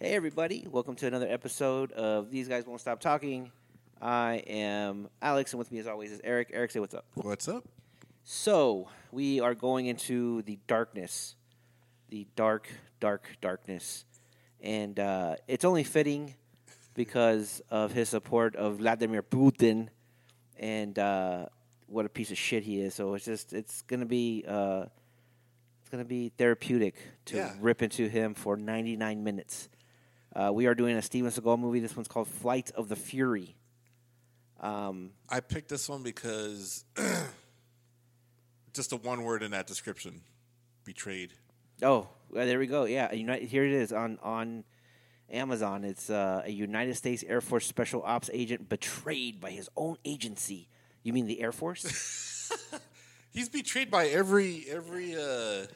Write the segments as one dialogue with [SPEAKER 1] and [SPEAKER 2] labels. [SPEAKER 1] Hey, everybody. Welcome to another episode of These Guys Won't Stop Talking. I am Alex, and with me, as always, is Eric. Eric, say what's up.
[SPEAKER 2] What's up?
[SPEAKER 1] So, we are going into the darkness, the dark, dark darkness. And uh, it's only fitting because of his support of Vladimir Putin and uh, what a piece of shit he is. So, it's just, it's going to be. Uh, it's going to be therapeutic to
[SPEAKER 2] Yeah.
[SPEAKER 1] rip into him for 99 minutes. Uh, we are doing a Steven Seagal movie. This one's called Flight of the Fury.
[SPEAKER 2] I picked this one because just the one word in that description betrayed.
[SPEAKER 1] Oh, well, there we go. Yeah, a United, here it is on on Amazon. It's uh, a United States Air Force Special Ops agent betrayed by his own agency. You mean the Air Force?
[SPEAKER 2] He's betrayed by every every uh,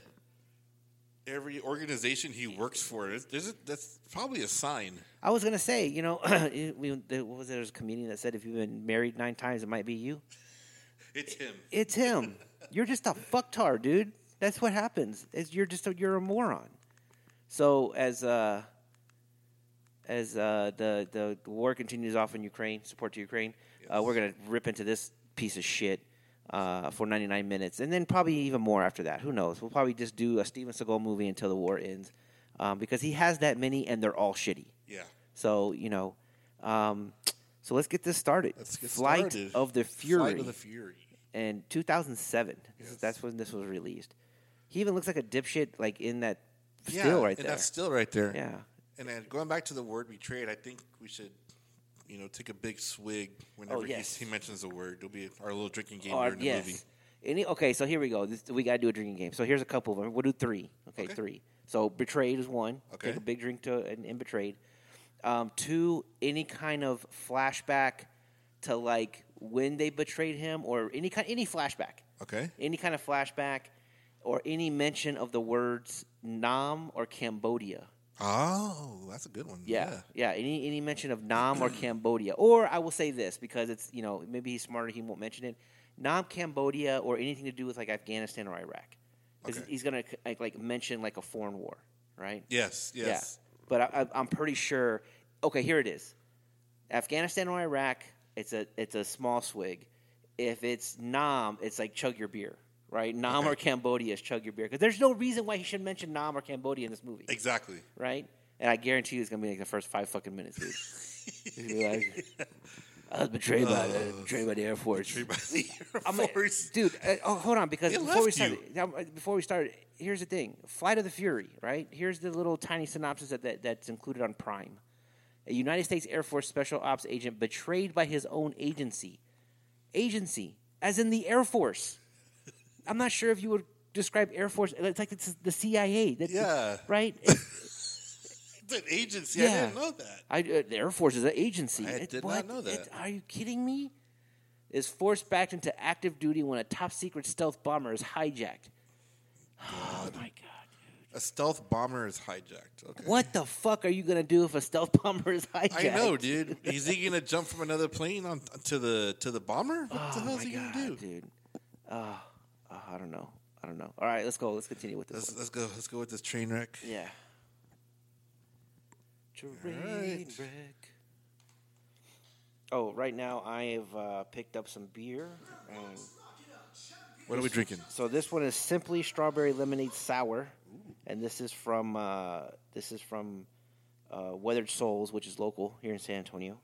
[SPEAKER 2] every organization he works for. There's, there's a, that's probably a sign.
[SPEAKER 1] I was gonna say, you know, it- we- there- what was there? There's a comedian that said, "If you've been married nine times, it might be you."
[SPEAKER 2] It's him.
[SPEAKER 1] It's him. you're just a fucktard, dude. That's what happens. Is you're just a, you're a moron. So as uh, as uh, the the war continues off in Ukraine, support to Ukraine, uh, we're gonna rip into this piece of shit uh, for 99 minutes, and then probably even more after that. Who knows? We'll probably just do a Steven Seagal movie until the war ends, um, because he has that many, and they're all shitty.
[SPEAKER 2] Yeah.
[SPEAKER 1] So you know, um, so let's get this started.
[SPEAKER 2] Let's get
[SPEAKER 1] Flight
[SPEAKER 2] started.
[SPEAKER 1] of the Fury
[SPEAKER 2] Flight of the Fury.
[SPEAKER 1] in 2007. This-
[SPEAKER 2] Yes.
[SPEAKER 1] That's when this was released. He even looks like a dipshit, like in that still
[SPEAKER 2] yeah,
[SPEAKER 1] right
[SPEAKER 2] and
[SPEAKER 1] there.
[SPEAKER 2] That's still right there.
[SPEAKER 1] yeah,
[SPEAKER 2] And then going back to the word betrayed, I think we should, you know, take a big swig whenever he-
[SPEAKER 1] Oh, yes.
[SPEAKER 2] he, mentions the word. It'll be our little drinking game
[SPEAKER 1] Or-
[SPEAKER 2] during the movie.
[SPEAKER 1] yes. Any, okay, so here we go. This, we gotta do a drinking game. So here's a couple of them. We'll do three. Okay,
[SPEAKER 2] Okay.
[SPEAKER 1] three. So betrayed is one.
[SPEAKER 2] Okay.
[SPEAKER 1] Take a big drink to and, and betrayed. Um, two, any kind of flashback to like when they betrayed him, or any kind any flashback.
[SPEAKER 2] Okay.
[SPEAKER 1] Any kind of flashback, or any mention of the words Nam or Cambodia.
[SPEAKER 2] Oh, that's a good one.
[SPEAKER 1] Yeah, yeah. Any any mention of Nam or Cambodia, or I will say this because it's you know maybe he's smarter, he won't mention it. Nam, Cambodia, or anything to do with like Afghanistan or Iraq, 'Cause
[SPEAKER 2] Okay.
[SPEAKER 1] he's gonna like, like mention like a foreign war, right?
[SPEAKER 2] Yes. Yes.
[SPEAKER 1] Yeah. But I, I, I'm pretty sure. Okay, here it is. Afghanistan or Iraq, it's a it's a small swig. If it's Nam, it's like chug your beer, right? Nam or Cambodia is chug your beer because there's no reason why he should mention Nam or Cambodia in this movie
[SPEAKER 2] Exactly.
[SPEAKER 1] right? And I guarantee you it's gonna be like the first five fucking minutes, dude. It's gonna be like, I was betrayed by the betrayed by the Air Force.
[SPEAKER 2] Everybody here,
[SPEAKER 1] I'm
[SPEAKER 2] of
[SPEAKER 1] like,
[SPEAKER 2] course.
[SPEAKER 1] dude. Uh, oh, hold on, because
[SPEAKER 2] They
[SPEAKER 1] before we
[SPEAKER 2] left you.
[SPEAKER 1] started, now, uh, before we started, here's the thing: Flight of the Fury, right? Here's the little tiny synopsis that, that that's included on Prime. A United States Air Force Special Ops agent betrayed by his own agency, agency, as in the Air Force. I'm not sure if you would describe Air Force. It's like it's the CIA. That-
[SPEAKER 2] Yeah.
[SPEAKER 1] Right.
[SPEAKER 2] It's an agency. I
[SPEAKER 1] Yeah.
[SPEAKER 2] didn't know that.
[SPEAKER 1] I, uh, the Air Force is an agency.
[SPEAKER 2] I did not know that.
[SPEAKER 1] are you kidding me? Is forced back into active duty when a top secret stealth bomber is hijacked. Oh my god!
[SPEAKER 2] A stealth bomber is hijacked. Okay.
[SPEAKER 1] What the fuck are you gonna do if a stealth bomber is hijacked?
[SPEAKER 2] I know, dude. Is he gonna jump from another plane on to the to the bomber? What the hell is he gonna do?
[SPEAKER 1] Oh dude? Uh, uh, I don't know. I don't know. All right, let's go. Let's continue with this.
[SPEAKER 2] Let's, let's go. Let's go with this train wreck.
[SPEAKER 1] one. Yeah. Train
[SPEAKER 2] right.
[SPEAKER 1] wreck. Oh, right now I have uh, picked up some beer and.
[SPEAKER 2] What are we drinking?
[SPEAKER 1] So this one is simply strawberry lemonade sour, and this is from uh, this is from uh, Weathered Souls, which is local here in San Antonio.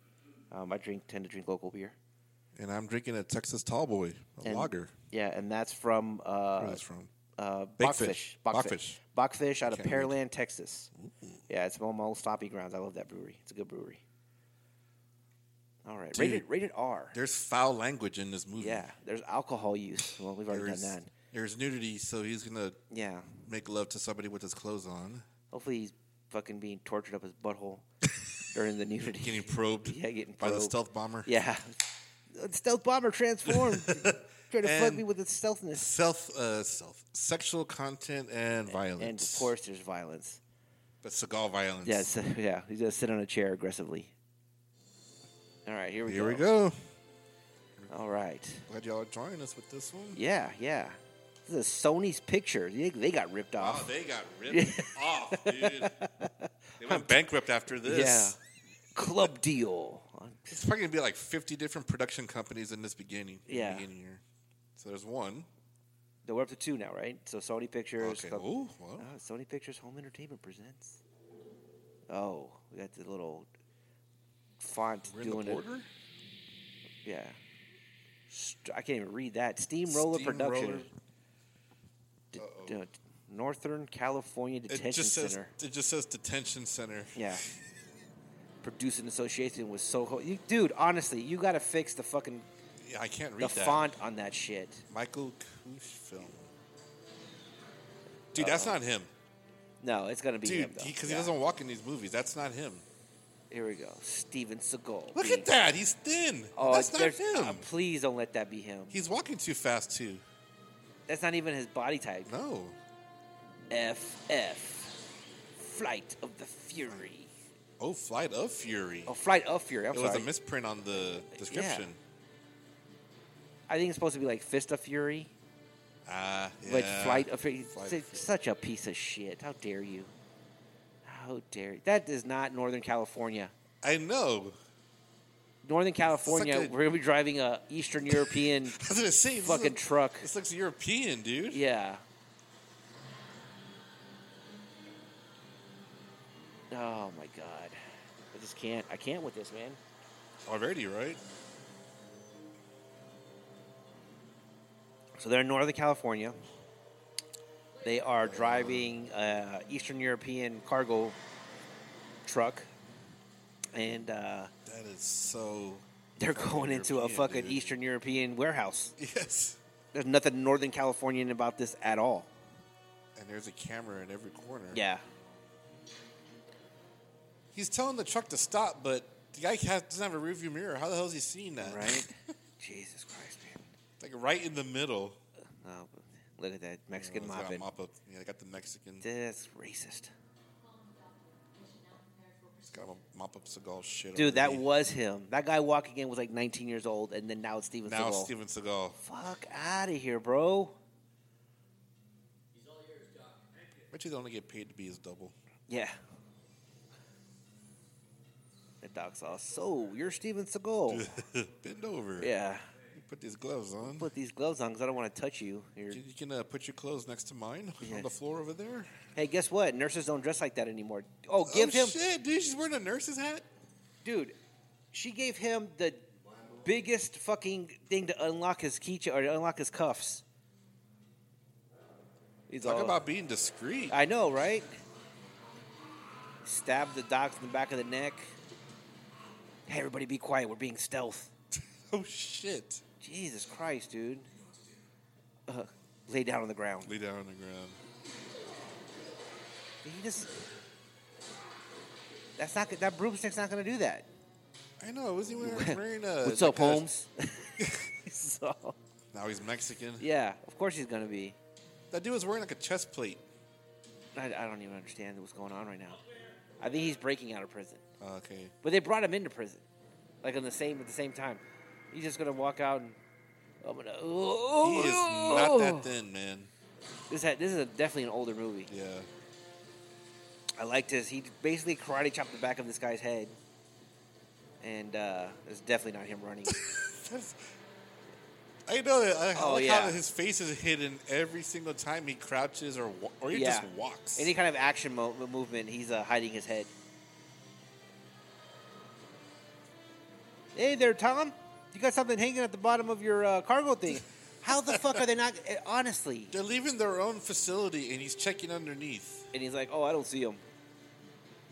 [SPEAKER 1] Um, I drink tend to drink local beer.
[SPEAKER 2] And I'm drinking a Texas Tallboy, a
[SPEAKER 1] And-
[SPEAKER 2] lager.
[SPEAKER 1] Yeah, and that's from uh,
[SPEAKER 2] Where's this from?
[SPEAKER 1] uh, Bachfish.
[SPEAKER 2] Bigfish.
[SPEAKER 1] Bachfish. Bachfish out of Pearland, Texas.
[SPEAKER 2] Mm-hmm.
[SPEAKER 1] Yeah, it's on my old stopping grounds. I love that brewery. It's a good brewery. All right, rated rated R.
[SPEAKER 2] There's foul language in this movie.
[SPEAKER 1] Yeah, there's alcohol use. Well, we've already
[SPEAKER 2] There's,
[SPEAKER 1] done that.
[SPEAKER 2] there's nudity, so he's gonna
[SPEAKER 1] Yeah,
[SPEAKER 2] make love to somebody with his clothes on.
[SPEAKER 1] Hopefully he's fucking being tortured up his butthole during the nudity.
[SPEAKER 2] Getting probed.
[SPEAKER 1] Yeah, getting
[SPEAKER 2] by the
[SPEAKER 1] probed.
[SPEAKER 2] stealth bomber.
[SPEAKER 1] yeah. Stealth bomber transformed. Trying to fuck
[SPEAKER 2] And-
[SPEAKER 1] me with its stealthiness.
[SPEAKER 2] Self, uh, self, sexual content and violence.
[SPEAKER 1] And of course there's violence.
[SPEAKER 2] but Seagal violence.
[SPEAKER 1] Yeah, so, yeah. He's gonna sit on a chair aggressively. All right, here we
[SPEAKER 2] Here
[SPEAKER 1] go.
[SPEAKER 2] we go.
[SPEAKER 1] All right.
[SPEAKER 2] Glad y'all are joining us with this one.
[SPEAKER 1] Yeah, yeah. This is Sony's picture. They, they got ripped
[SPEAKER 2] Oh,
[SPEAKER 1] off.
[SPEAKER 2] they got ripped off, dude. They went bankrupt after this.
[SPEAKER 1] Yeah. Club deal.
[SPEAKER 2] It's probably gonna be like fifty different production companies in this beginning. in the
[SPEAKER 1] Yeah.
[SPEAKER 2] Beginning year. So there's one.
[SPEAKER 1] No, we're up to two now, right? So Sony Pictures.
[SPEAKER 2] Okay.
[SPEAKER 1] Club-
[SPEAKER 2] Ooh, well.
[SPEAKER 1] Oh, Sony Pictures Home Entertainment presents. Oh, we got the little font
[SPEAKER 2] We're in
[SPEAKER 1] doing
[SPEAKER 2] the
[SPEAKER 1] it.
[SPEAKER 2] border.
[SPEAKER 1] Yeah. St- I can't even read that. Steamroller Production.
[SPEAKER 2] Steamroller.
[SPEAKER 1] D- d- Northern California Detention
[SPEAKER 2] It just says
[SPEAKER 1] Center.
[SPEAKER 2] it just says detention center.
[SPEAKER 1] Yeah. Produced in association with Soho. You, dude, honestly, you got to fix the fucking
[SPEAKER 2] Yeah, I can't read
[SPEAKER 1] the
[SPEAKER 2] that.
[SPEAKER 1] font on that shit.
[SPEAKER 2] Michael Kush film. Dude, that's not him.
[SPEAKER 1] No, it's gonna be
[SPEAKER 2] Dude,
[SPEAKER 1] him
[SPEAKER 2] because
[SPEAKER 1] though.
[SPEAKER 2] he,
[SPEAKER 1] Yeah.
[SPEAKER 2] doesn't walk in these movies. That's not him.
[SPEAKER 1] Here we go. Steven Seagal.
[SPEAKER 2] Look at that. He's thin.
[SPEAKER 1] Oh,
[SPEAKER 2] that's not
[SPEAKER 1] there's-
[SPEAKER 2] him.
[SPEAKER 1] uh, please don't let that be him.
[SPEAKER 2] He's walking too fast too.
[SPEAKER 1] That's not even his body type.
[SPEAKER 2] No.
[SPEAKER 1] FF. Flight of the Fury.
[SPEAKER 2] Oh, Flight of Fury.
[SPEAKER 1] Oh, Flight of Fury. I'm
[SPEAKER 2] it was
[SPEAKER 1] sorry.
[SPEAKER 2] a misprint on the description.
[SPEAKER 1] I think it's supposed to be like Fist of Fury,
[SPEAKER 2] Ah, yeah.
[SPEAKER 1] but Flight of Fury.
[SPEAKER 2] Flight
[SPEAKER 1] Su-
[SPEAKER 2] of Fury.
[SPEAKER 1] Such a piece of shit. How dare you? How dare you? That is not Northern California.
[SPEAKER 2] I know.
[SPEAKER 1] Northern California,
[SPEAKER 2] Suck it.
[SPEAKER 1] we're going to be driving a Eastern European
[SPEAKER 2] I was gonna say this is a-
[SPEAKER 1] fucking truck.
[SPEAKER 2] This looks European, dude.
[SPEAKER 1] Yeah. Oh my god. I just can't. I can't with this, man.
[SPEAKER 2] Already, right?
[SPEAKER 1] So they're in Northern California. They are driving uh, Eastern European cargo truck, and uh,
[SPEAKER 2] That is so.
[SPEAKER 1] they're
[SPEAKER 2] fucking
[SPEAKER 1] going into a
[SPEAKER 2] European,
[SPEAKER 1] fucking
[SPEAKER 2] dude.
[SPEAKER 1] Eastern European warehouse.
[SPEAKER 2] Yes.
[SPEAKER 1] There's nothing Northern Californian about this at all.
[SPEAKER 2] And there's a camera in every corner.
[SPEAKER 1] Yeah.
[SPEAKER 2] He's telling the truck to stop, but the guy has, doesn't have a rearview mirror. How the hell is he seeing that?
[SPEAKER 1] Right. Jesus Christ, man.
[SPEAKER 2] like right in the middle.
[SPEAKER 1] Oh, look at that Mexican
[SPEAKER 2] Everyone's got
[SPEAKER 1] mopping.
[SPEAKER 2] a Mop up. Yeah, they got the Mexican.
[SPEAKER 1] That's racist.
[SPEAKER 2] It's got a mop up Seagal shit.
[SPEAKER 1] Dude, that
[SPEAKER 2] already.
[SPEAKER 1] was him. That guy walking in was like 19 years old, and then now it's Steven
[SPEAKER 2] now
[SPEAKER 1] Seagal.
[SPEAKER 2] Steven Seagal.
[SPEAKER 1] Fuck out of here, bro.
[SPEAKER 2] Bet you they only get paid to be his double.
[SPEAKER 1] Yeah. That dog saw. So you're Steven Seagal.
[SPEAKER 2] Bend over.
[SPEAKER 1] yeah.
[SPEAKER 2] Put these gloves on.
[SPEAKER 1] Put these gloves on because I don't want to touch you. You're-
[SPEAKER 2] you you can uh, put your clothes next to mine
[SPEAKER 1] Yeah.
[SPEAKER 2] on the floor over there.
[SPEAKER 1] Hey, guess what? Nurses don't dress like that anymore. Oh, give
[SPEAKER 2] oh,
[SPEAKER 1] him,
[SPEAKER 2] shit, dude. She's wearing a nurse's hat.
[SPEAKER 1] dude. She gave him the biggest fucking thing to unlock his keychain or to unlock his cuffs. He's
[SPEAKER 2] Talk
[SPEAKER 1] all-
[SPEAKER 2] about being discreet.
[SPEAKER 1] I know, right? Stabbed the doc in the back of the neck. Hey, everybody, be quiet. We're being stealth.
[SPEAKER 2] oh shit.
[SPEAKER 1] Jesus Christ, dude. Uh, lay down on the ground.
[SPEAKER 2] Lay down on the ground.
[SPEAKER 1] He just. That's not. That broomstick's not going to do that.
[SPEAKER 2] I know. Isn't he wearing, wearing a?
[SPEAKER 1] What's up,
[SPEAKER 2] like a-
[SPEAKER 1] Holmes? so,
[SPEAKER 2] Now he's Mexican.
[SPEAKER 1] yeah, of course he's going to be.
[SPEAKER 2] That dude was wearing like a chest plate.
[SPEAKER 1] I, I don't even understand what's going on right now. I think he's breaking out of prison.
[SPEAKER 2] Oh, okay.
[SPEAKER 1] But they brought him into prison, like on the same at the same time. He's just gonna walk out and I'm gonna. "Oh."
[SPEAKER 2] He is not that thin, man.
[SPEAKER 1] This ha- this is a, definitely an older movie.
[SPEAKER 2] Yeah.
[SPEAKER 1] I liked his. He basically karate chopped the back of this guy's head, and uh, it's definitely not him running.
[SPEAKER 2] That's- I know that. I, I
[SPEAKER 1] Oh,
[SPEAKER 2] like
[SPEAKER 1] yeah.
[SPEAKER 2] how his face is hidden every single time he crouches or wa- or he
[SPEAKER 1] Yeah.
[SPEAKER 2] just walks.
[SPEAKER 1] Any kind of action mo- movement, he's uh, hiding his head. Hey there, Tom. You got something hanging at the bottom of your uh, cargo thing. How the fuck are they not? eh, Honestly,
[SPEAKER 2] They're leaving their own facility and he's checking underneath.
[SPEAKER 1] And he's like, "Oh, I don't see him."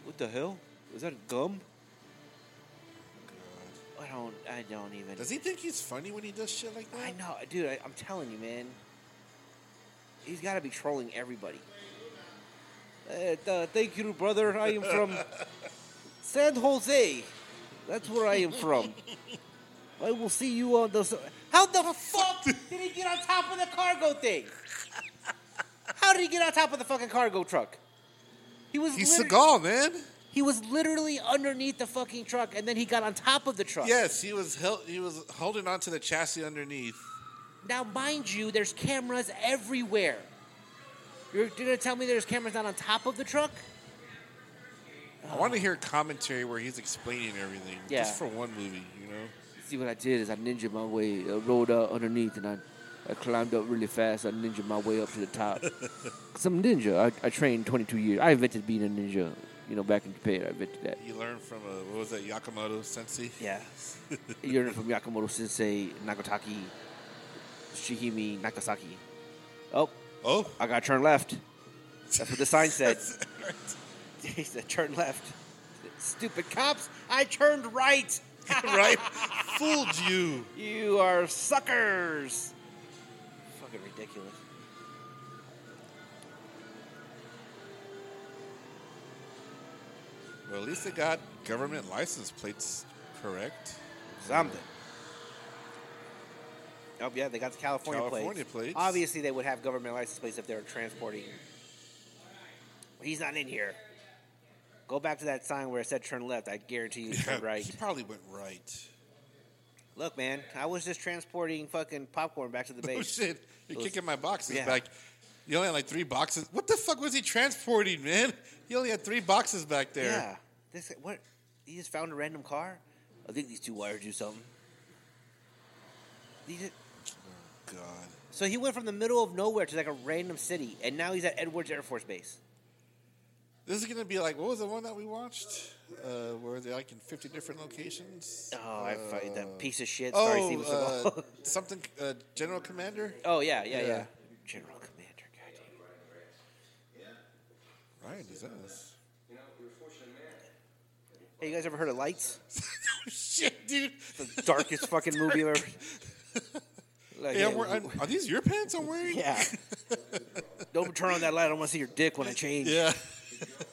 [SPEAKER 1] What the hell? Was that gum? I don't. I don't even.
[SPEAKER 2] Does he think he's funny when he does shit like that?
[SPEAKER 1] I know, dude. I, I'm telling you, man. He's got to be trolling everybody. Uh, th- thank you, brother. I am from San Jose. That's where I am from. I will see you on the. s- How the fuck did he get on top of the cargo thing? How did he get on top of the fucking cargo truck? He was
[SPEAKER 2] He's
[SPEAKER 1] literally-
[SPEAKER 2] Seagal, man.
[SPEAKER 1] He was literally underneath the fucking truck, and then he got on top of the truck.
[SPEAKER 2] Yes, he was held, he was holding onto the chassis underneath.
[SPEAKER 1] Now, mind you, there's cameras everywhere. You're, you're gonna tell me there's cameras not on top of the truck?
[SPEAKER 2] I want to hear commentary where he's explaining everything,
[SPEAKER 1] Yeah.
[SPEAKER 2] just for one movie, you know.
[SPEAKER 1] See what I did is I ninja my way, I rolled out underneath, and I, I climbed up really fast. I ninja my way up to the top. Cause I'm a ninja. I, I trained 22 years. I invented being a ninja. You know, back in Japan, I invented that.
[SPEAKER 2] You learn from a, what was that Yakamoto Sensei?
[SPEAKER 1] Yeah. You learned from Yakamoto Sensei, Nagataki, Shihimi, Nagasaki. Oh,
[SPEAKER 2] Oh,
[SPEAKER 1] I gotta turn left. That's what the sign said. he said, turn left. Stupid cops, I turned right.
[SPEAKER 2] right, fooled you.
[SPEAKER 1] You are suckers. Fucking ridiculous.
[SPEAKER 2] Well, at least they got government license plates correct.
[SPEAKER 1] Something. Oh yeah, they got the California,
[SPEAKER 2] California
[SPEAKER 1] plates.
[SPEAKER 2] plates.
[SPEAKER 1] Obviously, they would have government license plates if they were transporting. He's not in here. Go back to that sign where it said turn left. I guarantee you he turned right.
[SPEAKER 2] He probably went right.
[SPEAKER 1] Look, man, I was just transporting fucking popcorn back to the base.
[SPEAKER 2] Oh shit! You're
[SPEAKER 1] Those-
[SPEAKER 2] kicking my boxes
[SPEAKER 1] Yeah.
[SPEAKER 2] back. You only had like three boxes. What the fuck was he transporting, man? He only had three boxes back there.
[SPEAKER 1] Yeah. This what? He just found a random car. I think these two wires do something. These are-
[SPEAKER 2] God.
[SPEAKER 1] so he went from the middle of nowhere to like a random city, and now he's at Edwards Air Force Base.
[SPEAKER 2] This is gonna be like what was the one that we watched? Uh, where they're like in fifty different locations.
[SPEAKER 1] Oh, I fight that piece of shit. Sorry,
[SPEAKER 2] Oh,
[SPEAKER 1] Steven Seagal.
[SPEAKER 2] uh, something. Uh, General Commander.
[SPEAKER 1] oh yeah, yeah, yeah,
[SPEAKER 2] yeah.
[SPEAKER 1] General Commander. Goddamn.
[SPEAKER 2] Ryan is us.
[SPEAKER 1] Hey, you guys ever heard of Lights?
[SPEAKER 2] Oh, Shit, dude.
[SPEAKER 1] The darkest fucking movie I've ever. Like,
[SPEAKER 2] Hey, I'm
[SPEAKER 1] yeah,
[SPEAKER 2] wear-
[SPEAKER 1] w-
[SPEAKER 2] I'm- are these your pants I'm wearing?
[SPEAKER 1] yeah. Don't turn on that light. I want to see your dick when I change.
[SPEAKER 2] Yeah.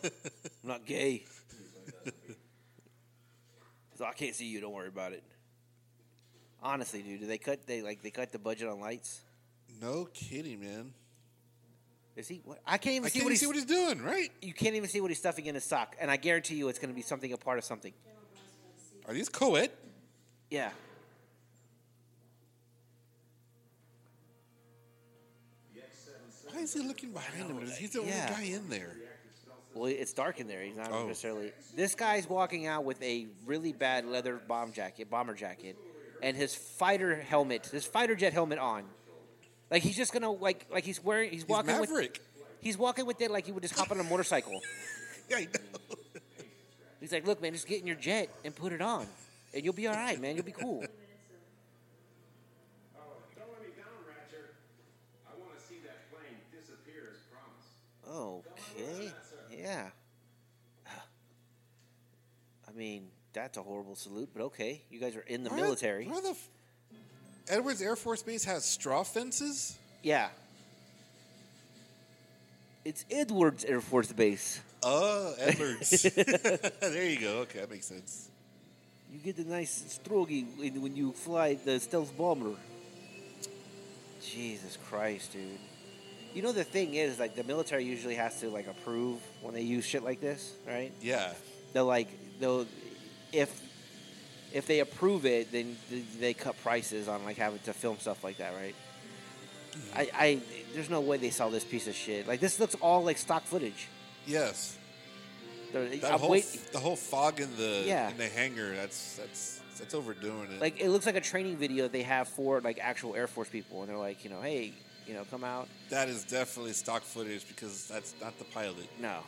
[SPEAKER 1] I'm not gay. so I can't see you. Don't worry about it. Honestly, dude, do they cut? They like they cut the budget on lights.
[SPEAKER 2] No kidding, man.
[SPEAKER 1] Is he? What? I can't even
[SPEAKER 2] I
[SPEAKER 1] see
[SPEAKER 2] can't
[SPEAKER 1] what
[SPEAKER 2] even
[SPEAKER 1] he's.
[SPEAKER 2] see what he's doing, right?
[SPEAKER 1] you can't even see what he's stuffing in his sock, and I guarantee you, it's going to be something a part of something.
[SPEAKER 2] Are these co-ed?
[SPEAKER 1] Yeah.
[SPEAKER 2] Why is he looking behind him? He's the
[SPEAKER 1] Yeah.
[SPEAKER 2] only guy in there.
[SPEAKER 1] Well, it's dark in there. He's not
[SPEAKER 2] Oh.
[SPEAKER 1] necessarily. This guy's walking out with a really bad leather bomb jacket, bomber jacket, and his fighter helmet, his fighter jet helmet on. Like he's just gonna like like he's wearing he's
[SPEAKER 2] He's
[SPEAKER 1] walking with
[SPEAKER 2] Maverick.
[SPEAKER 1] he's walking with it like he would just hop on a motorcycle.
[SPEAKER 2] Yeah, I know.
[SPEAKER 1] He's like, look, man, just get in your jet and put it on, and you'll be all right, man. You'll be cool.
[SPEAKER 3] Oh, Don't let me down, Ratcher. I want to see that plane disappear as promised.
[SPEAKER 1] Okay. Yeah. I mean, that's a horrible salute, but okay. You guys are in the
[SPEAKER 2] Why-
[SPEAKER 1] military.
[SPEAKER 2] Why the f- Edwards Air Force Base has straw fences?
[SPEAKER 1] Yeah. It's Edwards Air Force Base.
[SPEAKER 2] Uh, Edwards. there you go. Okay, that makes sense.
[SPEAKER 1] You get the nice strogi when when you fly the stealth bomber. Jesus Christ, dude. You know the thing is, like the military usually has to like approve when they use shit like this, right?
[SPEAKER 2] Yeah.
[SPEAKER 1] they'll like they'll if if they approve it then th- they cut prices on like having to film stuff like that right I, I there's no way they saw this piece of shit like this looks all like stock footage
[SPEAKER 2] Yes.
[SPEAKER 1] They're-
[SPEAKER 2] That
[SPEAKER 1] I'm
[SPEAKER 2] whole
[SPEAKER 1] wait-
[SPEAKER 2] f- the whole fog in the
[SPEAKER 1] Yeah.
[SPEAKER 2] in the hangar. That's that's that's overdoing it.
[SPEAKER 1] like it looks like a training video they have for like actual air force people and they're like you know hey you know come out
[SPEAKER 2] that is definitely stock footage because that's not the pilot.
[SPEAKER 1] no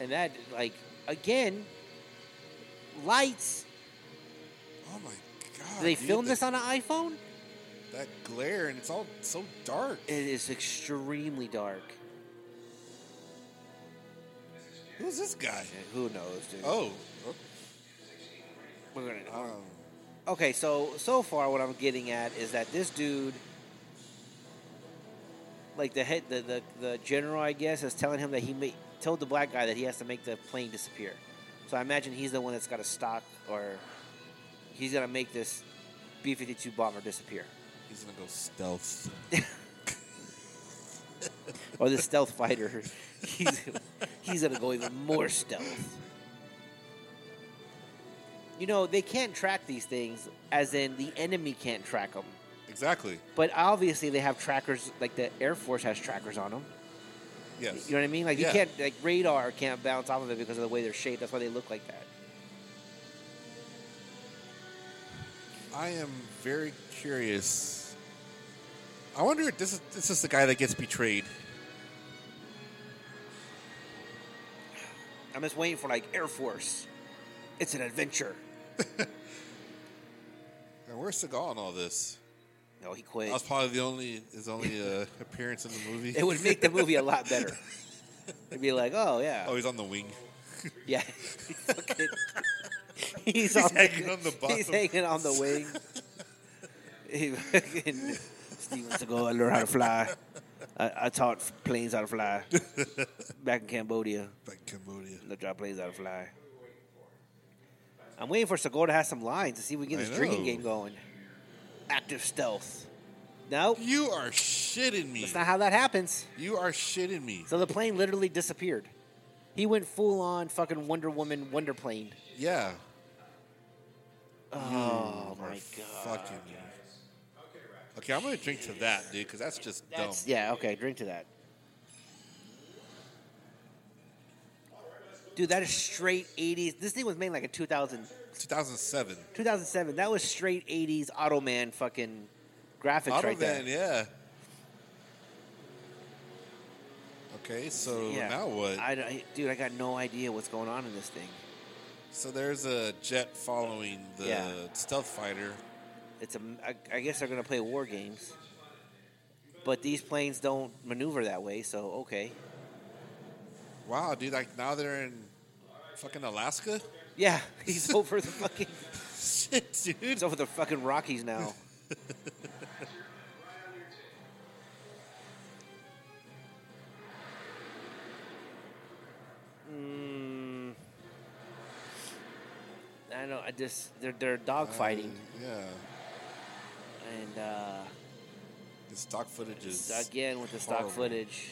[SPEAKER 1] and that like again lights
[SPEAKER 2] Oh my god.
[SPEAKER 1] they
[SPEAKER 2] dude,
[SPEAKER 1] filmed
[SPEAKER 2] that-
[SPEAKER 1] this on an iphone
[SPEAKER 2] that glare and it's all so dark.
[SPEAKER 1] it is extremely dark
[SPEAKER 2] Who's this guy?
[SPEAKER 1] Yeah, Who knows, dude?
[SPEAKER 2] Oh. oh,
[SPEAKER 1] We're gonna know.
[SPEAKER 2] Um,
[SPEAKER 1] Okay, so so far, what I'm getting at is that this dude, like the head, the the, the general, I guess, is telling him that he made, told the black guy that he has to make the plane disappear. So I imagine he's the one that's got to stock, or he's gonna make this B-52 bomber disappear,
[SPEAKER 2] he's gonna go stealth.
[SPEAKER 1] or this stealth fighter. He's he's gonna go even more stealth. You know they can't track these things, as in the enemy can't track them.
[SPEAKER 2] Exactly.
[SPEAKER 1] But obviously, they have trackers. Like the Air Force has trackers on them.
[SPEAKER 2] Yes.
[SPEAKER 1] You know what I mean? Like
[SPEAKER 2] Yeah.
[SPEAKER 1] you can't like radar can't bounce off of it because of the way they're shaped. That's why they look like that.
[SPEAKER 2] I am very curious. I wonder if this is this is the guy that gets betrayed.
[SPEAKER 1] I'm just waiting for like Air Force. It's an adventure.
[SPEAKER 2] And where's Seagal in all this?
[SPEAKER 1] No, he quit.
[SPEAKER 2] That was probably the only his only uh, appearance in the movie.
[SPEAKER 1] It would make the movie a lot better. It'd be like, oh yeah,
[SPEAKER 2] oh, he's on the wing.
[SPEAKER 1] yeah. Fucking- he's, on
[SPEAKER 2] hanging on the
[SPEAKER 1] He's
[SPEAKER 2] bottom.
[SPEAKER 1] hanging on the wing. He fucking- Steven Seagal, I learned how to fly. I, I taught planes how to fly back in Cambodia.
[SPEAKER 2] Back in Cambodia.
[SPEAKER 1] The job plays out of fly. I'm waiting for Segura to have some lines to see if we can
[SPEAKER 2] I
[SPEAKER 1] get this drinking
[SPEAKER 2] know.
[SPEAKER 1] game going. Active stealth. No,
[SPEAKER 2] You are shitting me.
[SPEAKER 1] that's not how that happens.
[SPEAKER 2] You are shitting me.
[SPEAKER 1] So the plane literally disappeared. He went full on fucking Wonder Woman Wonder Plane.
[SPEAKER 2] Yeah.
[SPEAKER 1] Oh my god.
[SPEAKER 2] Fucking. Okay, I'm gonna drink to that, dude, because that's just
[SPEAKER 1] That's,
[SPEAKER 2] dumb.
[SPEAKER 1] yeah, okay, drink to that. Dude, that is straight 80s. This thing was made in like a 2000-
[SPEAKER 2] 2007.
[SPEAKER 1] 2007. That was straight 80s Automan fucking graphics right there.
[SPEAKER 2] Autovan, yeah. Okay, so now what?
[SPEAKER 1] I, I- dude, I got no idea what's going on in this thing.
[SPEAKER 2] so there's a jet following the
[SPEAKER 1] Yeah.
[SPEAKER 2] stealth fighter.
[SPEAKER 1] It's a, I, I guess they're gonna play war games, but these planes don't maneuver that way. So okay,
[SPEAKER 2] Wow, dude! Like now they're in fucking Alaska.
[SPEAKER 1] yeah, he's over the fucking,
[SPEAKER 2] Shit, dude.
[SPEAKER 1] he's over the fucking Rockies now. Mm, I know. I just they're they're dogfighting,
[SPEAKER 2] yeah,
[SPEAKER 1] and uh,
[SPEAKER 2] the stock footage is
[SPEAKER 1] again with the stock
[SPEAKER 2] horrible.
[SPEAKER 1] footage.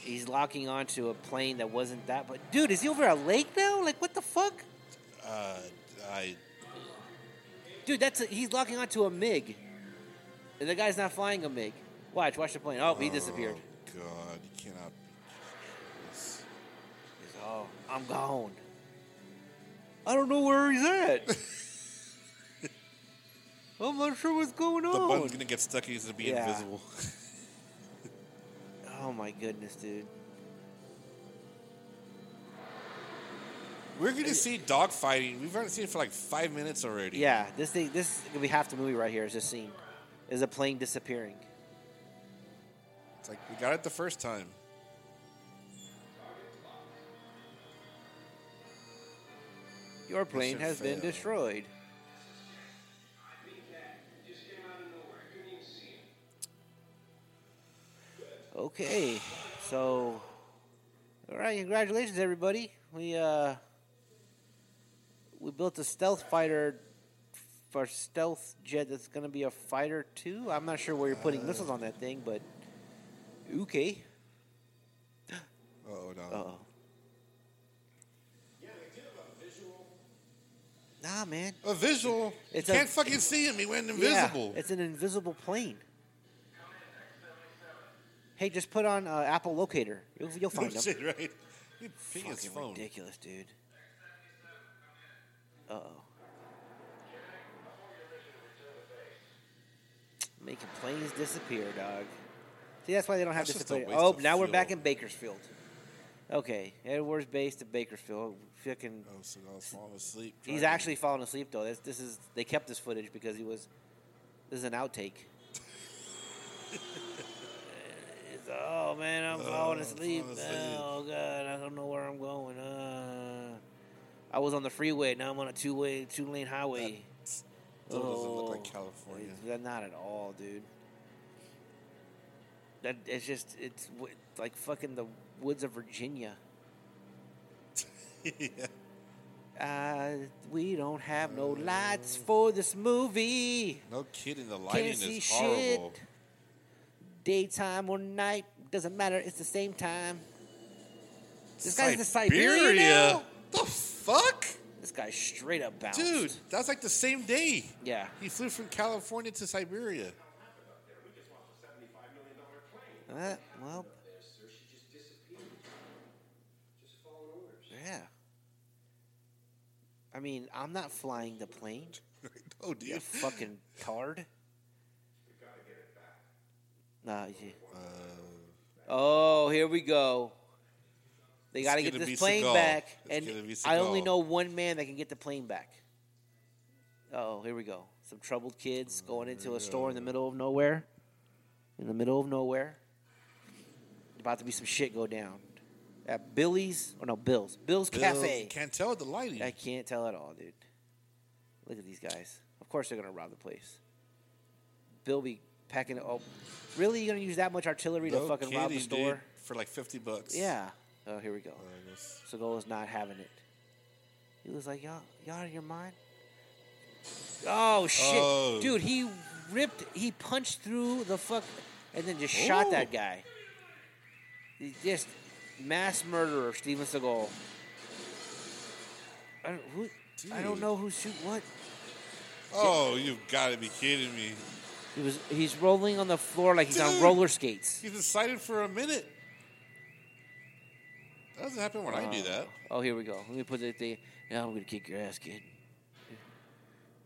[SPEAKER 1] He's locking onto a plane that wasn't that. But dude, is he over a lake now? Like what the fuck,
[SPEAKER 2] Uh, I
[SPEAKER 1] dude? That's a, he's locking onto a Mig, and the guy's not flying a Mig. Watch, watch the plane. Oh, he disappeared.
[SPEAKER 2] Oh, God, you cannot. Yes.
[SPEAKER 1] He's, oh, I'm gone. I don't know where he's at. I'm not sure what's going
[SPEAKER 2] The
[SPEAKER 1] on.
[SPEAKER 2] button's gonna get stuck. He's gonna be
[SPEAKER 1] Yeah.
[SPEAKER 2] invisible.
[SPEAKER 1] Oh my goodness, dude.
[SPEAKER 2] We're gonna see dog fighting. We've already seen it for like five minutes already.
[SPEAKER 1] Yeah, this thing, this is gonna be half the movie right here. Is this scene? Is a plane disappearing?
[SPEAKER 2] it's like we got it the first time.
[SPEAKER 1] Your plane
[SPEAKER 2] Mission
[SPEAKER 1] has been
[SPEAKER 2] failed.
[SPEAKER 1] destroyed. Okay, so all right, congratulations everybody. We uh we built a stealth fighter for stealth jet that's going to be a fighter too. I'm not sure where you're putting missiles on that thing, but okay.
[SPEAKER 2] Oh no.
[SPEAKER 1] Uh-oh. Nah, man.
[SPEAKER 2] A visual.
[SPEAKER 1] It's
[SPEAKER 2] you
[SPEAKER 1] a-
[SPEAKER 2] can't fucking see him. He went
[SPEAKER 1] Yeah,
[SPEAKER 2] invisible.
[SPEAKER 1] it's an invisible plane. Hey, just put on uh, Apple Locator. You'll, you'll
[SPEAKER 2] No
[SPEAKER 1] find them.
[SPEAKER 2] shit, right? He ping his
[SPEAKER 1] Fucking
[SPEAKER 2] phone.
[SPEAKER 1] ridiculous, dude. Uh oh. Making planes disappear, dog. See, that's why they don't have
[SPEAKER 2] That's just a
[SPEAKER 1] disappear.
[SPEAKER 2] waste
[SPEAKER 1] Oh,
[SPEAKER 2] of
[SPEAKER 1] now we're back
[SPEAKER 2] fuel.
[SPEAKER 1] in Bakersfield. Okay, Edward's based at Bakersfield. Fucking,
[SPEAKER 2] Oh, so I was falling asleep.
[SPEAKER 1] he's
[SPEAKER 2] driving.
[SPEAKER 1] actually falling asleep though. This, this is they kept this footage because he was. This is an outtake. It's, oh man, I'm falling
[SPEAKER 2] I'm
[SPEAKER 1] asleep.
[SPEAKER 2] falling asleep.
[SPEAKER 1] Oh god, I don't know where I'm going. Uh, I was on the freeway. Now I'm on a two-way, two-lane highway.
[SPEAKER 2] Still doesn't look like
[SPEAKER 1] Oh.
[SPEAKER 2] California.
[SPEAKER 1] It's- that- not at all, dude. That it's just it's w- like fucking the woods of Virginia.
[SPEAKER 2] yeah.
[SPEAKER 1] Uh, we don't have no
[SPEAKER 2] Uh,
[SPEAKER 1] lights for this movie.
[SPEAKER 2] No kidding. The
[SPEAKER 1] Can't
[SPEAKER 2] lighting
[SPEAKER 1] see
[SPEAKER 2] is horrible.
[SPEAKER 1] shit. Daytime or night doesn't matter. It's the same time. This guy's in Siberia now?
[SPEAKER 2] The fuck,
[SPEAKER 1] This guy straight up bounced.
[SPEAKER 2] dude? That's like the same day.
[SPEAKER 1] Yeah.
[SPEAKER 2] He flew from California to Siberia.
[SPEAKER 1] Uh, Eh, well, I mean, I'm not flying the plane.
[SPEAKER 2] Oh dear.
[SPEAKER 1] You fucking tard. Nah, you- oh, here we go. They got to get
[SPEAKER 2] gonna be
[SPEAKER 1] this plane
[SPEAKER 2] Seagal.
[SPEAKER 1] back,
[SPEAKER 2] It's gonna
[SPEAKER 1] and
[SPEAKER 2] be
[SPEAKER 1] I only
[SPEAKER 2] Seagal.
[SPEAKER 1] know one man that can get the plane back. Oh, here we go. Some troubled kids going into a store in the middle of nowhere. In the middle of nowhere, about to be some shit go down at Billy's or no Bill's Bill's Cafe.
[SPEAKER 2] Can't tell the lighting.
[SPEAKER 1] I can't tell at all, dude. Look at these guys. Of course they're gonna rob the place. Bill be packing. Oh, really? You gonna use that much artillery to
[SPEAKER 2] No
[SPEAKER 1] fucking rob the
[SPEAKER 2] kidding,
[SPEAKER 1] store?
[SPEAKER 2] dude. for like fifty bucks.
[SPEAKER 1] Yeah. Oh, here we go.
[SPEAKER 2] Uh, that's-
[SPEAKER 1] Seagal was not having it. He was like, "Y'all, y'all out of your mind." Oh shit,
[SPEAKER 2] Oh.
[SPEAKER 1] dude! He ripped. He punched through the fuck, and then just shot
[SPEAKER 2] Ooh.
[SPEAKER 1] that guy. He just mass murderer Steven Seagal. I don't, who, I don't
[SPEAKER 2] Dude.
[SPEAKER 1] know who shoot what.
[SPEAKER 2] Oh, you've got to be kidding me.
[SPEAKER 1] He was he's rolling on the floor like he's on
[SPEAKER 2] Dude.
[SPEAKER 1] roller skates.
[SPEAKER 2] He's excited for a minute. That doesn't happen when I do that.
[SPEAKER 1] Oh, here we go. Let me put the thing. Now I'm gonna kick your ass, kid.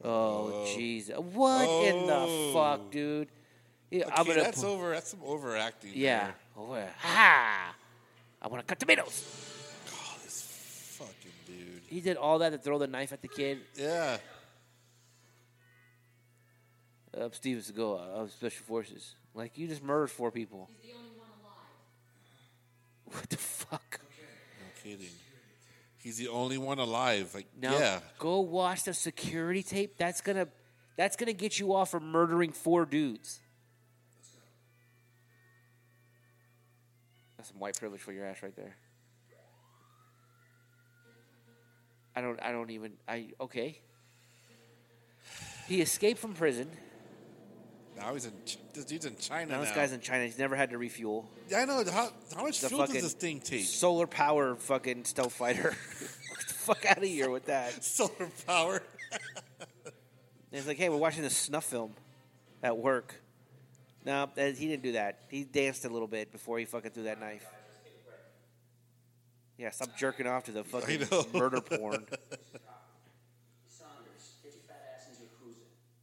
[SPEAKER 1] Oh, jeez. What in the
[SPEAKER 2] Oh.
[SPEAKER 1] fuck, dude? Yeah,
[SPEAKER 2] Okay,
[SPEAKER 1] I'm gonna.
[SPEAKER 2] that's
[SPEAKER 1] pu-
[SPEAKER 2] over. That's some overacting.
[SPEAKER 1] yeah.
[SPEAKER 2] there.
[SPEAKER 1] Oh, yeah. Ha! I want to cut tomatoes.
[SPEAKER 2] Oh, this fucking dude.
[SPEAKER 1] He did all that to throw the knife at the kid.
[SPEAKER 2] Yeah.
[SPEAKER 1] Uh, Steven Seagal of Special Forces. Like you just murdered four people.
[SPEAKER 4] He's the only one alive.
[SPEAKER 1] What the fuck?
[SPEAKER 2] No kidding. He's the only one alive. Like,
[SPEAKER 1] Now
[SPEAKER 2] yeah.
[SPEAKER 1] go watch the security tape. That's gonna that's gonna get you off for murdering four dudes. That's some white privilege for your ass right there. I don't I don't even I okay. He escaped from prison.
[SPEAKER 2] Now he's in. Ch- This dude's in China
[SPEAKER 1] Now
[SPEAKER 2] now.
[SPEAKER 1] this guy's in China. He's never had to refuel.
[SPEAKER 2] I know. How, how much
[SPEAKER 1] The
[SPEAKER 2] fuel
[SPEAKER 1] fucking
[SPEAKER 2] does this thing take?
[SPEAKER 1] Solar power fucking stealth fighter. Get the fuck out of here with that.
[SPEAKER 2] Solar power.
[SPEAKER 1] And it's like, hey, we're watching this snuff film at work. No, that- he didn't do that. He danced a little bit before he fucking threw that knife. Yeah, stop jerking off to the fucking
[SPEAKER 2] know.
[SPEAKER 1] murder porn.
[SPEAKER 5] Saunders, get your fat ass into your cruiser.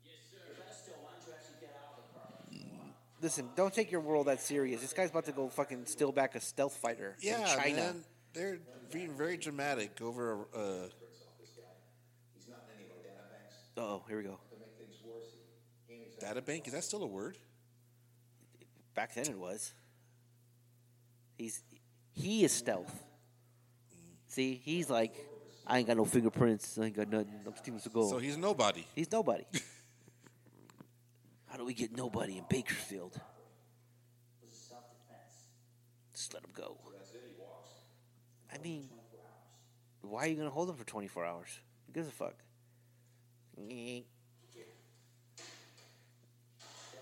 [SPEAKER 5] Yes, sir. If I still want to actually get out of the car.
[SPEAKER 1] Listen, don't take your world that serious. This guy's about to go fucking steal back a stealth fighter
[SPEAKER 2] Yeah,
[SPEAKER 1] in China.
[SPEAKER 2] man. They're being very dramatic over a. Uh,
[SPEAKER 1] Oh, here we go.
[SPEAKER 2] Data bank? Is that still a word?
[SPEAKER 1] Back then it was. He's he is stealth. See, he's like, I ain't got no fingerprints. I ain't got nothing. I'm Steven Seagal.
[SPEAKER 2] So he's nobody.
[SPEAKER 1] He's nobody. How do we get nobody in Bakersfield? Just let him go. I mean, why are you going to hold him for 24 hours? Who gives a fuck? Nyeh.
[SPEAKER 5] Get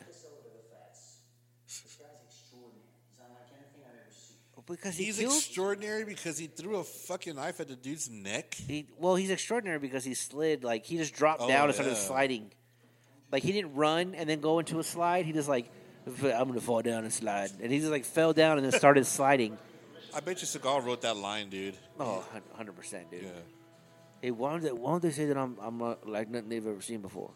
[SPEAKER 5] this over to the fats. This guy's extraordinary. He's unlike anything I've ever seen.
[SPEAKER 1] Because he
[SPEAKER 2] He's
[SPEAKER 1] killed.
[SPEAKER 2] extraordinary because he threw a fucking knife at the dude's neck.
[SPEAKER 1] he, well, he's extraordinary because he slid like he just dropped
[SPEAKER 2] Oh,
[SPEAKER 1] down and started
[SPEAKER 2] yeah.
[SPEAKER 1] sliding. Like he didn't run and then go into a slide. He just like I'm gonna fall down and slide, and he just like fell down and then started sliding.
[SPEAKER 2] I bet you Seagal wrote that line, dude.
[SPEAKER 1] Oh, 100 percent, dude.
[SPEAKER 2] Yeah.
[SPEAKER 1] Hey, why don't they, why don't they say that I'm I'm uh, like nothing they've ever seen before?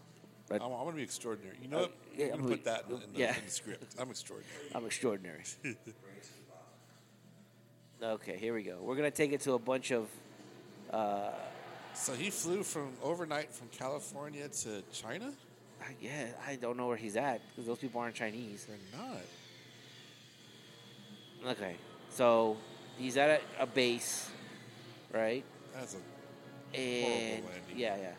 [SPEAKER 1] Like,
[SPEAKER 2] I'm, I'm going to be extraordinary. You know what?
[SPEAKER 1] Uh, yeah,
[SPEAKER 2] I'm
[SPEAKER 1] I'm
[SPEAKER 2] going to put
[SPEAKER 1] gonna
[SPEAKER 2] that
[SPEAKER 1] be-
[SPEAKER 2] in, in, the,
[SPEAKER 1] yeah.
[SPEAKER 2] in the script. I'm extraordinary.
[SPEAKER 1] I'm extraordinary. okay, here we go. We're gonna take it to a bunch of
[SPEAKER 2] So he flew from overnight from California to China?
[SPEAKER 1] I- yeah. I don't know where he's at because those people aren't Chinese.
[SPEAKER 2] They're not.
[SPEAKER 1] Okay, so he's at a, a base, right?
[SPEAKER 2] That's a.
[SPEAKER 1] And
[SPEAKER 2] landing.
[SPEAKER 1] yeah, yeah.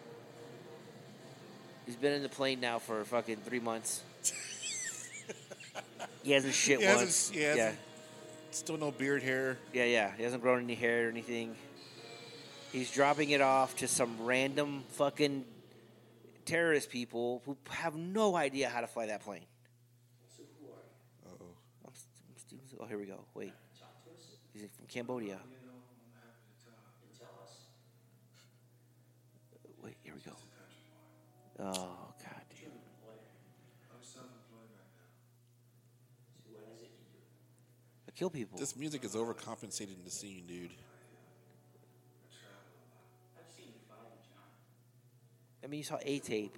[SPEAKER 1] He's been in the plane now for fucking three months. he hasn't shit
[SPEAKER 2] He hasn't-
[SPEAKER 1] once.
[SPEAKER 2] he hasn't- Still no beard hair.
[SPEAKER 1] Yeah, yeah. He hasn't grown any hair or anything. He's dropping it off to some random fucking terrorist people who have no idea how to fly that plane.
[SPEAKER 2] Uh oh.
[SPEAKER 1] I'm s- I'm s- Oh, here we go. Wait. He's from Cambodia. Wait, here we go. Oh, God. damn. I kill people.
[SPEAKER 2] This music is overcompensating the scene, dude.
[SPEAKER 5] I've seen you fighting, John.
[SPEAKER 1] I mean, you saw A tape.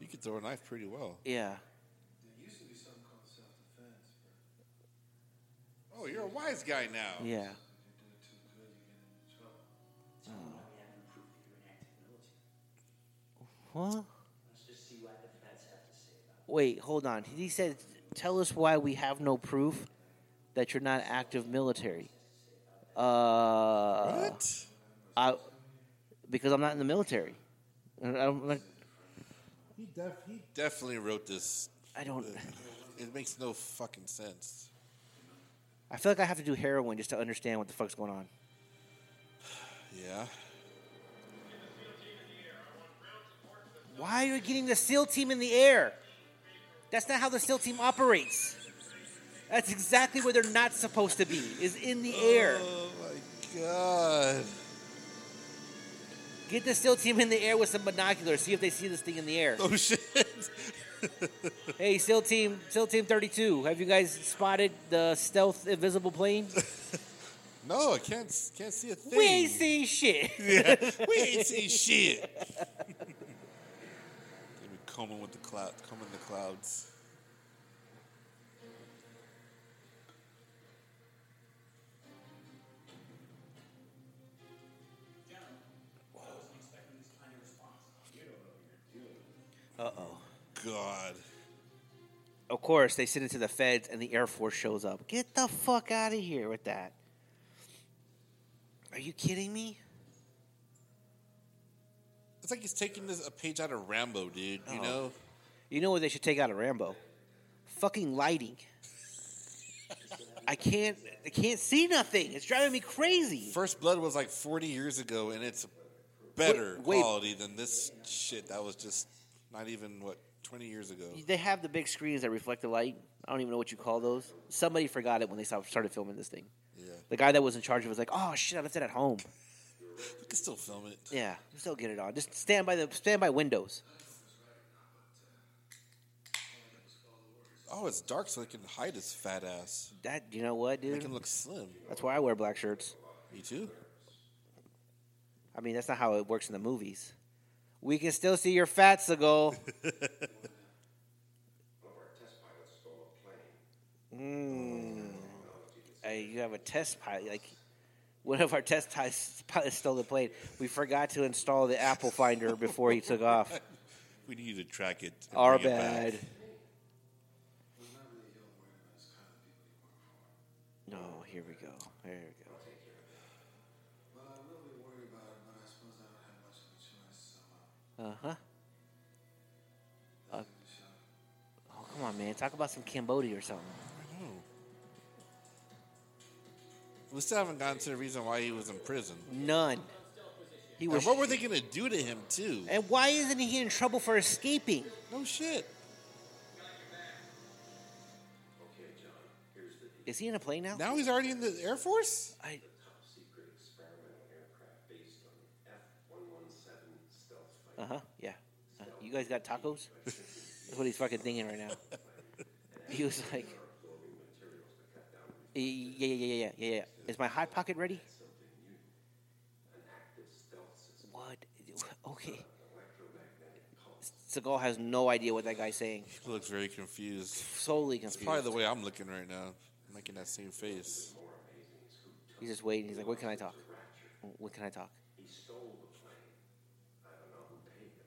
[SPEAKER 2] You could throw a knife pretty well.
[SPEAKER 1] Yeah.
[SPEAKER 2] Oh, you're a wise guy now.
[SPEAKER 1] Yeah. Huh?
[SPEAKER 5] Let's just see what the feds have to say about
[SPEAKER 1] Wait, hold on. He said, "Tell us why we have no proof that you're not active military." Uh,
[SPEAKER 2] What?
[SPEAKER 1] I, because I'm not in the military. I don't. like-
[SPEAKER 4] He def he
[SPEAKER 2] Definitely wrote this.
[SPEAKER 1] I don't.
[SPEAKER 2] It makes no fucking sense.
[SPEAKER 1] I feel like I have to do heroin just to understand what the fuck's going on.
[SPEAKER 2] Yeah.
[SPEAKER 1] Why are you getting the SEAL team in the air? That's not how the SEAL team operates. That's exactly where they're not supposed to be, is in the air.
[SPEAKER 2] Oh my god.
[SPEAKER 1] Get the SEAL team in the air with some binoculars, see if they see this thing in the air.
[SPEAKER 2] Oh shit.
[SPEAKER 1] Hey, SEAL team, SEAL team 32, have you guys spotted the stealth invisible plane?
[SPEAKER 2] No, I can't can't see a thing.
[SPEAKER 1] We ain't seen shit.
[SPEAKER 2] we ain't seen shit. they be combing with the cloud, combing the clouds.
[SPEAKER 1] Uh-oh.
[SPEAKER 2] God.
[SPEAKER 1] Of course, they send it to the feds and the Air Force shows up. Get the fuck out of here with that. Are you kidding me?
[SPEAKER 2] It's like he's taking this, a page out of Rambo, dude. You
[SPEAKER 1] Oh.
[SPEAKER 2] know?
[SPEAKER 1] You know what they should take out of Rambo? Fucking lighting. I can't. I can't see nothing. It's driving me crazy.
[SPEAKER 2] First Blood was like 40 years ago, and it's better
[SPEAKER 1] Wait- wait.
[SPEAKER 2] quality than this shit that was just not even, what, 20 years ago.
[SPEAKER 1] They have the big screens that reflect the light. I don't even know what you call those. Somebody forgot it when they stopped- started filming this thing.
[SPEAKER 2] Yeah.
[SPEAKER 1] The guy that was in charge of it was like, "Oh shit, I left it at home."
[SPEAKER 2] We can still film it.
[SPEAKER 1] Yeah, still get it on. Just stand by the stand by windows.
[SPEAKER 2] Oh, it's dark so they can hide his fat ass.
[SPEAKER 1] That you know what,
[SPEAKER 2] Make him
[SPEAKER 1] dude?
[SPEAKER 2] look slim.
[SPEAKER 1] That's why I wear black shirts.
[SPEAKER 2] Me too.
[SPEAKER 1] I mean, that's not how it works in the movies. We can still see your fat seagull.
[SPEAKER 3] One of our test pilots stole a plane.
[SPEAKER 1] Mm. Hey, you have a test pilot. Like one of our test pi- pilots stole the plane. We forgot to install the Apple Finder before he took off.
[SPEAKER 2] We need to track it. and
[SPEAKER 1] Our
[SPEAKER 2] bring it back.
[SPEAKER 1] bad. No, here we go. Here we go.
[SPEAKER 4] well I will be worried about it, but I suppose I don't have much of a choice, so uh,
[SPEAKER 1] Uh huh.
[SPEAKER 4] give it a shot.
[SPEAKER 1] Uh, Oh come on, man. Talk about some Cambodia or something.
[SPEAKER 2] We still haven't gotten to the reason why he was in prison.
[SPEAKER 1] None. He
[SPEAKER 2] And
[SPEAKER 1] was.
[SPEAKER 2] what were they going to do to him, too?
[SPEAKER 1] And why isn't he in trouble for escaping?
[SPEAKER 2] No shit.
[SPEAKER 1] Is he in a plane now?
[SPEAKER 2] Now he's already in the Air Force?
[SPEAKER 1] I,
[SPEAKER 3] Secret experimental aircraft based on F-117 stealth fighter.
[SPEAKER 1] Uh huh. Yeah. Uh, you guys got tacos? That's what he's fucking thinking right now. He was like, yeah, yeah, yeah, yeah, yeah, yeah. Is my hot pocket ready? What? Okay.
[SPEAKER 3] Uh,
[SPEAKER 1] Seagal has no idea what that guy's saying.
[SPEAKER 2] He looks very confused.
[SPEAKER 1] Solely
[SPEAKER 2] It's probably
[SPEAKER 1] confused.
[SPEAKER 2] the way I'm looking right now. I'm making that same face.
[SPEAKER 1] He's just waiting. He's like, "What can I talk? What can I talk?"
[SPEAKER 3] He stole the plane. I don't know who paid him,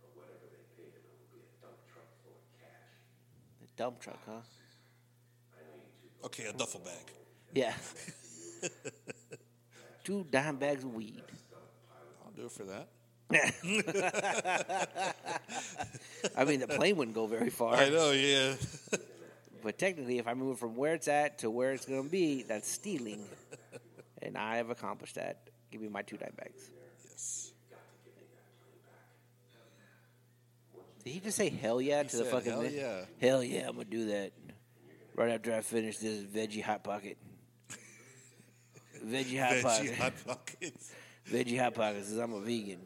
[SPEAKER 3] but whatever they paid him, it will be a dump truck full of cash.
[SPEAKER 1] The dump truck, huh?
[SPEAKER 2] Okay, a duffel bag.
[SPEAKER 1] Yeah. Two dime bags of weed.
[SPEAKER 2] I'll do it for that.
[SPEAKER 1] I mean, the plane wouldn't go very far.
[SPEAKER 2] I know, yeah.
[SPEAKER 1] But technically, if I move it from where it's at to where it's going to be, that's stealing. and I have accomplished that. Give me my two dime bags.
[SPEAKER 2] yes.
[SPEAKER 1] Did he just say hell yeah to the
[SPEAKER 2] said,
[SPEAKER 1] fucking
[SPEAKER 2] "Hell
[SPEAKER 1] thing?
[SPEAKER 2] yeah."
[SPEAKER 1] Hell yeah, I'm going to do that. Right after I finish this veggie hot pocket. veggie hot
[SPEAKER 2] Veggie
[SPEAKER 1] pocket.
[SPEAKER 2] hot pockets.
[SPEAKER 1] veggie hot pockets because I'm a vegan.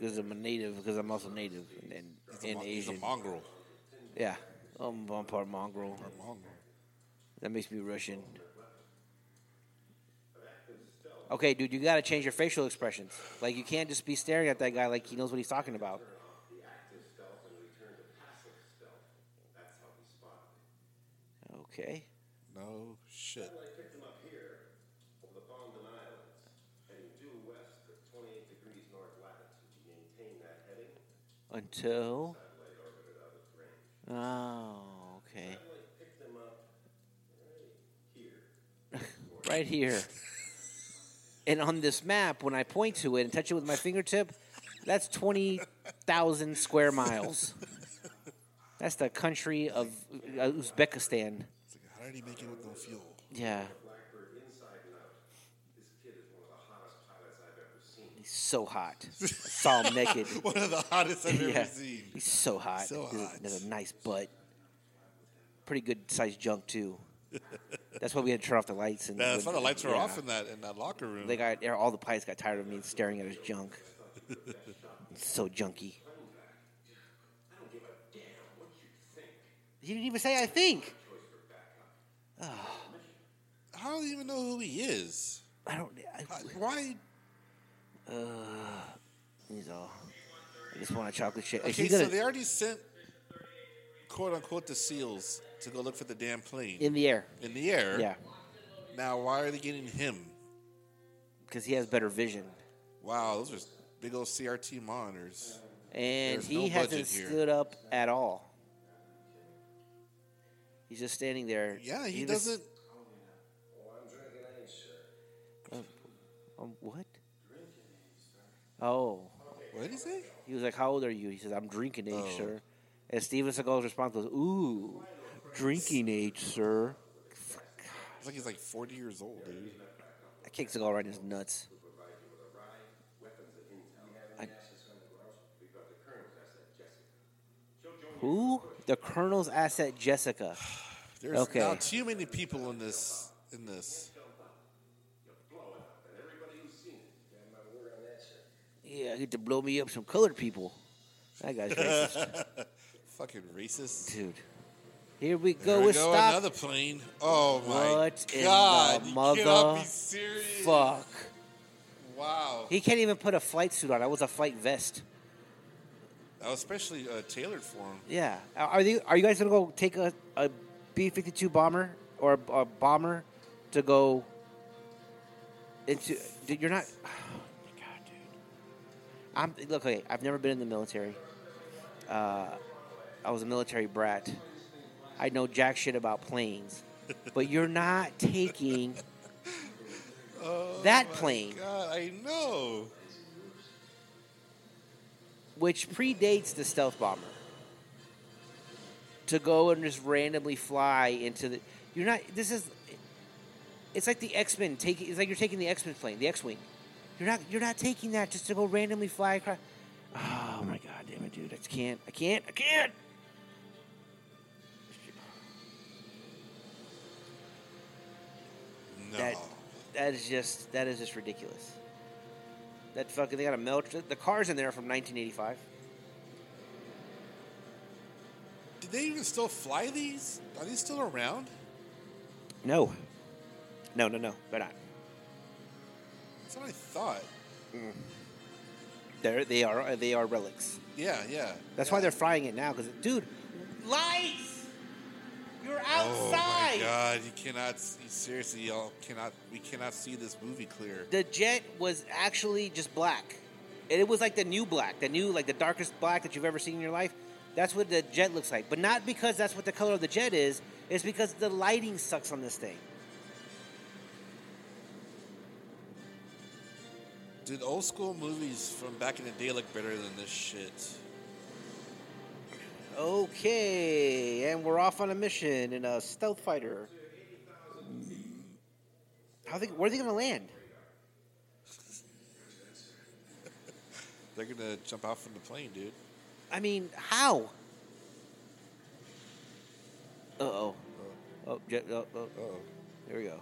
[SPEAKER 1] Because I'm a native, because I'm also native and, and,
[SPEAKER 2] He's a
[SPEAKER 1] and
[SPEAKER 2] mon- he's a
[SPEAKER 1] Asian.
[SPEAKER 2] mongrel.
[SPEAKER 1] yeah. I'm, I'm part mongrel.
[SPEAKER 2] A mongrel.
[SPEAKER 1] That makes me Russian.
[SPEAKER 3] Of active stealth
[SPEAKER 1] Okay, dude, you got to change your facial expressions. Like, you can't just be staring at that guy like he knows what he's talking about. Okay.
[SPEAKER 2] No shit.
[SPEAKER 3] Satellite picked him up here over the Bondan Islands, heading due west at 28 degrees north latitude. He maintained that heading.
[SPEAKER 1] Until.
[SPEAKER 3] Satellite orbited out of range.
[SPEAKER 1] Oh, okay.
[SPEAKER 3] Satellite picked him up right here.
[SPEAKER 1] Right here. And on this map, when I point to it and touch it with my fingertip, that's 20,000 square miles. That's the country of uh, Uzbekistan.
[SPEAKER 2] It's like, how did he make it with no fuel?
[SPEAKER 1] Yeah.
[SPEAKER 3] Blackbird inside and out. This kid is one of the hottest pilots I've ever seen.
[SPEAKER 1] He's so hot. I saw him naked.
[SPEAKER 2] One of the hottest I've
[SPEAKER 1] yeah.
[SPEAKER 2] ever seen.
[SPEAKER 1] He's so hot.
[SPEAKER 2] So
[SPEAKER 1] He has a-
[SPEAKER 2] hot.
[SPEAKER 1] he has a nice butt. Pretty good sized junk too. That's why we had to turn off the lights. And
[SPEAKER 2] That's why the lights were
[SPEAKER 1] Yeah.
[SPEAKER 2] off in that in that locker room.
[SPEAKER 1] They got all the pilots got tired of me staring at his junk. It's so junky. He didn't even say I think.
[SPEAKER 2] I don't even know who he is.
[SPEAKER 1] I don't. I,
[SPEAKER 2] I- Why?
[SPEAKER 1] he's all. I just want a chocolate shake. Is
[SPEAKER 2] Okay,
[SPEAKER 1] he gonna-
[SPEAKER 2] so they already sent quote unquote the seals to go look for the damn plane
[SPEAKER 1] in the air.
[SPEAKER 2] in the air.
[SPEAKER 1] Yeah,
[SPEAKER 2] Now why are they getting him?
[SPEAKER 1] because he has better vision,
[SPEAKER 2] Wow, those are big old CRT monitors.
[SPEAKER 1] and
[SPEAKER 2] There's
[SPEAKER 1] he
[SPEAKER 2] no
[SPEAKER 1] hasn't
[SPEAKER 2] budget here.
[SPEAKER 1] stood up at all. He's just standing there.
[SPEAKER 2] Yeah, he
[SPEAKER 1] He's just-
[SPEAKER 2] doesn't.
[SPEAKER 1] um, what? Oh.
[SPEAKER 2] What did he say?
[SPEAKER 1] He was like, "How old are you?" He says, "I'm drinking age,
[SPEAKER 2] Oh.
[SPEAKER 1] sir." And Steven Seagal's response was, "Ooh, drinking age, sir."
[SPEAKER 2] It's like he's like 40 years old, dude.
[SPEAKER 1] That kicked Seagal right in his nuts. Who? The Colonel's asset, Jessica.
[SPEAKER 2] There's
[SPEAKER 1] Okay.
[SPEAKER 2] now too many people in this. In this,
[SPEAKER 3] Oh,
[SPEAKER 1] Yeah, I get to blow me up some colored people. That guy's racist,
[SPEAKER 2] fucking racist.
[SPEAKER 1] dude. Here we
[SPEAKER 2] There
[SPEAKER 1] go
[SPEAKER 2] we
[SPEAKER 1] with
[SPEAKER 2] go
[SPEAKER 1] stop.
[SPEAKER 2] another plane. Oh my
[SPEAKER 1] What in the
[SPEAKER 2] god! you cannot
[SPEAKER 1] mother
[SPEAKER 2] be serious.
[SPEAKER 1] Fuck.
[SPEAKER 2] Wow.
[SPEAKER 1] He can't even put a flight suit on. I was a flight vest.
[SPEAKER 2] That was especially uh, tailored for him.
[SPEAKER 1] Yeah. Are- Are you are you guys gonna go take a, a B fifty two bomber or a, a bomber to go into? Dude, you're not. Oh my god, dude. I'm look. Okay, I've never been in the military. Uh, I was a military brat. I know jack shit about planes, but you're not taking that plane,
[SPEAKER 2] God, I know.
[SPEAKER 1] which predates the stealth bomber, to go and just randomly fly into the. You're not. This is. It's like the X Men taking. It's like you're taking the X Men plane, the X Wing. You're not. You're not taking that just to go randomly fly across. Oh my god, damn it, dude! I can't. I can't. I can't.
[SPEAKER 2] No.
[SPEAKER 1] That that is just that is just ridiculous. That fucking they got a melt. The cars in there are from 1985.
[SPEAKER 2] Did they even still fly these? Are these still around?
[SPEAKER 1] No, no, no, no. They're not.
[SPEAKER 2] That's what I thought.
[SPEAKER 1] They're they are they are relics.
[SPEAKER 2] Yeah, yeah.
[SPEAKER 1] That's why they're flying it now. Because dude, lights. You're
[SPEAKER 2] Oh my
[SPEAKER 1] outside.
[SPEAKER 2] god! You cannot. see- Seriously, y'all cannot. We cannot see this movie clear.
[SPEAKER 1] the jet was actually just black, and it was like the new black, the new like the darkest black that you've ever seen in your life. That's what the jet looks like, but not because that's what the color of the jet is. It's because the lighting sucks on this thing.
[SPEAKER 2] Dude, old school movies from back in the day look better than this shit.
[SPEAKER 1] Okay, and we're off on a mission in a stealth fighter. How they? Where are they going to land?
[SPEAKER 2] They're gonna jump out from the plane, dude.
[SPEAKER 1] I mean, how? Uh oh. Oh, jet, oh, oh,
[SPEAKER 2] Oh,
[SPEAKER 1] there we go.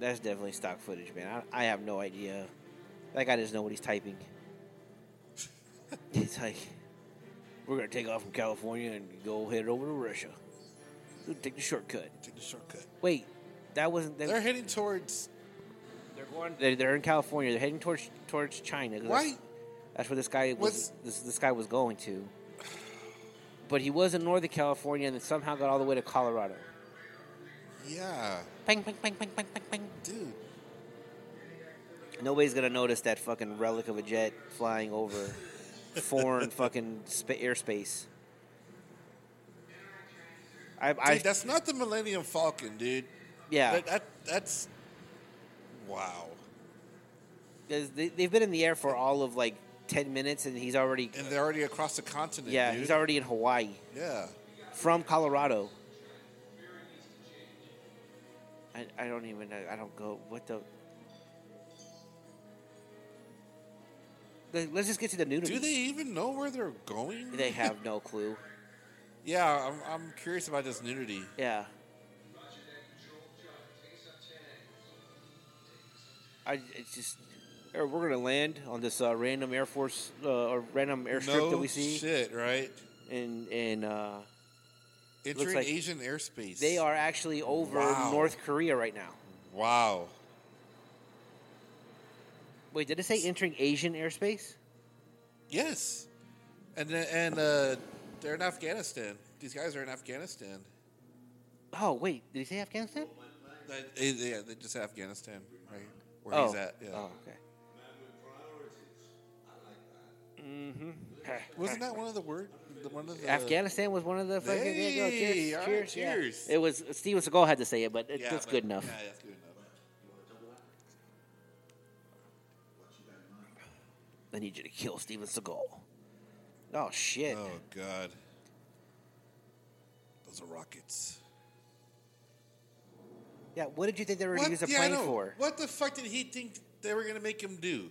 [SPEAKER 1] That's definitely stock footage, man. I, I have no idea. That guy doesn't know what he's typing. he's like, we're going to take off from California and go head over to Russia. We'll take the shortcut.
[SPEAKER 2] take the shortcut.
[SPEAKER 1] Wait, that wasn't. That,
[SPEAKER 2] They're heading towards
[SPEAKER 1] going. They're, they're in California. They're heading towards towards China. 'cause
[SPEAKER 2] Why?
[SPEAKER 1] That's, that's where this guy was.
[SPEAKER 2] What's-
[SPEAKER 1] This, this guy was going to. But he was in Northern California and then somehow got all the way to Colorado.
[SPEAKER 2] Yeah,
[SPEAKER 1] Bang, bang, bang, bang, bang, bang, bang.
[SPEAKER 2] dude.
[SPEAKER 1] Nobody's gonna notice that fucking relic of a jet flying over foreign fucking spa- airspace. I, I
[SPEAKER 2] Dude, that's not the Millennium Falcon, dude.
[SPEAKER 1] yeah.
[SPEAKER 2] That, that that's wow.
[SPEAKER 1] There's- they, they've been in the air for all of like 10 minutes and he's already
[SPEAKER 2] And they're already across the continent.
[SPEAKER 1] yeah
[SPEAKER 2] dude.
[SPEAKER 1] he's already in hawaii
[SPEAKER 2] yeah.
[SPEAKER 1] from colorado I, I don't even know i don't go what the Let- let's just get to the nudity
[SPEAKER 2] Do they even know where they're going?
[SPEAKER 1] They have no clue
[SPEAKER 2] Yeah, I'm, I'm curious about this nudity.
[SPEAKER 1] yeah I, it's just er, we're gonna land on this uh, random Air Force uh, or random airstrip
[SPEAKER 2] no
[SPEAKER 1] that we see,
[SPEAKER 2] shit, right?
[SPEAKER 1] and and uh,
[SPEAKER 2] Entering
[SPEAKER 1] like
[SPEAKER 2] Asian airspace.
[SPEAKER 1] They are actually over
[SPEAKER 2] Wow.
[SPEAKER 1] North Korea right now.
[SPEAKER 2] Wow.
[SPEAKER 1] Wait, did it say entering Asian airspace?
[SPEAKER 2] Yes. And then- and uh, they're in Afghanistan. These guys are in Afghanistan.
[SPEAKER 1] Oh, wait, did he say Afghanistan?
[SPEAKER 2] They, they, yeah, they just Afghanistan, right? Where
[SPEAKER 1] oh.
[SPEAKER 2] he's at. Yeah.
[SPEAKER 1] Oh, okay. Mm-hmm.
[SPEAKER 2] Wasn't that one of the word? the- One of the
[SPEAKER 1] Afghanistan was one of the fucking. yeah, go,
[SPEAKER 2] Hey,
[SPEAKER 1] cheers,
[SPEAKER 2] all right,
[SPEAKER 1] cheers, yeah.
[SPEAKER 2] cheers.
[SPEAKER 1] It was Steven Seagal had to say it, but it,
[SPEAKER 2] Yeah,
[SPEAKER 1] that's
[SPEAKER 2] but-
[SPEAKER 1] good enough.
[SPEAKER 2] Yeah, that's good enough.
[SPEAKER 1] I need you to kill Steven Seagal. Oh shit!
[SPEAKER 2] Oh God. Those are rockets.
[SPEAKER 1] Yeah, what did you think they were going to use
[SPEAKER 2] What?
[SPEAKER 1] a
[SPEAKER 2] Yeah, I
[SPEAKER 1] plane
[SPEAKER 2] know.
[SPEAKER 1] for?
[SPEAKER 2] What the fuck did he think they were gonna make him do?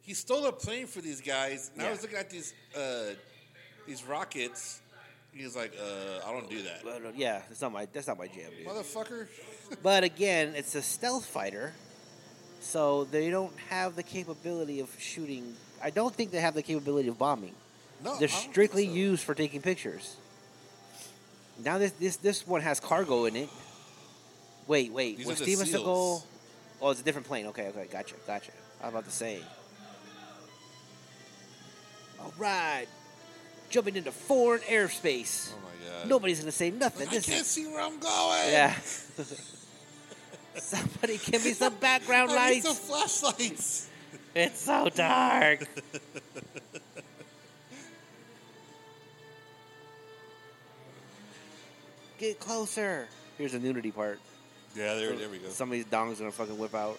[SPEAKER 2] He stole a plane for these guys, and I
[SPEAKER 1] Yeah.
[SPEAKER 2] was looking at these uh, these rockets. and He was like, uh, "I don't do that,
[SPEAKER 1] Well, no, Yeah, that's not my that's not my jam, dude.
[SPEAKER 2] motherfucker."
[SPEAKER 1] But again, it's a stealth fighter, so they don't have the capability of shooting. I don't think they have the capability of bombing. They're
[SPEAKER 2] No, I don't think
[SPEAKER 1] strictly
[SPEAKER 2] so.
[SPEAKER 1] used for taking pictures. Now this this this one has cargo in it. Wait, wait.
[SPEAKER 2] These
[SPEAKER 1] was
[SPEAKER 2] are the
[SPEAKER 1] Steven
[SPEAKER 2] SEALs.
[SPEAKER 1] Seagal? Oh, it's a different plane. Okay, okay, gotcha, gotcha. I'm about to say. All right, jumping into foreign airspace.
[SPEAKER 2] Oh my god.
[SPEAKER 1] Nobody's gonna say nothing.
[SPEAKER 2] Like, I
[SPEAKER 1] This
[SPEAKER 2] can't
[SPEAKER 1] is
[SPEAKER 2] see where I'm going.
[SPEAKER 1] yeah. Somebody give me some
[SPEAKER 2] I
[SPEAKER 1] background
[SPEAKER 2] need
[SPEAKER 1] lights.
[SPEAKER 2] some flashlights.
[SPEAKER 1] It's so dark. Get closer. Here's the nudity part.
[SPEAKER 2] Yeah, there, there we go.
[SPEAKER 1] Some of these dongs gonna fucking whip out.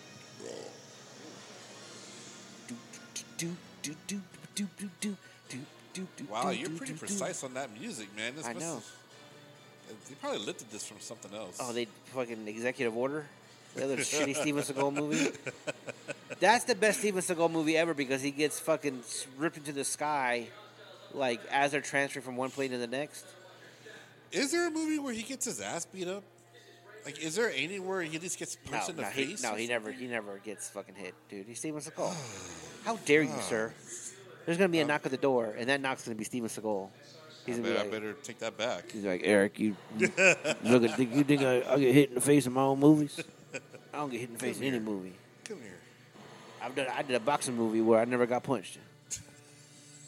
[SPEAKER 1] Do, do, do, do, do, do, do, do, do, do,
[SPEAKER 2] Wow,
[SPEAKER 1] do,
[SPEAKER 2] you're
[SPEAKER 1] do,
[SPEAKER 2] pretty
[SPEAKER 1] do, do.
[SPEAKER 2] precise on that music, man. This
[SPEAKER 1] I
[SPEAKER 2] must- uh,
[SPEAKER 1] know.
[SPEAKER 2] They probably lifted this from something else.
[SPEAKER 1] Oh, they fucking executive order. The other shitty Steven Seagal movie. That's the best Steven Seagal movie ever because he gets fucking s- ripped into the sky, like as they're transferring from one plane to the next.
[SPEAKER 2] Is there a movie where he gets his ass beat up? Like, is there anywhere he just gets punched
[SPEAKER 1] no,
[SPEAKER 2] in the
[SPEAKER 1] no,
[SPEAKER 2] face?
[SPEAKER 1] He, no,
[SPEAKER 2] or
[SPEAKER 1] he never, he never gets fucking hit, dude. He's Steven Seagal. How dare you, sir? There's gonna be a knock at the door, and that knock's gonna be Steven Seagal. He's
[SPEAKER 2] I,
[SPEAKER 1] gonna
[SPEAKER 2] bet,
[SPEAKER 1] be
[SPEAKER 2] I
[SPEAKER 1] like,
[SPEAKER 2] better take that back.
[SPEAKER 1] he's like, Eric, you you look at, you think I, I get hit in the face in my own movies? I don't get hit in the face in any movie.
[SPEAKER 2] Come here.
[SPEAKER 1] I've done, I did a boxing movie where I never got punched.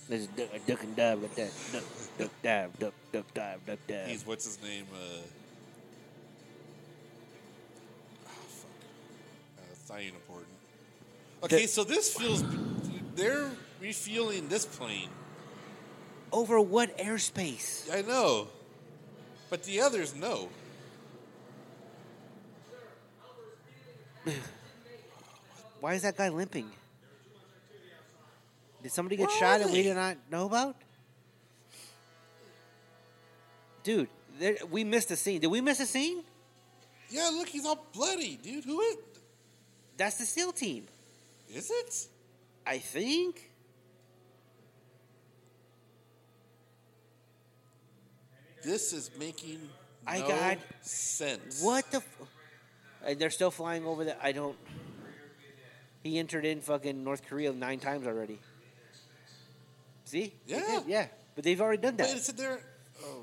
[SPEAKER 1] There's a duck, a duck and dive like that. Duck, duck, dive, duck, duck, dive, duck, dive.
[SPEAKER 2] He's what's his name? Uh... Ah, fuck. Uh, it's not even important. Okay, so this feels. They're refueling this plane.
[SPEAKER 1] Over what airspace?
[SPEAKER 2] I know, but the others know.
[SPEAKER 1] Why is that guy limping? Did somebody get
[SPEAKER 2] Where
[SPEAKER 1] shot
[SPEAKER 2] are
[SPEAKER 1] and we
[SPEAKER 2] they?
[SPEAKER 1] did not know about? Dude, there, we missed a scene. Did we miss a scene?
[SPEAKER 2] Yeah, look, he's all bloody, dude. Who is?
[SPEAKER 1] That's the SEAL team.
[SPEAKER 2] Is it?
[SPEAKER 1] I think.
[SPEAKER 2] This is making no
[SPEAKER 1] I got-
[SPEAKER 2] sense.
[SPEAKER 1] What the? F- and they're still flying over the. I don't. He entered in fucking North Korea nine times already. See? They
[SPEAKER 2] Yeah.
[SPEAKER 1] did, yeah. But they've already done
[SPEAKER 2] But
[SPEAKER 1] that.
[SPEAKER 2] it's in there. Oh.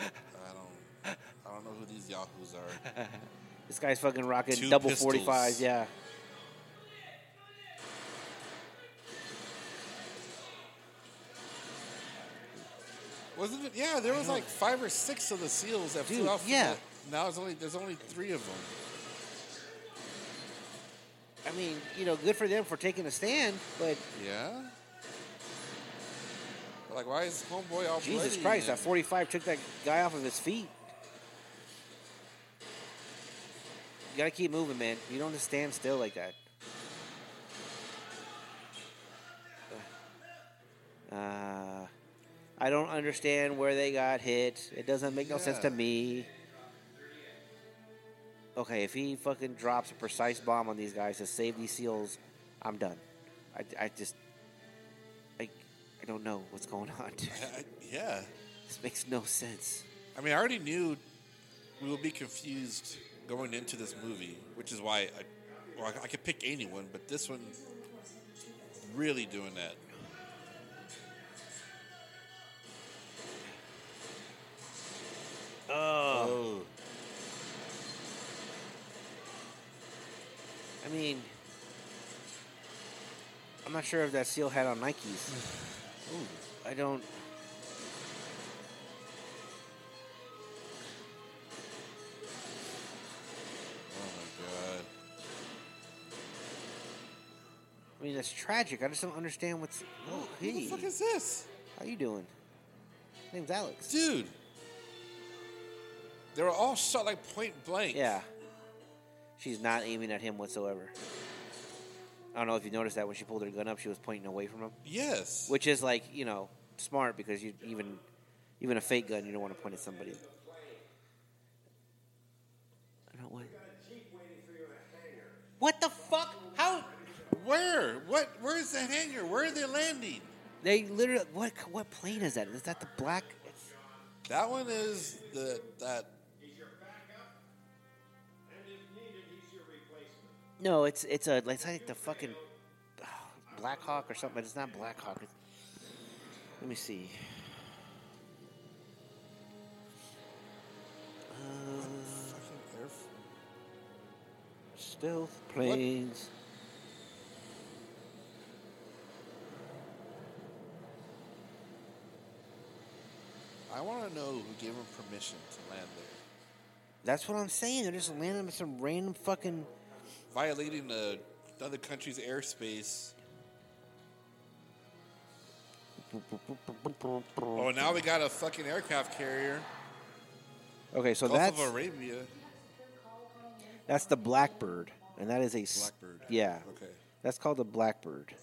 [SPEAKER 2] I don't. I don't know who these yahoos are.
[SPEAKER 1] This guy's fucking rocking
[SPEAKER 2] Two
[SPEAKER 1] double
[SPEAKER 2] pistols.
[SPEAKER 1] 45s. Yeah.
[SPEAKER 2] Wasn't it? Yeah, there was like five or six of the seals that
[SPEAKER 1] Dude,
[SPEAKER 2] flew out. From
[SPEAKER 1] yeah.
[SPEAKER 2] the- now it's only there's only three of them.
[SPEAKER 1] I mean, you know, good for them for taking a stand, but
[SPEAKER 2] Yeah. Like, why is homeboy all
[SPEAKER 1] Jesus
[SPEAKER 2] bloody
[SPEAKER 1] Christ,
[SPEAKER 2] and-
[SPEAKER 1] that 45 took that guy off of his feet. You gotta keep moving, man. You don't just stand still like that. Uh, I don't understand where they got hit. It doesn't make no sense to
[SPEAKER 2] Yeah.
[SPEAKER 1] me. Okay, if he fucking drops a precise bomb on these guys to save these seals, I'm done. I, I just, I, I don't know what's going on. dude.
[SPEAKER 2] I- yeah.
[SPEAKER 1] This makes no sense.
[SPEAKER 2] I mean, I already knew we would be confused going into this movie, which is why I, well, I, I could pick anyone, but this one really doing that. Oh.
[SPEAKER 1] I mean, I'm not sure if that seal had on Nikes. I don't.
[SPEAKER 2] Oh my god.
[SPEAKER 1] I mean, that's tragic. I just don't understand what's. Oh,
[SPEAKER 2] Who the
[SPEAKER 1] hey,
[SPEAKER 2] fuck is this?
[SPEAKER 1] how you doing? Name's Alex.
[SPEAKER 2] Dude. They were all shot like point blank.
[SPEAKER 1] Yeah. She's not aiming at him whatsoever. I don't know if you noticed that when she pulled her gun up, she was pointing away from him,
[SPEAKER 2] Yes.
[SPEAKER 1] which is like you know smart because you even even a fake gun you don't want to point at somebody. I don't want. What the fuck? How?
[SPEAKER 2] Where? What? Where is the hangar? Where are they landing?
[SPEAKER 1] They literally what what plane is that? Is that the black? It's,
[SPEAKER 2] That one is the that
[SPEAKER 1] no, it's it's a it's like the fucking ah, Black Hawk or something. but It's not Black Hawk. It's, let me see. Uh,
[SPEAKER 2] fucking airf-
[SPEAKER 1] Stealth planes.
[SPEAKER 2] I want to know who gave him permission to land there,
[SPEAKER 1] That's what I'm saying. They're just landing with some random fucking.
[SPEAKER 2] violating the other country's airspace. Oh, now we got a fucking aircraft carrier,
[SPEAKER 1] Okay, so
[SPEAKER 2] Gulf
[SPEAKER 1] that's
[SPEAKER 2] of Arabia,
[SPEAKER 1] that's the Blackbird, and that is a s-
[SPEAKER 2] Blackbird.
[SPEAKER 1] Yeah,
[SPEAKER 2] Okay.
[SPEAKER 1] that's called the Blackbird,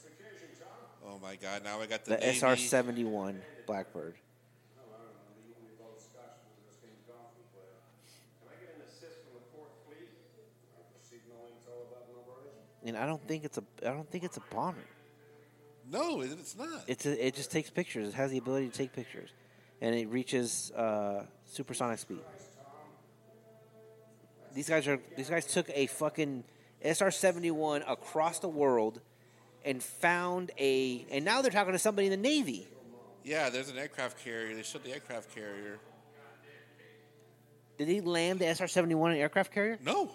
[SPEAKER 2] Oh my God! Now we got the,
[SPEAKER 1] the
[SPEAKER 2] Navy.
[SPEAKER 1] SR seventy one Blackbird.
[SPEAKER 3] Oh, Can I get an assist from the fourth fleet? Signaling's all about an operation.
[SPEAKER 1] And I don't think it's a I don't think it's a bomber.
[SPEAKER 2] No, it- it's not.
[SPEAKER 1] It's a, it just takes pictures. It has the ability to take pictures, and it reaches uh, supersonic speed. These guys are these guys took a fucking SR seventy one across the world, and found a and now they're talking to somebody in the Navy.
[SPEAKER 2] yeah, there's an aircraft carrier. They shot the aircraft carrier.
[SPEAKER 1] Did he land the SR seventy one an aircraft carrier?
[SPEAKER 2] No,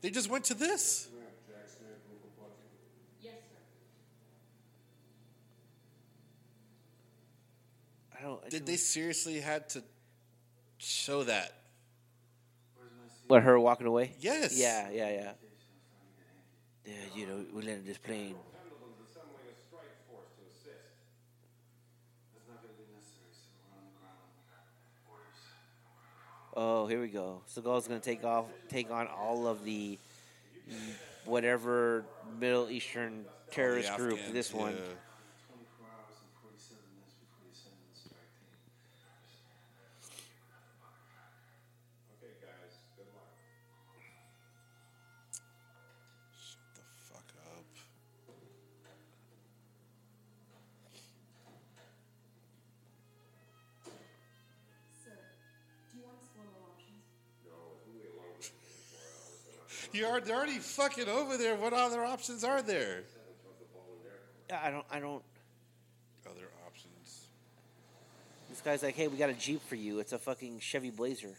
[SPEAKER 2] they just went to this.
[SPEAKER 1] I don't. I
[SPEAKER 2] Did
[SPEAKER 1] don't-
[SPEAKER 2] they seriously had to show that?
[SPEAKER 1] What her walking away?
[SPEAKER 2] Yes.
[SPEAKER 1] Yeah, yeah, yeah. Yeah, you know, we landed this plane.
[SPEAKER 3] Pendleton's assembling a strike force to assist.
[SPEAKER 4] That's not going to be necessary, sir. We're on the ground. We got orders.
[SPEAKER 1] Oh, here we go. Seagal's gonna take off, take on all of the whatever Middle Eastern
[SPEAKER 2] The
[SPEAKER 1] terrorist group.
[SPEAKER 2] Afghans,
[SPEAKER 1] This one,
[SPEAKER 2] yeah.
[SPEAKER 4] 24 hours and 47 minutes before you send in the strike team.
[SPEAKER 3] Okay, guys, good luck.
[SPEAKER 2] Shut the fuck up.
[SPEAKER 6] Sir, do you want to explore more options?
[SPEAKER 2] You are they're already fucking over there. What other options are there?
[SPEAKER 1] I don't, I don't.
[SPEAKER 2] Other options.
[SPEAKER 1] This guy's like, hey, we got a jeep for you. It's a fucking Chevy Blazer.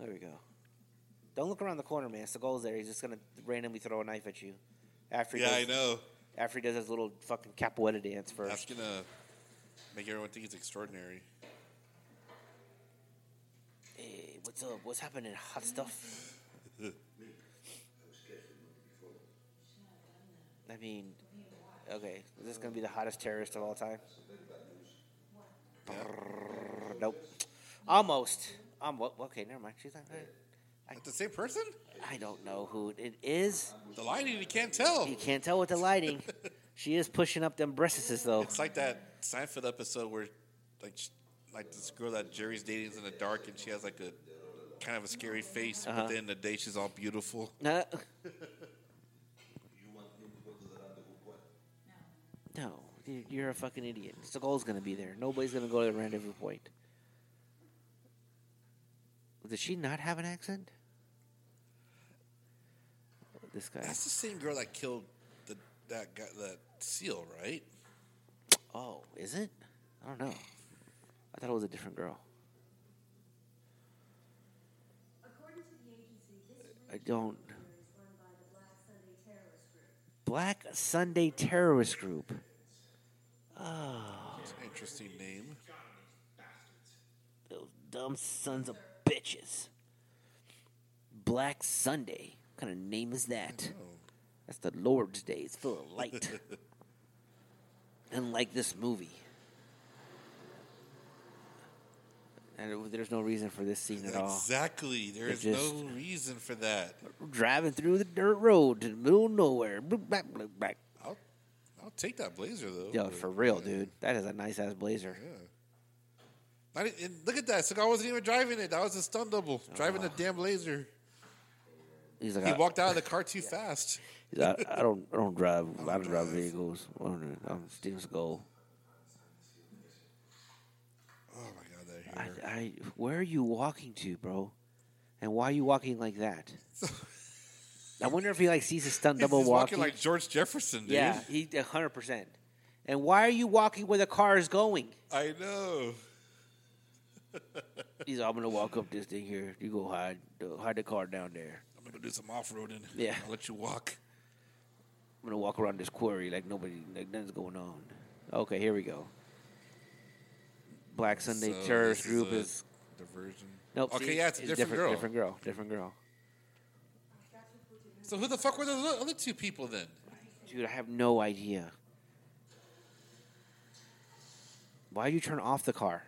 [SPEAKER 1] There we go. Don't look around the corner, man. Seagull's there. He's just gonna randomly throw a knife at you. After he
[SPEAKER 2] Yeah, I
[SPEAKER 1] does,
[SPEAKER 2] know.
[SPEAKER 1] After he does his little fucking capoeira dance first.
[SPEAKER 2] That's gonna make everyone think it's extraordinary.
[SPEAKER 1] Hey, what's up? What's happening? Hot stuff. I mean, okay, is this gonna be the hottest terrorist of all time? Brrr, nope. Almost. Um. What? Okay. Never mind. She's not.
[SPEAKER 2] Is that the same person?
[SPEAKER 1] I don't know who it is.
[SPEAKER 2] The lighting, you can't tell.
[SPEAKER 1] You can't tell with the lighting. she is pushing up them breasts though.
[SPEAKER 2] It's like that Seinfeld episode where, like, sh- like this girl that Jerry's dating is in the dark and she has like a kind of a scary face,
[SPEAKER 1] Uh-huh.
[SPEAKER 2] but then the day she's all beautiful.
[SPEAKER 3] You
[SPEAKER 1] No.
[SPEAKER 3] want me to go to the rendezvous point?
[SPEAKER 1] No. you- You're a fucking idiot. Seagull's gonna be there. Nobody's gonna go to the rendezvous point. Does she not have an accent? This guy.
[SPEAKER 2] That's the same girl that killed the that guy, that seal, right?
[SPEAKER 1] Oh, is it? I don't know. I thought it was a different girl.
[SPEAKER 6] According to the agency, this
[SPEAKER 1] Uh, I don't.
[SPEAKER 6] rumor is run by the Black Sunday terrorist group.
[SPEAKER 1] Black Sunday terrorist group.
[SPEAKER 2] It's an interesting name.
[SPEAKER 1] Those dumb sons of bitches. Black Sunday. What kind of name is that? That's the Lord's Day. It's full of light. Unlike this movie. And it- there's no reason for this scene at all.
[SPEAKER 2] Exactly. There
[SPEAKER 1] It
[SPEAKER 2] is
[SPEAKER 1] just-
[SPEAKER 2] no reason for that.
[SPEAKER 1] Driving through the dirt road to the middle of nowhere. Bloop, blap, bloop, blap.
[SPEAKER 2] I'll I'll take that blazer though.
[SPEAKER 1] Yo,
[SPEAKER 2] But-
[SPEAKER 1] for real, dude. That is a nice ass blazer.
[SPEAKER 2] I didn't- and look at that. Cigar wasn't even driving it. That was a stunt double.
[SPEAKER 1] Oh.
[SPEAKER 2] Driving the damn blazer.
[SPEAKER 1] He's like,
[SPEAKER 2] He
[SPEAKER 1] I,
[SPEAKER 2] walked out of the car too fast.
[SPEAKER 1] he's like, I, I don't, I don't drive. I don't drive vehicles. I don't- I'm Steven's goal.
[SPEAKER 2] Oh my god, that
[SPEAKER 1] I,
[SPEAKER 2] hair.
[SPEAKER 1] I, where are you walking to, bro? And why are you walking like that? I wonder if he like sees a stunt
[SPEAKER 2] He's
[SPEAKER 1] double
[SPEAKER 2] just walking
[SPEAKER 1] walking.
[SPEAKER 2] like George Jefferson, dude.
[SPEAKER 1] yeah, he hundred percent. And why are you walking where the car is going?
[SPEAKER 2] I know.
[SPEAKER 1] He's, I'm gonna walk up this thing here. You go hide, the- hide the car down there.
[SPEAKER 2] I'm gonna do some off roading.
[SPEAKER 1] Yeah.
[SPEAKER 2] I'll let you walk.
[SPEAKER 1] I'm gonna walk around this quarry like nobody, like nothing's going on. Okay, here we go. Black Sunday
[SPEAKER 2] So
[SPEAKER 1] terrorist
[SPEAKER 2] this
[SPEAKER 1] group
[SPEAKER 2] a
[SPEAKER 1] is,
[SPEAKER 2] diversion.
[SPEAKER 1] nope.
[SPEAKER 2] Okay,
[SPEAKER 1] see,
[SPEAKER 2] yeah, it's a different, girl.
[SPEAKER 1] different girl, different girl.
[SPEAKER 2] So who the fuck were those other two people then?
[SPEAKER 1] Dude, I have no idea. Why'd you turn off the car?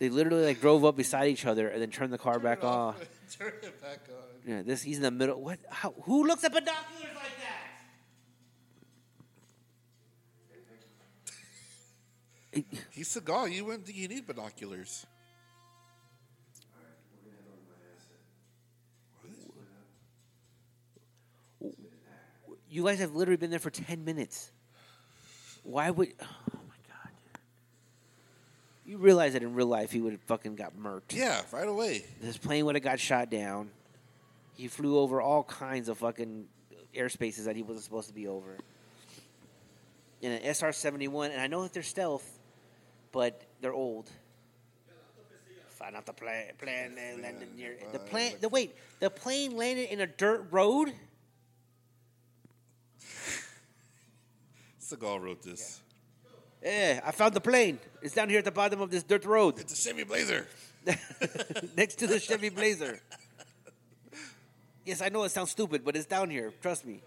[SPEAKER 1] They literally like drove up beside each other and then turned the car back on.
[SPEAKER 2] Turn it back on.
[SPEAKER 1] Yeah, this he's in the middle. What? How, who looks at binoculars like that? It-
[SPEAKER 2] He's Seagal. You wouldn't think you need binoculars.
[SPEAKER 1] You guys have literally been there for ten minutes. Why would? Oh my god! You realize that in real life he would have fucking got murked.
[SPEAKER 2] Yeah, right away.
[SPEAKER 1] His plane would have got shot down. He flew over all kinds of fucking airspaces that he wasn't supposed to be over. In an SR 71, and I know that they're stealth, but they're old. Find out the plane. Plane that landed near the plane. The wait, the plane landed in a dirt road.
[SPEAKER 2] Seagal wrote this.
[SPEAKER 1] Eh, I found the plane. It's down here at the bottom of this dirt road,
[SPEAKER 2] It's a Chevy Blazer.
[SPEAKER 1] next to the Chevy Blazer. Yes, I know it sounds stupid, but it's down here. Trust me.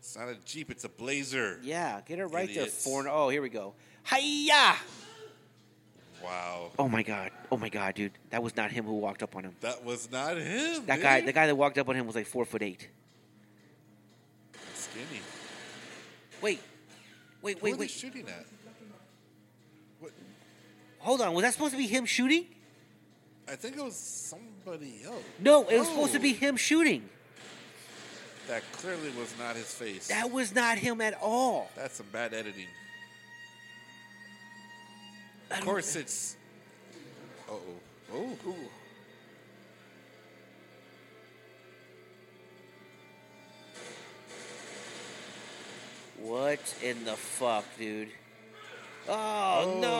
[SPEAKER 2] It's not a Jeep. It's a Blazer.
[SPEAKER 1] Yeah, get it right
[SPEAKER 2] Idiots.
[SPEAKER 1] there. Four. Oh, here we go. Hiya!
[SPEAKER 2] Wow.
[SPEAKER 1] Oh my god. Oh my god, dude. That was not him who walked up on him.
[SPEAKER 2] That was not him.
[SPEAKER 1] That
[SPEAKER 2] dude.
[SPEAKER 1] guy. The guy that walked up on him was like four foot eight.
[SPEAKER 2] Skinny.
[SPEAKER 1] Wait. Wait.
[SPEAKER 2] Wait,
[SPEAKER 1] Wait.
[SPEAKER 2] Who wait.
[SPEAKER 1] Wait.
[SPEAKER 2] shooting at? What?
[SPEAKER 1] Hold on. Was that supposed to be him shooting?
[SPEAKER 2] I think it was somebody else.
[SPEAKER 1] No, it was supposed to
[SPEAKER 2] Oh.
[SPEAKER 1] be him shooting.
[SPEAKER 2] That clearly was not his face.
[SPEAKER 1] That was not him at all.
[SPEAKER 2] That's some bad editing. Of course, it's. Uh oh. Oh.
[SPEAKER 1] What in Oh, the fuck, dude? Oh, no.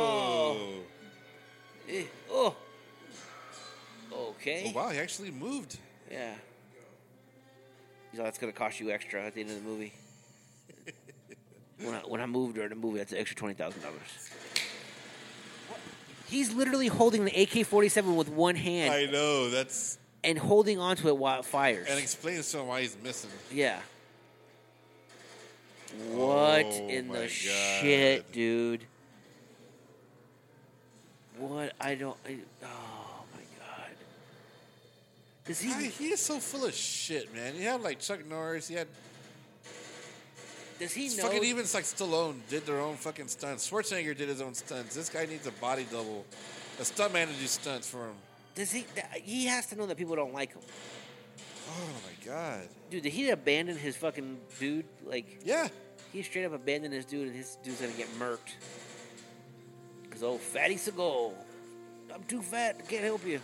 [SPEAKER 2] Oh.
[SPEAKER 1] Eh, Oh,
[SPEAKER 2] wow, he actually moved.
[SPEAKER 1] Yeah. He's like, that's going to cost you extra at the end of the movie. when, I, when I moved during the movie, that's an extra $20,000. He's literally holding the AK 47 with one hand
[SPEAKER 2] I know that's
[SPEAKER 1] and holding onto it while it fires.
[SPEAKER 2] and explains to him why he's missing.
[SPEAKER 1] yeah. What
[SPEAKER 2] Oh
[SPEAKER 1] in the
[SPEAKER 2] my
[SPEAKER 1] shit,
[SPEAKER 2] God.
[SPEAKER 1] dude? What? I don't. I, oh, my God. Does he.
[SPEAKER 2] God, he is so full of shit, man. He had like Chuck Norris. He had
[SPEAKER 1] does he know?
[SPEAKER 2] fucking even like Stallone did their own fucking stunts. Schwarzenegger did his own stunts. This guy needs a body double, a stuntman to do stunts for him.
[SPEAKER 1] Does he? th- He has to know that people don't like him,
[SPEAKER 2] Oh my god.
[SPEAKER 1] dude. Did he abandon his fucking dude? Like
[SPEAKER 2] Yeah.
[SPEAKER 1] he straight up abandoned his dude, and his dude's gonna get murked. Cause old fatty Seagal, I'm too fat, I can't help you.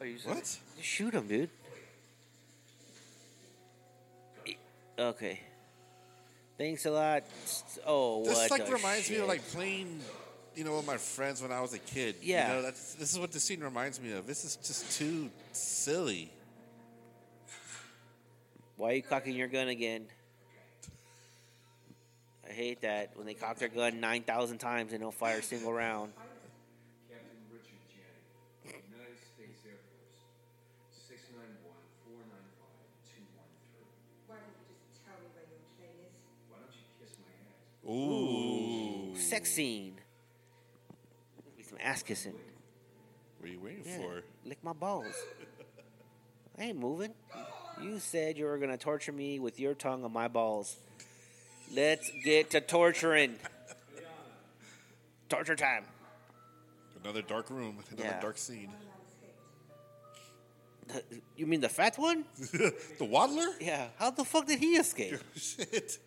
[SPEAKER 1] Are Oh, you
[SPEAKER 2] What?
[SPEAKER 1] Just shoot him, dude. E- Okay. Thanks a lot. S- Oh,
[SPEAKER 2] This
[SPEAKER 1] what
[SPEAKER 2] like
[SPEAKER 1] the
[SPEAKER 2] reminds me
[SPEAKER 1] shit.
[SPEAKER 2] of like playing, you know, with my friends when I was a kid.
[SPEAKER 1] Yeah.
[SPEAKER 2] You know, that's, this is what the scene reminds me of. This is just too silly.
[SPEAKER 1] Why are you cocking your gun again? I hate that when they cock their gun nine thousand times and don't fire a single round.
[SPEAKER 4] Captain Richard Janney, United States Air Force, 691-495-213.
[SPEAKER 6] Why don't you just tell me where your plane is?
[SPEAKER 4] Why don't you kiss my ass?
[SPEAKER 2] Ooh.
[SPEAKER 1] Sex scene. Be some ass kissing.
[SPEAKER 2] What are you waiting
[SPEAKER 1] Yeah,
[SPEAKER 2] for?
[SPEAKER 1] Lick my balls. I ain't moving. You said you were gonna torture me with your tongue on my balls. Let's get to torturing. Torture time.
[SPEAKER 2] Another dark room, another
[SPEAKER 1] Yeah.
[SPEAKER 2] dark scene.
[SPEAKER 1] You mean the fat one?
[SPEAKER 2] the waddler?
[SPEAKER 1] Yeah. How the fuck did he escape?
[SPEAKER 2] Shit.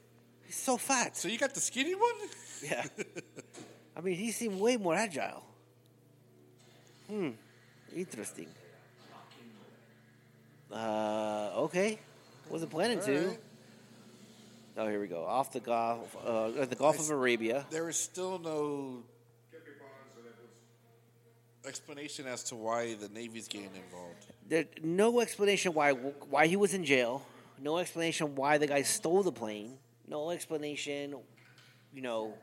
[SPEAKER 1] He's so fat.
[SPEAKER 2] So you got the skinny one?
[SPEAKER 1] Yeah. I mean, he seemed way more agile. Hmm. Interesting. Uh, okay. Wasn't planning to.
[SPEAKER 2] Alright.
[SPEAKER 1] Oh, here we go. Off the Gulf, uh, the Gulf
[SPEAKER 2] Nice.
[SPEAKER 1] of Arabia.
[SPEAKER 2] There is still no explanation as to why the Navy's getting involved.
[SPEAKER 1] There, no explanation why why he was in jail. No explanation why the guy stole the plane. No explanation. You know.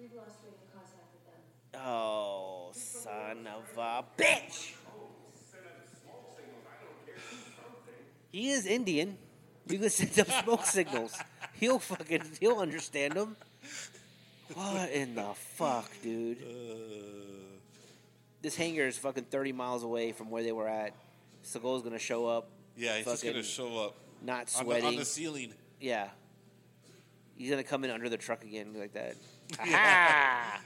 [SPEAKER 6] We've lost radio contact with them.
[SPEAKER 1] Oh, son of a bitch! He is Indian. You can send him smoke signals. He'll fucking he'll understand them. What in the fuck, dude?
[SPEAKER 2] Uh,
[SPEAKER 1] This hangar is fucking thirty miles away from where they were at. Seagull's gonna show up.
[SPEAKER 2] Yeah, he's just going to
[SPEAKER 1] Fucking
[SPEAKER 2] show up
[SPEAKER 1] Not
[SPEAKER 2] on the,
[SPEAKER 1] sweating.
[SPEAKER 2] on the ceiling.
[SPEAKER 1] Yeah. He's gonna come in under the truck again like that. Ha!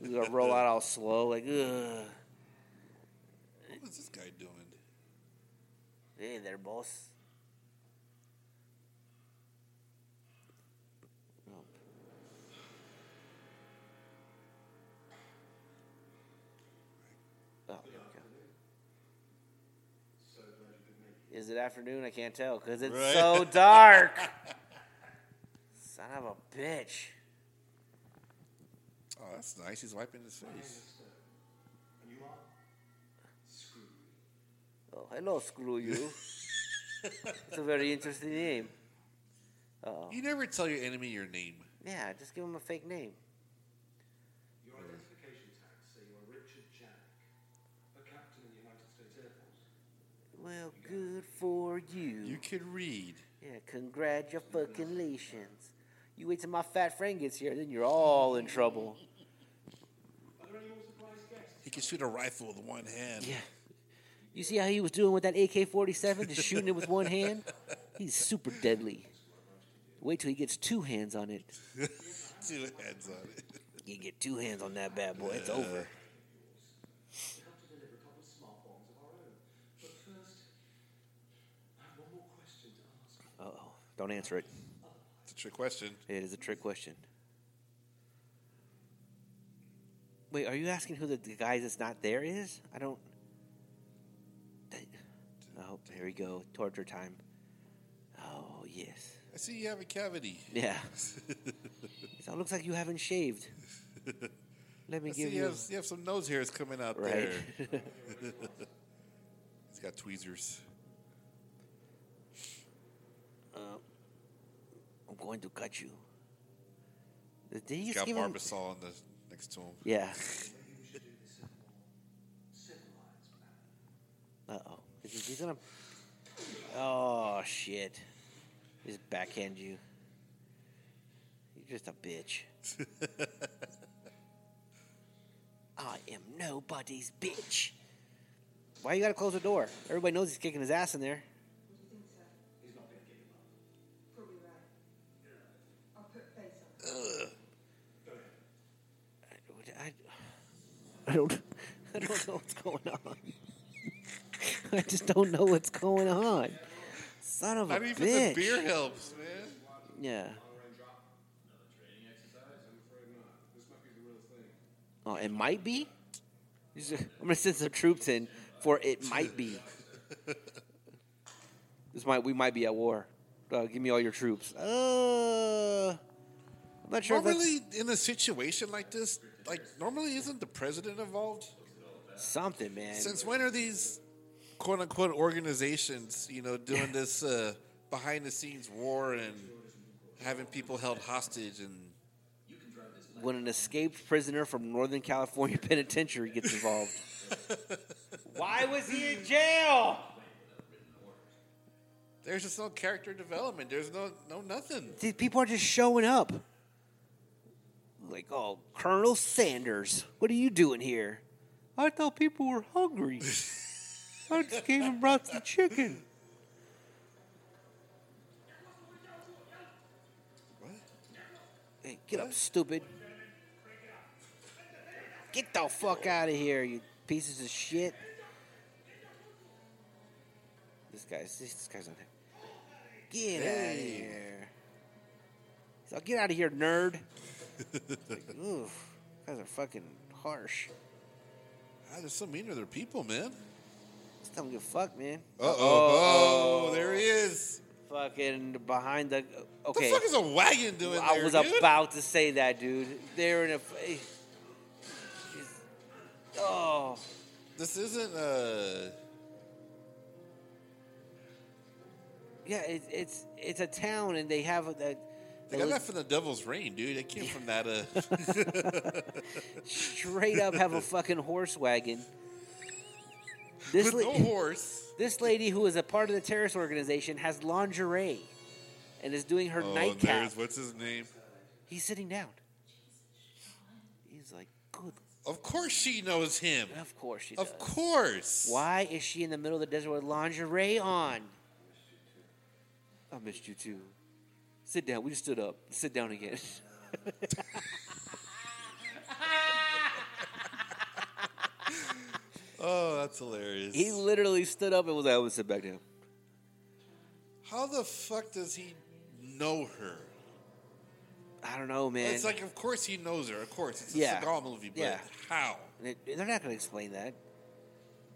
[SPEAKER 1] He's gonna roll out all slow, like ugh.
[SPEAKER 2] What is this guy doing?
[SPEAKER 1] Hey there, boss. Oh. Oh, here we go. Is it afternoon? I can't tell because it's
[SPEAKER 2] Right.
[SPEAKER 1] so dark. Son of a bitch.
[SPEAKER 2] Oh, that's nice. He's wiping his face.
[SPEAKER 1] Oh, hello, screw you. it's a very interesting name. Oh.
[SPEAKER 2] You never tell your enemy your name.
[SPEAKER 1] Yeah, just give him a fake name.
[SPEAKER 4] Your identification tags say you are Richard Janik, a captain in the United States Air Force.
[SPEAKER 1] Well, good for
[SPEAKER 2] You can read.
[SPEAKER 1] Yeah, congratulations. You wait till my fat friend gets here, then you're all in trouble.
[SPEAKER 4] Are there any more surprise guests?
[SPEAKER 2] He can shoot a rifle with one hand.
[SPEAKER 1] Yeah. You see how he was doing with that AK 47? Just shooting it with one hand? He's super deadly. Wait till he gets two hands on it.
[SPEAKER 2] Two hands on it.
[SPEAKER 1] You get two hands on that bad boy, it's over.
[SPEAKER 4] We have to deliver a couple of small bombs of our own. But first, I have one more question to ask.
[SPEAKER 1] Uh oh. Don't answer it.
[SPEAKER 2] It's a trick question.
[SPEAKER 1] It is a trick question. Wait, are you asking who the, the guy that's not there is? I don't. That- Oh, here we go. Torture time. Oh, yes.
[SPEAKER 2] I see you have a cavity.
[SPEAKER 1] Yeah. so it looks like you haven't shaved. Let me
[SPEAKER 2] I see
[SPEAKER 1] give
[SPEAKER 2] you
[SPEAKER 1] you.
[SPEAKER 2] have, you have some nose hairs coming out
[SPEAKER 1] Right.
[SPEAKER 2] there. He's got tweezers.
[SPEAKER 1] I'm going to cut you. Did he
[SPEAKER 2] He's
[SPEAKER 1] just
[SPEAKER 2] got
[SPEAKER 1] give him?
[SPEAKER 2] Barbasol on the next to him.
[SPEAKER 1] Yeah.
[SPEAKER 4] Maybe we should do this in a more civilized manner.
[SPEAKER 1] Uh oh. He's gonna. Oh shit! Just backhand you. You're just a bitch. I am nobody's bitch. Why you gotta close the door? Everybody knows he's kicking his ass in there.
[SPEAKER 6] Do you think so?
[SPEAKER 4] He's not going to give him up.
[SPEAKER 6] Probably right. I'll put face on.
[SPEAKER 1] I, I don't. I don't know what's going on. I just don't know what's going on. Son of a
[SPEAKER 2] Not even
[SPEAKER 1] bitch.
[SPEAKER 2] the beer helps, man.
[SPEAKER 1] Yeah. Oh, it might be. He's- I'm gonna send some troops in for it might be. this might we might be at war. Uh, give me all your troops. Uh, I'm not sure. if that's-
[SPEAKER 2] Normally, in a situation like this, like normally isn't the president involved?
[SPEAKER 1] something, man.
[SPEAKER 2] Since when are these quote unquote organizations, you know, doing this uh, behind the scenes war and having people held hostage and
[SPEAKER 1] when an escaped prisoner from Northern California Penitentiary gets involved. Why was he in jail?
[SPEAKER 2] there's just no character development. There's no no nothing.
[SPEAKER 1] These people are just showing up. Like, oh, Colonel Sanders, what are you doing here? I thought people were hungry. I just came and brought some chicken.
[SPEAKER 2] What?
[SPEAKER 1] Hey, get up, stupid. Get the fuck out of here, you pieces of shit. This guy's this guy's on it. Get out of
[SPEAKER 2] Hey.
[SPEAKER 1] here. So get out of here, nerd. like, oof, guys are fucking harsh.
[SPEAKER 2] God, Ah, they're so mean to their people, man.
[SPEAKER 1] Just don't give a fuck, man.
[SPEAKER 2] Uh oh. Oh, there he is.
[SPEAKER 1] Fucking behind the
[SPEAKER 2] What
[SPEAKER 1] okay.
[SPEAKER 2] the fuck is a wagon doing
[SPEAKER 1] I
[SPEAKER 2] there,
[SPEAKER 1] was
[SPEAKER 2] dude?
[SPEAKER 1] about to say that, dude. They're in a. eh. Oh.
[SPEAKER 2] This isn't uh
[SPEAKER 1] Yeah, it, it's it's a town, and they have that.
[SPEAKER 2] they got that from the Devil's Rain, dude. It came from that uh
[SPEAKER 1] straight up have a fucking horse wagon. This
[SPEAKER 2] with
[SPEAKER 1] la-
[SPEAKER 2] no horse.
[SPEAKER 1] this lady who is a part of the terrorist organization has lingerie, and is doing her
[SPEAKER 2] Oh, and
[SPEAKER 1] nightcap.
[SPEAKER 2] there's what's his name?
[SPEAKER 1] He's sitting down. He's like, good.
[SPEAKER 2] Of course she knows him.
[SPEAKER 1] Of course she
[SPEAKER 2] Of
[SPEAKER 1] does.
[SPEAKER 2] course.
[SPEAKER 1] Why is she in the middle of the desert with lingerie on? I missed you too. Sit down. We just stood up. Sit down again.
[SPEAKER 2] Oh, that's hilarious.
[SPEAKER 1] he literally stood up and was like, "I'm gonna sit back down."
[SPEAKER 2] How the fuck does he know her?
[SPEAKER 1] I don't know, man.
[SPEAKER 2] it's like, of course he knows her. Of course, it's a
[SPEAKER 1] Yeah.
[SPEAKER 2] Seagal movie, but
[SPEAKER 1] Yeah.
[SPEAKER 2] how?
[SPEAKER 1] And it- They're not going to explain that.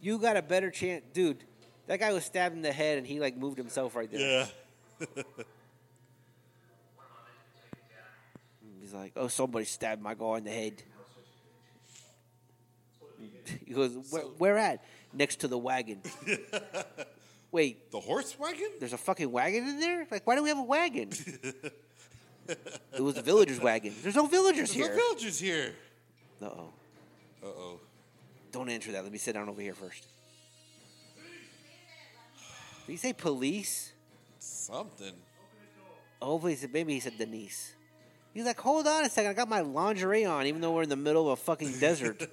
[SPEAKER 1] You got a better chance, dude. That guy was stabbed in the head, and he like moved himself right there. He's like, "Oh, somebody stabbed my guy in the head." He goes, where, "Where at?" Next to the wagon. Wait,
[SPEAKER 2] The horse wagon?
[SPEAKER 1] there's a fucking wagon in there? Like, why do we have a wagon? it was the villagers' wagon. There's no villagers
[SPEAKER 2] There's no
[SPEAKER 1] here.
[SPEAKER 2] villagers here.
[SPEAKER 1] Uh oh.
[SPEAKER 2] Uh oh.
[SPEAKER 1] Don't answer that. Let me sit down over here first. Did he say police?
[SPEAKER 2] Something.
[SPEAKER 1] Hopefully, he said, maybe he said Denise. He's like, hold on a second. I got my lingerie on, even though we're in the middle of a fucking desert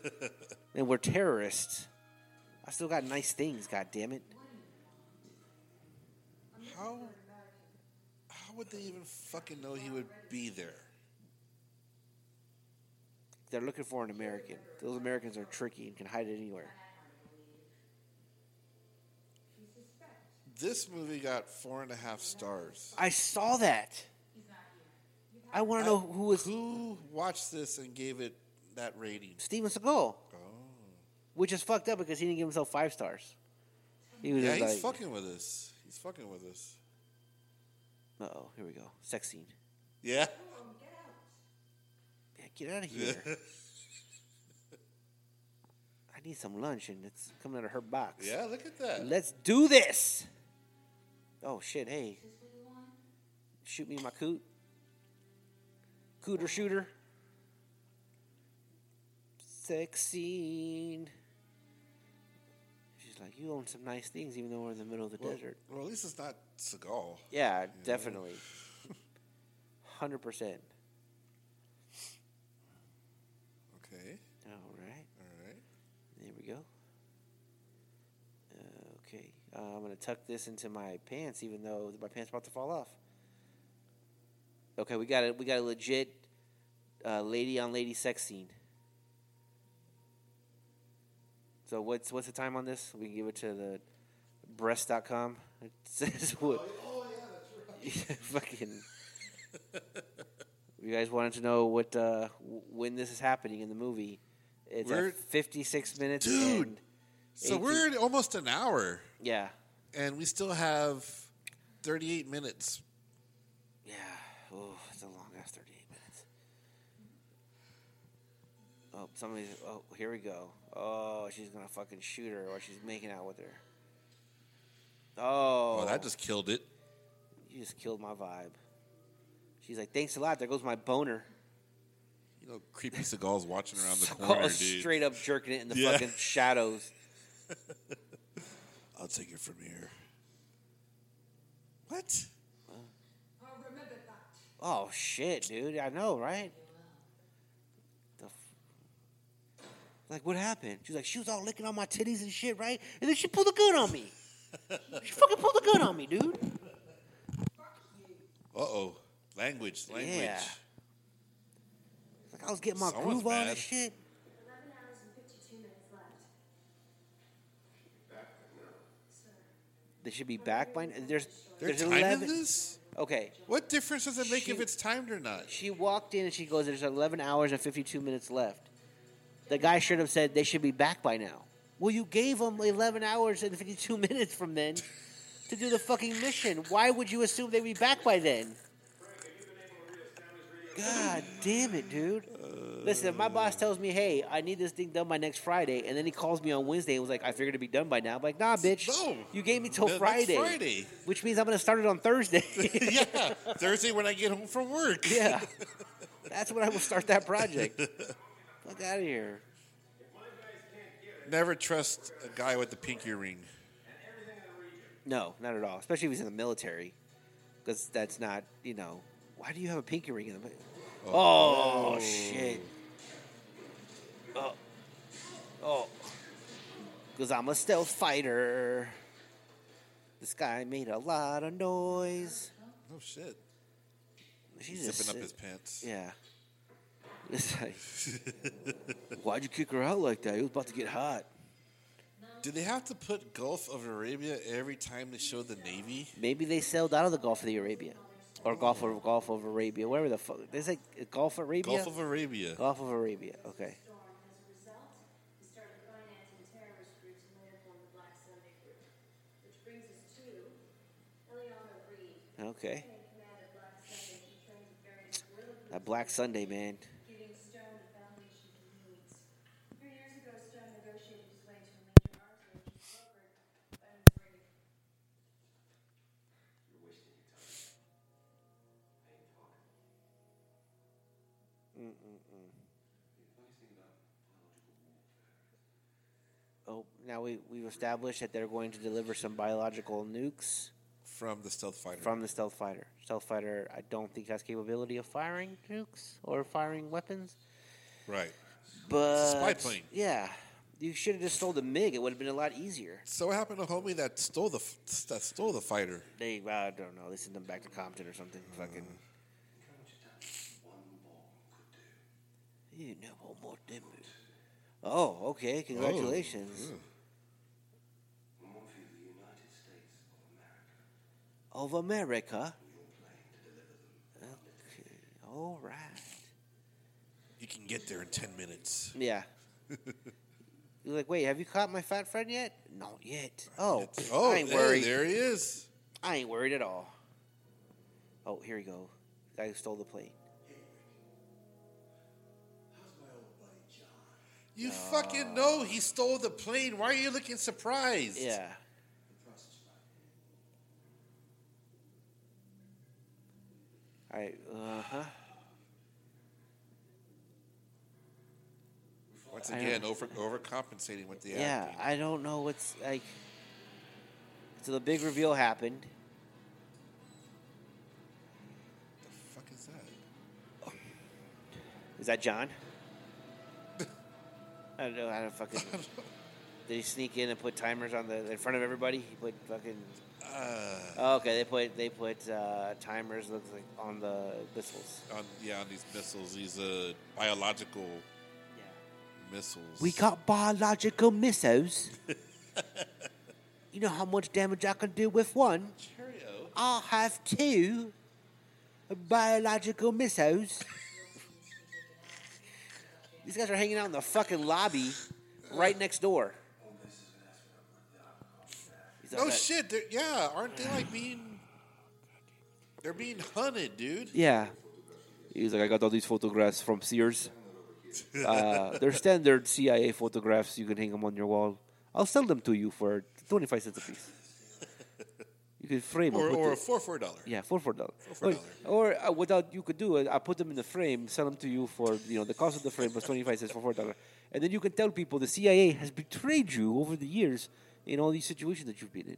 [SPEAKER 1] and we're terrorists. I still got nice things. God damn it!
[SPEAKER 2] How? How would they even fucking know he would be there?
[SPEAKER 1] They're looking for an American. Those Americans are tricky and can hide it anywhere.
[SPEAKER 2] This movie got four and a half stars.
[SPEAKER 1] I saw that. I want to know who was
[SPEAKER 2] Who watched this and gave it that rating?
[SPEAKER 1] Steven Seagal,
[SPEAKER 2] Oh,
[SPEAKER 1] which is fucked up because he didn't give himself five stars. He was
[SPEAKER 2] yeah,
[SPEAKER 1] just
[SPEAKER 2] he's
[SPEAKER 1] like,
[SPEAKER 2] fucking with us. He's fucking with us.
[SPEAKER 1] Uh oh, here we go. Sex scene.
[SPEAKER 2] Yeah.
[SPEAKER 1] Man, get out of here. I need some lunch, and it's coming out of her box.
[SPEAKER 2] Yeah, look at that.
[SPEAKER 1] Let's do this. Oh shit! Hey,
[SPEAKER 6] Is this what you want?
[SPEAKER 1] shoot me my coot. Cooter shooter. Sex scene. She's like, you own some nice things, even though we're in the middle of the
[SPEAKER 2] well,
[SPEAKER 1] desert.
[SPEAKER 2] well, at least it's not Seagal.
[SPEAKER 1] Yeah, definitely. Hundred percent.
[SPEAKER 2] Okay.
[SPEAKER 1] All right.
[SPEAKER 2] All right.
[SPEAKER 1] There we go. Uh, okay, uh, I'm gonna tuck this into my pants, even though my pants about to fall off. Okay, we got it. We got a legit uh, lady on lady sex scene. So what's what's the time on this? We can give it to the breast.com. It says what? Fucking. You guys wanted to know what uh, w- when this is happening in the movie? It's
[SPEAKER 2] We're-
[SPEAKER 1] at 56 minutes.
[SPEAKER 2] Dude!
[SPEAKER 1] and-
[SPEAKER 2] So
[SPEAKER 1] 18
[SPEAKER 2] we're at almost an hour,
[SPEAKER 1] yeah,
[SPEAKER 2] and we still have 38 minutes.
[SPEAKER 1] yeah. Oh, it's a long ass 38 minutes. Oh, somebody's. Oh, here we go. Oh, she's gonna fucking shoot her, or she's making out with her. Oh,
[SPEAKER 2] Oh, that just killed it.
[SPEAKER 1] you just killed my vibe. She's like, "Thanks a lot." There goes my boner.
[SPEAKER 2] You know, creepy Seagal's watching around the
[SPEAKER 1] So-
[SPEAKER 2] corner, dude.
[SPEAKER 1] straight up jerking it in the
[SPEAKER 2] Yeah.
[SPEAKER 1] fucking shadows.
[SPEAKER 2] I'll take it from here. What?
[SPEAKER 6] I remember that.
[SPEAKER 1] Oh shit, dude! I know, right? The f- like, what happened? She's like, she was all licking on my titties and shit, right? And then she pulled a gun on me. she fucking pulled a gun on me, dude.
[SPEAKER 2] Uh oh. Language, language.
[SPEAKER 1] Yeah. Like I was getting my
[SPEAKER 2] Someone's
[SPEAKER 1] groove on
[SPEAKER 2] mad.
[SPEAKER 1] and shit.
[SPEAKER 6] 11 hours and 52 minutes left.
[SPEAKER 1] They should be back by. n- There's
[SPEAKER 2] They're
[SPEAKER 1] there's
[SPEAKER 2] timing
[SPEAKER 1] eleven.
[SPEAKER 2] this?
[SPEAKER 1] Okay,
[SPEAKER 2] What difference does it make if
[SPEAKER 1] Shoot.
[SPEAKER 2] it's timed or not?
[SPEAKER 1] she walked in and she goes, "There's eleven hours and fifty-two minutes left." The guy should have said they should be back by now. Well, you gave them eleven hours and fifty-two minutes from then to do the fucking mission. Why would you assume they'd be back by then? God damn it, dude. Listen, if my boss tells me, hey, I need this thing done by next Friday, and then he calls me on Wednesday and was like, I figured it'd be done by now. I'm like, nah, bitch.
[SPEAKER 2] No.
[SPEAKER 1] You gave me till
[SPEAKER 2] No, next
[SPEAKER 1] Friday.
[SPEAKER 2] Friday.
[SPEAKER 1] Which means I'm going to start it on Thursday.
[SPEAKER 2] yeah. Thursday when I get home from work.
[SPEAKER 1] Yeah. That's when I will start that project. Fuck out of here.
[SPEAKER 2] Never trust a guy with the pinky ring.
[SPEAKER 1] No, not at all. Especially if he's in the military. Because that's not, you know. Why do you have a pinky ring in the mi- Oh, shit. Oh. Oh. Because I'm a stealth fighter. This guy made a lot of noise.
[SPEAKER 2] Oh shit.
[SPEAKER 1] She's
[SPEAKER 2] Zipping
[SPEAKER 1] just
[SPEAKER 2] up
[SPEAKER 1] sit-
[SPEAKER 2] his pants.
[SPEAKER 1] Yeah. It's like, why'd you kick her out like that? It was about to get hot.
[SPEAKER 2] Do they have to put Gulf of Arabia every time they show the Navy?
[SPEAKER 1] Maybe they sailed out of the Gulf of the Arabia, or Gulf of Gulf of Arabia, whatever the fuck. They say Gulf of Arabia.
[SPEAKER 2] Gulf of Arabia.
[SPEAKER 1] Gulf of Arabia. Okay.
[SPEAKER 6] Storm. As a result, we started financing terrorist groups and later formed the Black Sunday Group, which brings us to Eliana Reed,
[SPEAKER 1] Okay.
[SPEAKER 6] in command of Black Sunday, who trained the various guerrilla groups,
[SPEAKER 1] That Black Sunday, man.
[SPEAKER 6] giving Stone the foundation he needs. Three years ago, Stone negotiated his way to a major arms deal, which was brokered by an Israeli
[SPEAKER 1] Oh, now we we've established that they're going to deliver some biological nukes
[SPEAKER 2] From the stealth fighter.
[SPEAKER 1] from the stealth fighter. Stealth fighter, I don't think has capability of firing nukes or firing weapons.
[SPEAKER 2] right.
[SPEAKER 1] But
[SPEAKER 2] spy plane.
[SPEAKER 1] Yeah, you should have just sold a MiG. It would have been a lot easier.
[SPEAKER 2] So what happened to homie that stole the f- that stole the fighter?
[SPEAKER 1] They, I don't know. They sent them back to Compton or something.
[SPEAKER 2] Mm.
[SPEAKER 1] Fucking. You never more them. Oh, okay.
[SPEAKER 2] Oh,
[SPEAKER 1] Congratulations. Of America. Okay. All right.
[SPEAKER 2] You can get there in ten minutes.
[SPEAKER 1] Yeah. You're like, wait, have you caught my fat friend yet? Not yet. Oh,
[SPEAKER 2] Oh,
[SPEAKER 1] I ain't
[SPEAKER 2] hey,
[SPEAKER 1] worried.
[SPEAKER 2] there he is.
[SPEAKER 1] I ain't worried at all. Oh, here we go. Guy who stole the plate.
[SPEAKER 4] How's my old buddy John?
[SPEAKER 2] You fucking know he stole the plane. Why are you looking surprised?
[SPEAKER 1] Yeah. I uh huh.
[SPEAKER 2] Once
[SPEAKER 1] I
[SPEAKER 2] again,
[SPEAKER 1] don't-
[SPEAKER 2] over overcompensating with the
[SPEAKER 1] Yeah,
[SPEAKER 2] acting.
[SPEAKER 1] I don't know what's like. So the big reveal happened.
[SPEAKER 2] What the fuck is that?
[SPEAKER 1] Is that John? I don't know how to fucking. Did he sneak in and put timers on the in front of everybody? He put fucking. oh, okay, they put they put uh, timers looks like on the missiles.
[SPEAKER 2] On, yeah, on these missiles, these uh, biological missiles.
[SPEAKER 1] We got biological missiles. you know how much damage I can do with one.
[SPEAKER 2] Cheerio.
[SPEAKER 1] I'll have two biological missiles. These guys are hanging out in the fucking lobby right next door. He's like
[SPEAKER 2] No
[SPEAKER 1] that-
[SPEAKER 2] Oh, shit. They're, yeah, aren't they like being? They're being hunted, dude.
[SPEAKER 1] Yeah. He's like, I got all these photographs from Sears. Uh, they're standard CIA photographs. You can hang them on your wall. I'll sell them to you for 25 cents a piece. You could frame 'em,
[SPEAKER 2] Or,
[SPEAKER 1] put
[SPEAKER 2] or
[SPEAKER 1] the-
[SPEAKER 2] a four for a dollar.
[SPEAKER 1] Yeah, four for a dollar.
[SPEAKER 2] for a
[SPEAKER 1] Or- Or, uh, without you could do it, I put them in the frame, sell them to you for you know the cost of the frame was twenty five cents for four dollar, and then you can tell people the CIA has betrayed you over the years in all these situations that you've been in.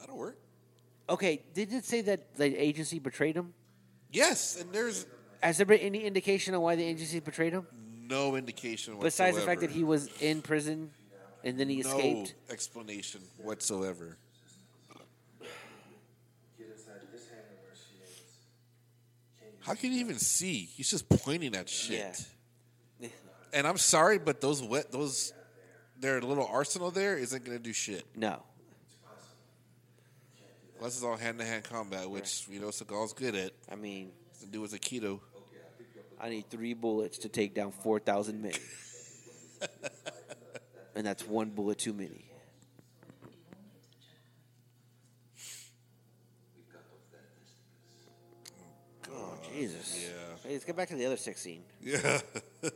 [SPEAKER 2] That'll work.
[SPEAKER 1] Okay, did it say that the agency betrayed him?
[SPEAKER 2] Yes, and there's
[SPEAKER 1] Has there been any indication on why the agency betrayed him
[SPEAKER 2] no indication
[SPEAKER 1] besides the
[SPEAKER 2] whatsoever.
[SPEAKER 1] fact that he was in prison and then he
[SPEAKER 2] no
[SPEAKER 1] escaped?
[SPEAKER 2] explanation whatsoever.
[SPEAKER 3] Get inside this hangar where she is.
[SPEAKER 2] How can you even see? He's just pointing at shit.
[SPEAKER 1] Yeah.
[SPEAKER 2] And I'm sorry, but those wet those their little arsenal there isn't gonna do shit
[SPEAKER 1] No.
[SPEAKER 2] unless it's all hand to hand combat, which you know Seagal's good at.
[SPEAKER 1] I mean,
[SPEAKER 2] To do with Aikido.
[SPEAKER 1] I need three bullets to take down 4,000 men. and that's one bullet too many. Oh, Jesus.
[SPEAKER 2] yeah.
[SPEAKER 1] Hey, let's get back to the other sex scene.
[SPEAKER 2] Yeah.
[SPEAKER 1] I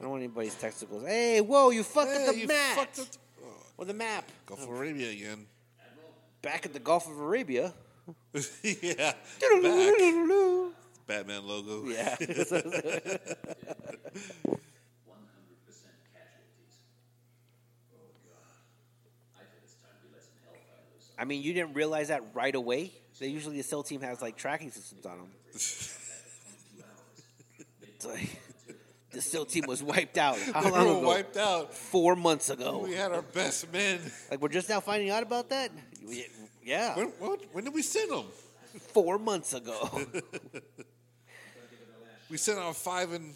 [SPEAKER 1] don't want anybody's testicles. Hey, whoa, you fucked
[SPEAKER 2] Hey,
[SPEAKER 1] up the
[SPEAKER 2] you
[SPEAKER 1] map!
[SPEAKER 2] fucked up- oh,
[SPEAKER 1] Well, the map.
[SPEAKER 2] Gulf of Arabia again.
[SPEAKER 1] Back at the Gulf of Arabia.
[SPEAKER 2] yeah. Back. Batman logo.
[SPEAKER 1] Yeah. I mean, you didn't realize that right away. They usually the cell team has like tracking systems on them. It's like, the cell team was wiped out. How
[SPEAKER 2] They
[SPEAKER 1] long
[SPEAKER 2] were
[SPEAKER 1] ago?
[SPEAKER 2] wiped out.
[SPEAKER 1] Four months ago.
[SPEAKER 2] We had our best men.
[SPEAKER 1] Like we're just now finding out about that. We- Yeah,
[SPEAKER 2] When, what, when did we send them?
[SPEAKER 1] four months ago.
[SPEAKER 2] We sent out five and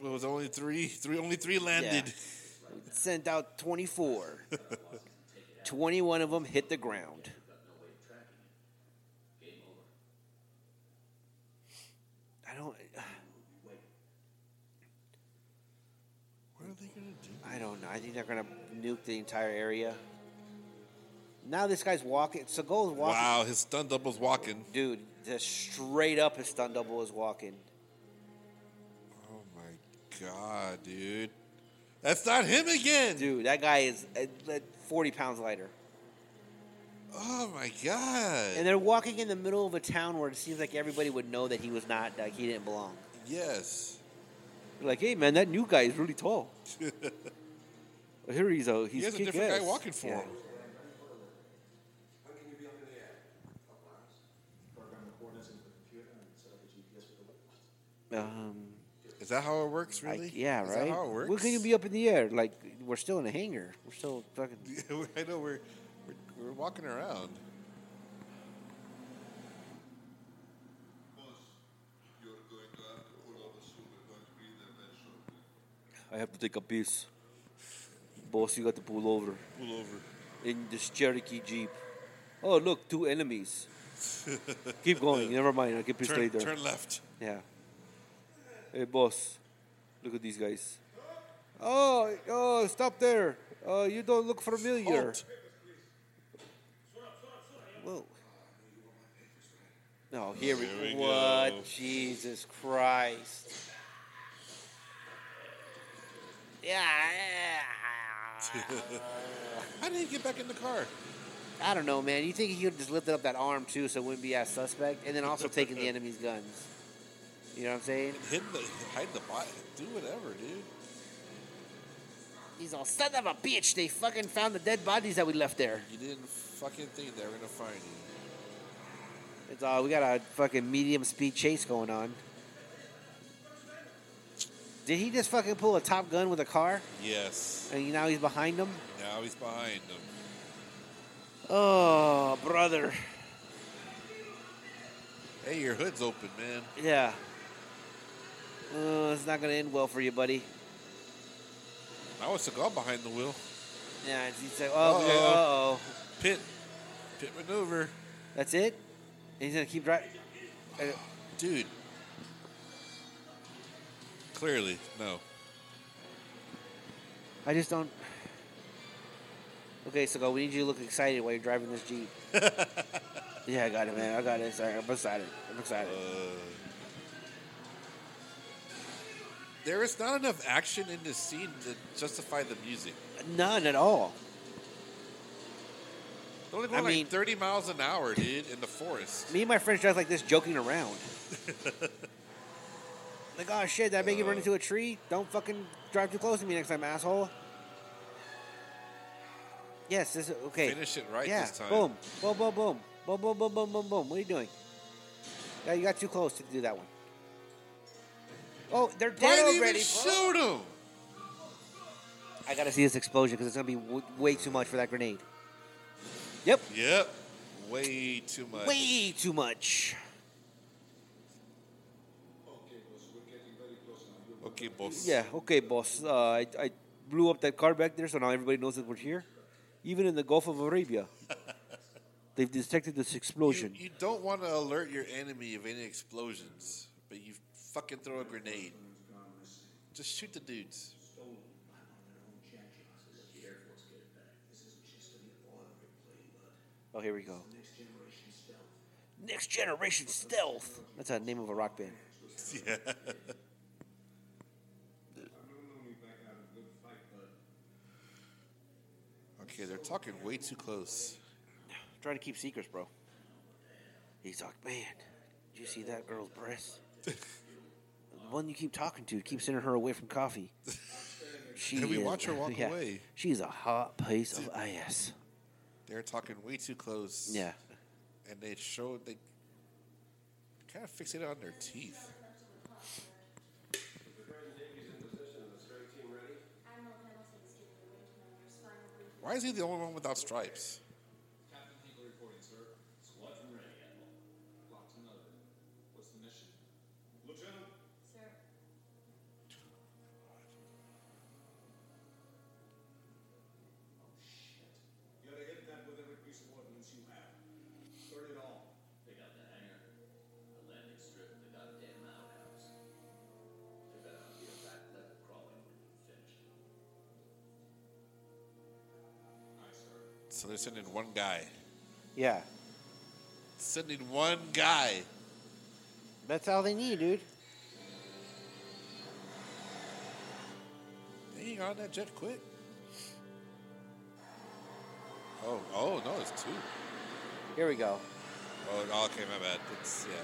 [SPEAKER 2] well, it was only three. Three only three landed.
[SPEAKER 1] sent out 24. 21 of them hit the ground. I don't.
[SPEAKER 2] What are they gonna do?
[SPEAKER 1] I don't know. I think they're gonna nuke the entire area. Now this guy's walking. Seagal's walking.
[SPEAKER 2] Wow, his stunt double's walking.
[SPEAKER 1] Dude, just straight up his stun double is walking.
[SPEAKER 2] Oh my god, dude. That's not him again.
[SPEAKER 1] Dude, that guy is uh, like 40 pounds lighter.
[SPEAKER 2] Oh my god.
[SPEAKER 1] And they're walking in the middle of a town where it seems like everybody would know that he was not, like, he didn't belong.
[SPEAKER 2] yes.
[SPEAKER 1] They're like, hey, man, that new guy is really tall. Here he's a he's
[SPEAKER 2] He has a
[SPEAKER 1] kick
[SPEAKER 2] different guy
[SPEAKER 1] ass.
[SPEAKER 2] walking for
[SPEAKER 1] Yeah.
[SPEAKER 2] him.
[SPEAKER 3] When can you be up in the air? Couple hours.
[SPEAKER 4] Program the coordinates into the computer and set up a GPS with the weapons.
[SPEAKER 1] Um,
[SPEAKER 2] Is that how it works, really?
[SPEAKER 1] I, yeah,
[SPEAKER 2] Is
[SPEAKER 1] right.
[SPEAKER 2] that how it works?
[SPEAKER 1] When can you be up in the air? Like we're still in a hangar. We're still fucking.
[SPEAKER 2] I know we're, we're we're walking around.
[SPEAKER 3] You're going to have to pull over soon. We're going to be there very shortly.
[SPEAKER 1] I have to take a piss. Boss, you got to pull over
[SPEAKER 2] Pull over.
[SPEAKER 1] in this Cherokee Jeep. Oh, look, two enemies. Keep going. Never mind. I'll get pissed
[SPEAKER 2] Turn,
[SPEAKER 1] later.
[SPEAKER 2] turn left.
[SPEAKER 1] Yeah. Hey, boss. Look at these guys. Oh, oh, stop there. Uh, you don't look familiar.
[SPEAKER 2] Halt.
[SPEAKER 1] Whoa. No, here we,
[SPEAKER 2] There we
[SPEAKER 1] What?
[SPEAKER 2] go.
[SPEAKER 1] Jesus Christ. Yeah.
[SPEAKER 2] How did he get back in the car?
[SPEAKER 1] I don't know, man. You think he would just lifted up that arm too, so it wouldn't be as suspect, and then also taking the enemy's guns. You know what I'm saying?
[SPEAKER 2] Hidden the, hide the body. Do whatever, dude.
[SPEAKER 1] He's all son of a bitch. They fucking found the dead bodies that we left there.
[SPEAKER 2] You didn't fucking think they were gonna find you.
[SPEAKER 1] It's all we got a fucking medium speed chase going on. Did he just fucking pull a Top Gun with a car,
[SPEAKER 2] Yes.
[SPEAKER 1] and now he's behind him?
[SPEAKER 2] Now he's behind them.
[SPEAKER 1] Oh, brother.
[SPEAKER 2] Hey, your hood's open, man.
[SPEAKER 1] Yeah. Uh, it's not gonna end well for you, buddy.
[SPEAKER 2] I was have gone behind the wheel.
[SPEAKER 1] Yeah, he said, "Oh,
[SPEAKER 2] Uh-oh.
[SPEAKER 1] uh oh,
[SPEAKER 2] Pit. Pit maneuver.
[SPEAKER 1] that's it." And he's gonna keep driving.
[SPEAKER 2] Dude. Clearly, no.
[SPEAKER 1] I just don't. Okay, Seagal, we need you to look excited while you're driving this jeep. yeah, I got it, man. I got it. Sorry, I'm excited. I'm excited.
[SPEAKER 2] There is not enough action in this scene to justify the music.
[SPEAKER 1] None at all.
[SPEAKER 2] They're only
[SPEAKER 1] I
[SPEAKER 2] going like
[SPEAKER 1] mean-
[SPEAKER 2] 30 miles an hour, dude, in the forest.
[SPEAKER 1] Me and my friends drive like this, joking around. like, oh shit, did I make you run into a tree? Don't fucking drive too close to me next time, asshole. Yes, this is okay.
[SPEAKER 2] Finish it right
[SPEAKER 1] yeah,
[SPEAKER 2] this time.
[SPEAKER 1] Boom, boom, boom, boom, boom, boom, boom, boom, boom, boom. What are you doing? Yeah, you got too close to do that one. Oh, they're
[SPEAKER 2] Why
[SPEAKER 1] dead
[SPEAKER 2] didn't even
[SPEAKER 1] already. bro.
[SPEAKER 2] shoot him?
[SPEAKER 1] I gotta see this explosion because it's gonna be w- way too much for that grenade. Yep,
[SPEAKER 2] Yep. Way too much.
[SPEAKER 1] way too much.
[SPEAKER 2] Okay, boss.
[SPEAKER 1] Yeah, okay, boss. Uh, I, I blew up that car back there, so now everybody knows that we're here. Even in the Gulf of Arabia, they've detected this
[SPEAKER 2] You,
[SPEAKER 1] explosion.
[SPEAKER 2] you don't want to alert your enemy of any explosions, but you fucking throw a grenade. Just shoot the dudes.
[SPEAKER 1] Oh, here we go. Next Generation Stealth. That's a name of a rock band.
[SPEAKER 2] Yeah. Okay, they're talking way too close.
[SPEAKER 1] Trying to keep secrets, bro. He's like, man, did you see that girl's breasts? the one you keep talking to keeps sending her away from coffee. She
[SPEAKER 2] Did we
[SPEAKER 1] is-
[SPEAKER 2] watch her walk
[SPEAKER 1] yeah,
[SPEAKER 2] away?
[SPEAKER 1] She's a hot piece of ass.
[SPEAKER 2] They're talking way too close.
[SPEAKER 1] Yeah.
[SPEAKER 2] And they show they kind of fixate on their teeth.
[SPEAKER 6] Admiral Hamilton is giving the wing commander's final briefing.
[SPEAKER 2] Why is he the only one without stripes?
[SPEAKER 4] Captain Hinkle reporting, sir. Squadron ready, Admiral. Locked and loaded. What's the mission? Lieutenant.
[SPEAKER 6] Sir,
[SPEAKER 4] You gotta hit that with every piece of ordnance you have. Burn it all. They got the hangar, the landing strip, and the goddamn outhouse. They better not be a rat left crawling when you finish. Aye, sir.
[SPEAKER 2] So they're sending one guy.
[SPEAKER 1] Yeah.
[SPEAKER 2] Sending one guy.
[SPEAKER 1] That's all they need, dude.
[SPEAKER 2] Dang, on that jet quick. Oh, oh no, it's two.
[SPEAKER 1] Here we go.
[SPEAKER 2] Oh, no, okay, my bad. It's yeah.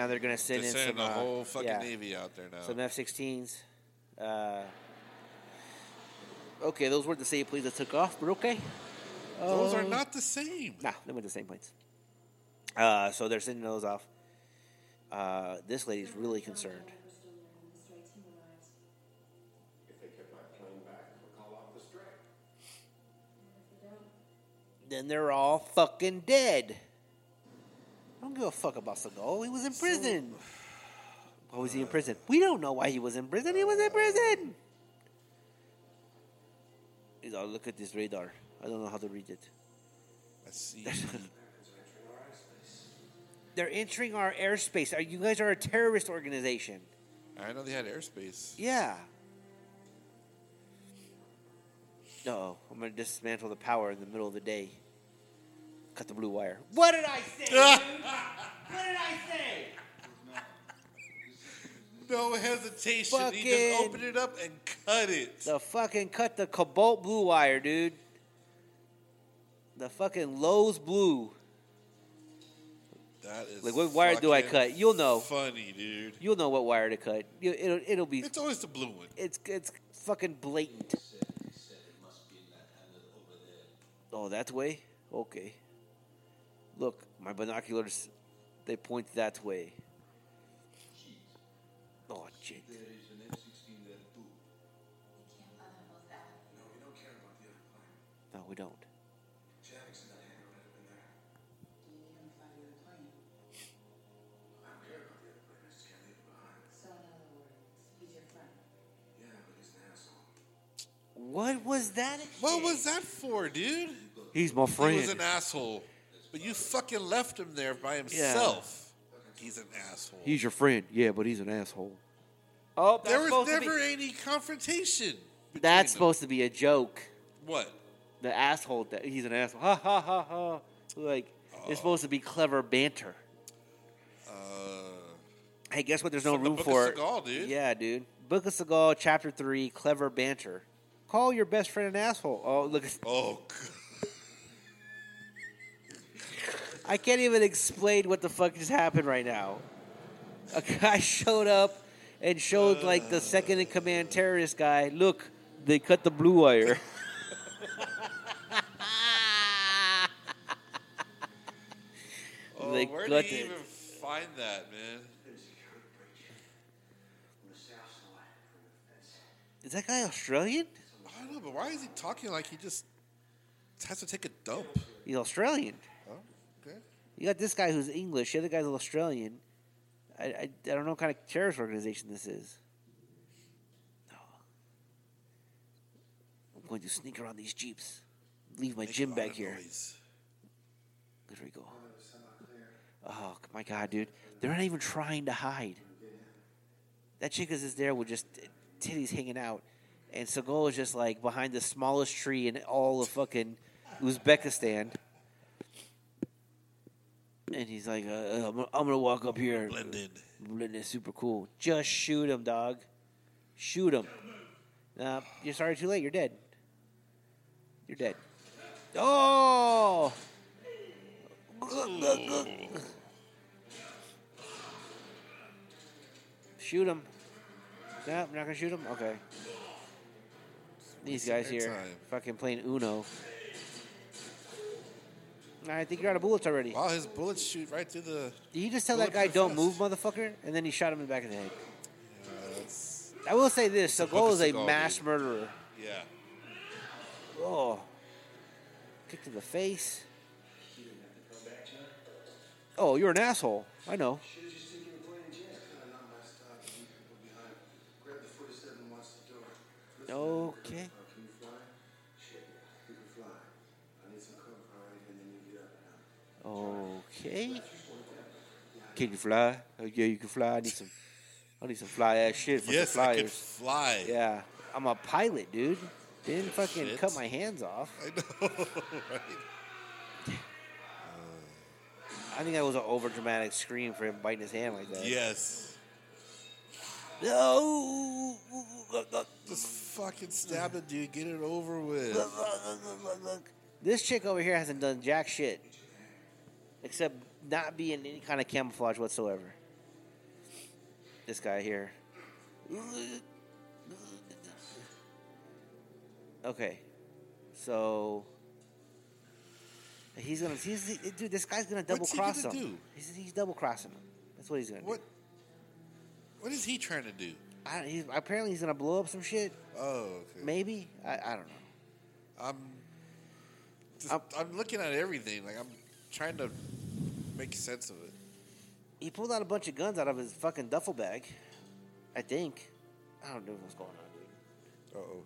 [SPEAKER 1] Now they're gonna send
[SPEAKER 2] They're
[SPEAKER 1] in
[SPEAKER 2] sending
[SPEAKER 1] some
[SPEAKER 2] the
[SPEAKER 1] uh,
[SPEAKER 2] whole fucking
[SPEAKER 1] yeah,
[SPEAKER 2] navy out there now.
[SPEAKER 1] some F-16s. Uh, okay, those weren't the same planes that took off, but okay.
[SPEAKER 2] Those
[SPEAKER 1] Uh,
[SPEAKER 2] are not the same.
[SPEAKER 1] Nah, they went the same planes. Uh, so they're sending those off. Uh, this lady's really concerned.
[SPEAKER 3] If they get my plane back, we'll call off the strike.
[SPEAKER 1] Then they're all fucking dead. I don't give a fuck about Seagal. He was in prison. Uh, why was he in prison? We don't know why he was in prison. He was in prison. He's all, look at this radar. I don't know how to read it.
[SPEAKER 2] I see.
[SPEAKER 1] They're entering our airspace. Are, you guys are a terrorist organization.
[SPEAKER 2] I know they had airspace.
[SPEAKER 1] Yeah. No, I'm gonna dismantle the power in the middle of the day. Cut the blue wire. What did I say? dude? what did I say?
[SPEAKER 2] No hesitation. He
[SPEAKER 1] Fucking-
[SPEAKER 2] just opened it up and cut it.
[SPEAKER 1] The fucking cut the Cobalt Blue Wire, dude. The fucking Lowe's Blue.
[SPEAKER 2] That is
[SPEAKER 1] Like, what wire do I
[SPEAKER 2] fucking
[SPEAKER 1] cut? You'll know.
[SPEAKER 2] Funny, dude.
[SPEAKER 1] You'll know what wire to cut. You- It'll it'll be
[SPEAKER 2] It's always the blue one.
[SPEAKER 1] it's it's fucking blatant. Oh, that way? Okay. Look, my binoculars they point that way. Oh shit. No, we don't.
[SPEAKER 6] So in other words, he's your friend.
[SPEAKER 1] What was that?
[SPEAKER 2] What was that for, dude?
[SPEAKER 1] He's my
[SPEAKER 2] He was
[SPEAKER 1] friend.
[SPEAKER 2] an asshole, but you fucking left him there by himself. He's an asshole.
[SPEAKER 1] He's your friend. Yeah, but he's an asshole. Oh, that's
[SPEAKER 2] there was
[SPEAKER 1] supposed to
[SPEAKER 2] never
[SPEAKER 1] be-
[SPEAKER 2] any confrontation. between
[SPEAKER 1] That's
[SPEAKER 2] them.
[SPEAKER 1] supposed to be a joke.
[SPEAKER 2] What?
[SPEAKER 1] the asshole that he's an asshole. Ha ha ha ha. Like it's supposed to be clever banter.
[SPEAKER 2] Oh. Uh,
[SPEAKER 1] Hey, guess what? There's no
[SPEAKER 2] From the
[SPEAKER 1] room
[SPEAKER 2] Book of
[SPEAKER 1] for it.
[SPEAKER 2] Seagal, dude.
[SPEAKER 1] Yeah, dude. Book of Seagal, Chapter Three, clever banter. Call your best friend an asshole. Oh, look,
[SPEAKER 2] oh, God.
[SPEAKER 1] I can't even explain what the fuck just happened right now. A guy showed up and showed like the second in command terrorist guy. Look, they cut the blue wire.
[SPEAKER 2] Oh,
[SPEAKER 1] They
[SPEAKER 2] where
[SPEAKER 1] got
[SPEAKER 2] did you
[SPEAKER 1] it.
[SPEAKER 2] even find that, man?
[SPEAKER 1] Is that guy Australian?
[SPEAKER 2] I don't know, but why is he talking like he just has to take a dump?
[SPEAKER 1] He's Australian.
[SPEAKER 2] Oh, okay.
[SPEAKER 1] You got this guy who's English. The other guy's Australian. I, I, I don't know what kind of terrorist organization this is. No. I'm going to sneak around these jeeps. Leave my
[SPEAKER 2] Make a
[SPEAKER 1] gym
[SPEAKER 2] lot
[SPEAKER 1] back
[SPEAKER 2] of
[SPEAKER 1] here.
[SPEAKER 2] noise.
[SPEAKER 1] There we go. Oh my god, dude! They're not even trying to hide. That chick is just there with just titties hanging out, and Seagal is just like behind the smallest tree in all of fucking Uzbekistan. And he's like, uh, uh, I'm, gonna- I'm gonna walk up here.
[SPEAKER 2] Blend in.
[SPEAKER 1] Blend is super cool. Just shoot him, dog. Shoot him. Nah, you're sorry, too late. You're dead. You're dead. Oh! Shoot him. No, I'm not gonna shoot him. Okay. These
[SPEAKER 2] wasting
[SPEAKER 1] guys
[SPEAKER 2] their
[SPEAKER 1] here,
[SPEAKER 2] time.
[SPEAKER 1] fucking playing Uno. I think you're out of bullets already.
[SPEAKER 2] Wow, his bullets shoot right through the.
[SPEAKER 1] Did you just tell that guy,
[SPEAKER 2] Bulletproof
[SPEAKER 1] "Don't
[SPEAKER 2] vest.
[SPEAKER 1] move, motherfucker," and then he shot him in the back of the head?
[SPEAKER 2] Uh, that's-
[SPEAKER 1] I will say this:
[SPEAKER 2] a book
[SPEAKER 1] Seagal
[SPEAKER 2] of
[SPEAKER 1] is a
[SPEAKER 2] Seagal,
[SPEAKER 1] mass
[SPEAKER 2] dude.
[SPEAKER 1] murderer.
[SPEAKER 2] yeah.
[SPEAKER 1] Oh, kick to the face. Oh, you're an asshole. I know. Okay. Okay. Can you fly? Oh, yeah, you can fly. I need some. I need some fly ass shit for
[SPEAKER 2] Yes,
[SPEAKER 1] the
[SPEAKER 2] I
[SPEAKER 1] flyers.
[SPEAKER 2] can fly.
[SPEAKER 1] Yeah, I'm a pilot, dude. Didn't fucking
[SPEAKER 2] Shit.
[SPEAKER 1] cut my hands off.
[SPEAKER 2] I know. right?
[SPEAKER 1] I think that was an overdramatic scream for him biting his hand like that.
[SPEAKER 2] Yes.
[SPEAKER 1] No.
[SPEAKER 2] Just fucking stab the dude. Get it over with.
[SPEAKER 1] This chick over here hasn't done jack shit, except not be in any kind of camouflage whatsoever. This guy here. Okay, so he's gonna. He's, dude, this guy's gonna double
[SPEAKER 2] What's he
[SPEAKER 1] cross
[SPEAKER 2] gonna
[SPEAKER 1] him.
[SPEAKER 2] do?
[SPEAKER 1] He's, he's double crossing him. That's what he's gonna
[SPEAKER 2] What?
[SPEAKER 1] do.
[SPEAKER 2] What is he trying to do?
[SPEAKER 1] I, he's, apparently, he's gonna blow up some shit.
[SPEAKER 2] Oh, okay.
[SPEAKER 1] Maybe I, I don't know.
[SPEAKER 2] I'm. Just, I'm,
[SPEAKER 1] I'm-
[SPEAKER 2] looking at everything. Like I'm trying to make sense of it.
[SPEAKER 1] he pulled out a bunch of guns out of his fucking duffel bag. I think. I don't know what's going on,
[SPEAKER 2] Uh oh.
[SPEAKER 1] dude.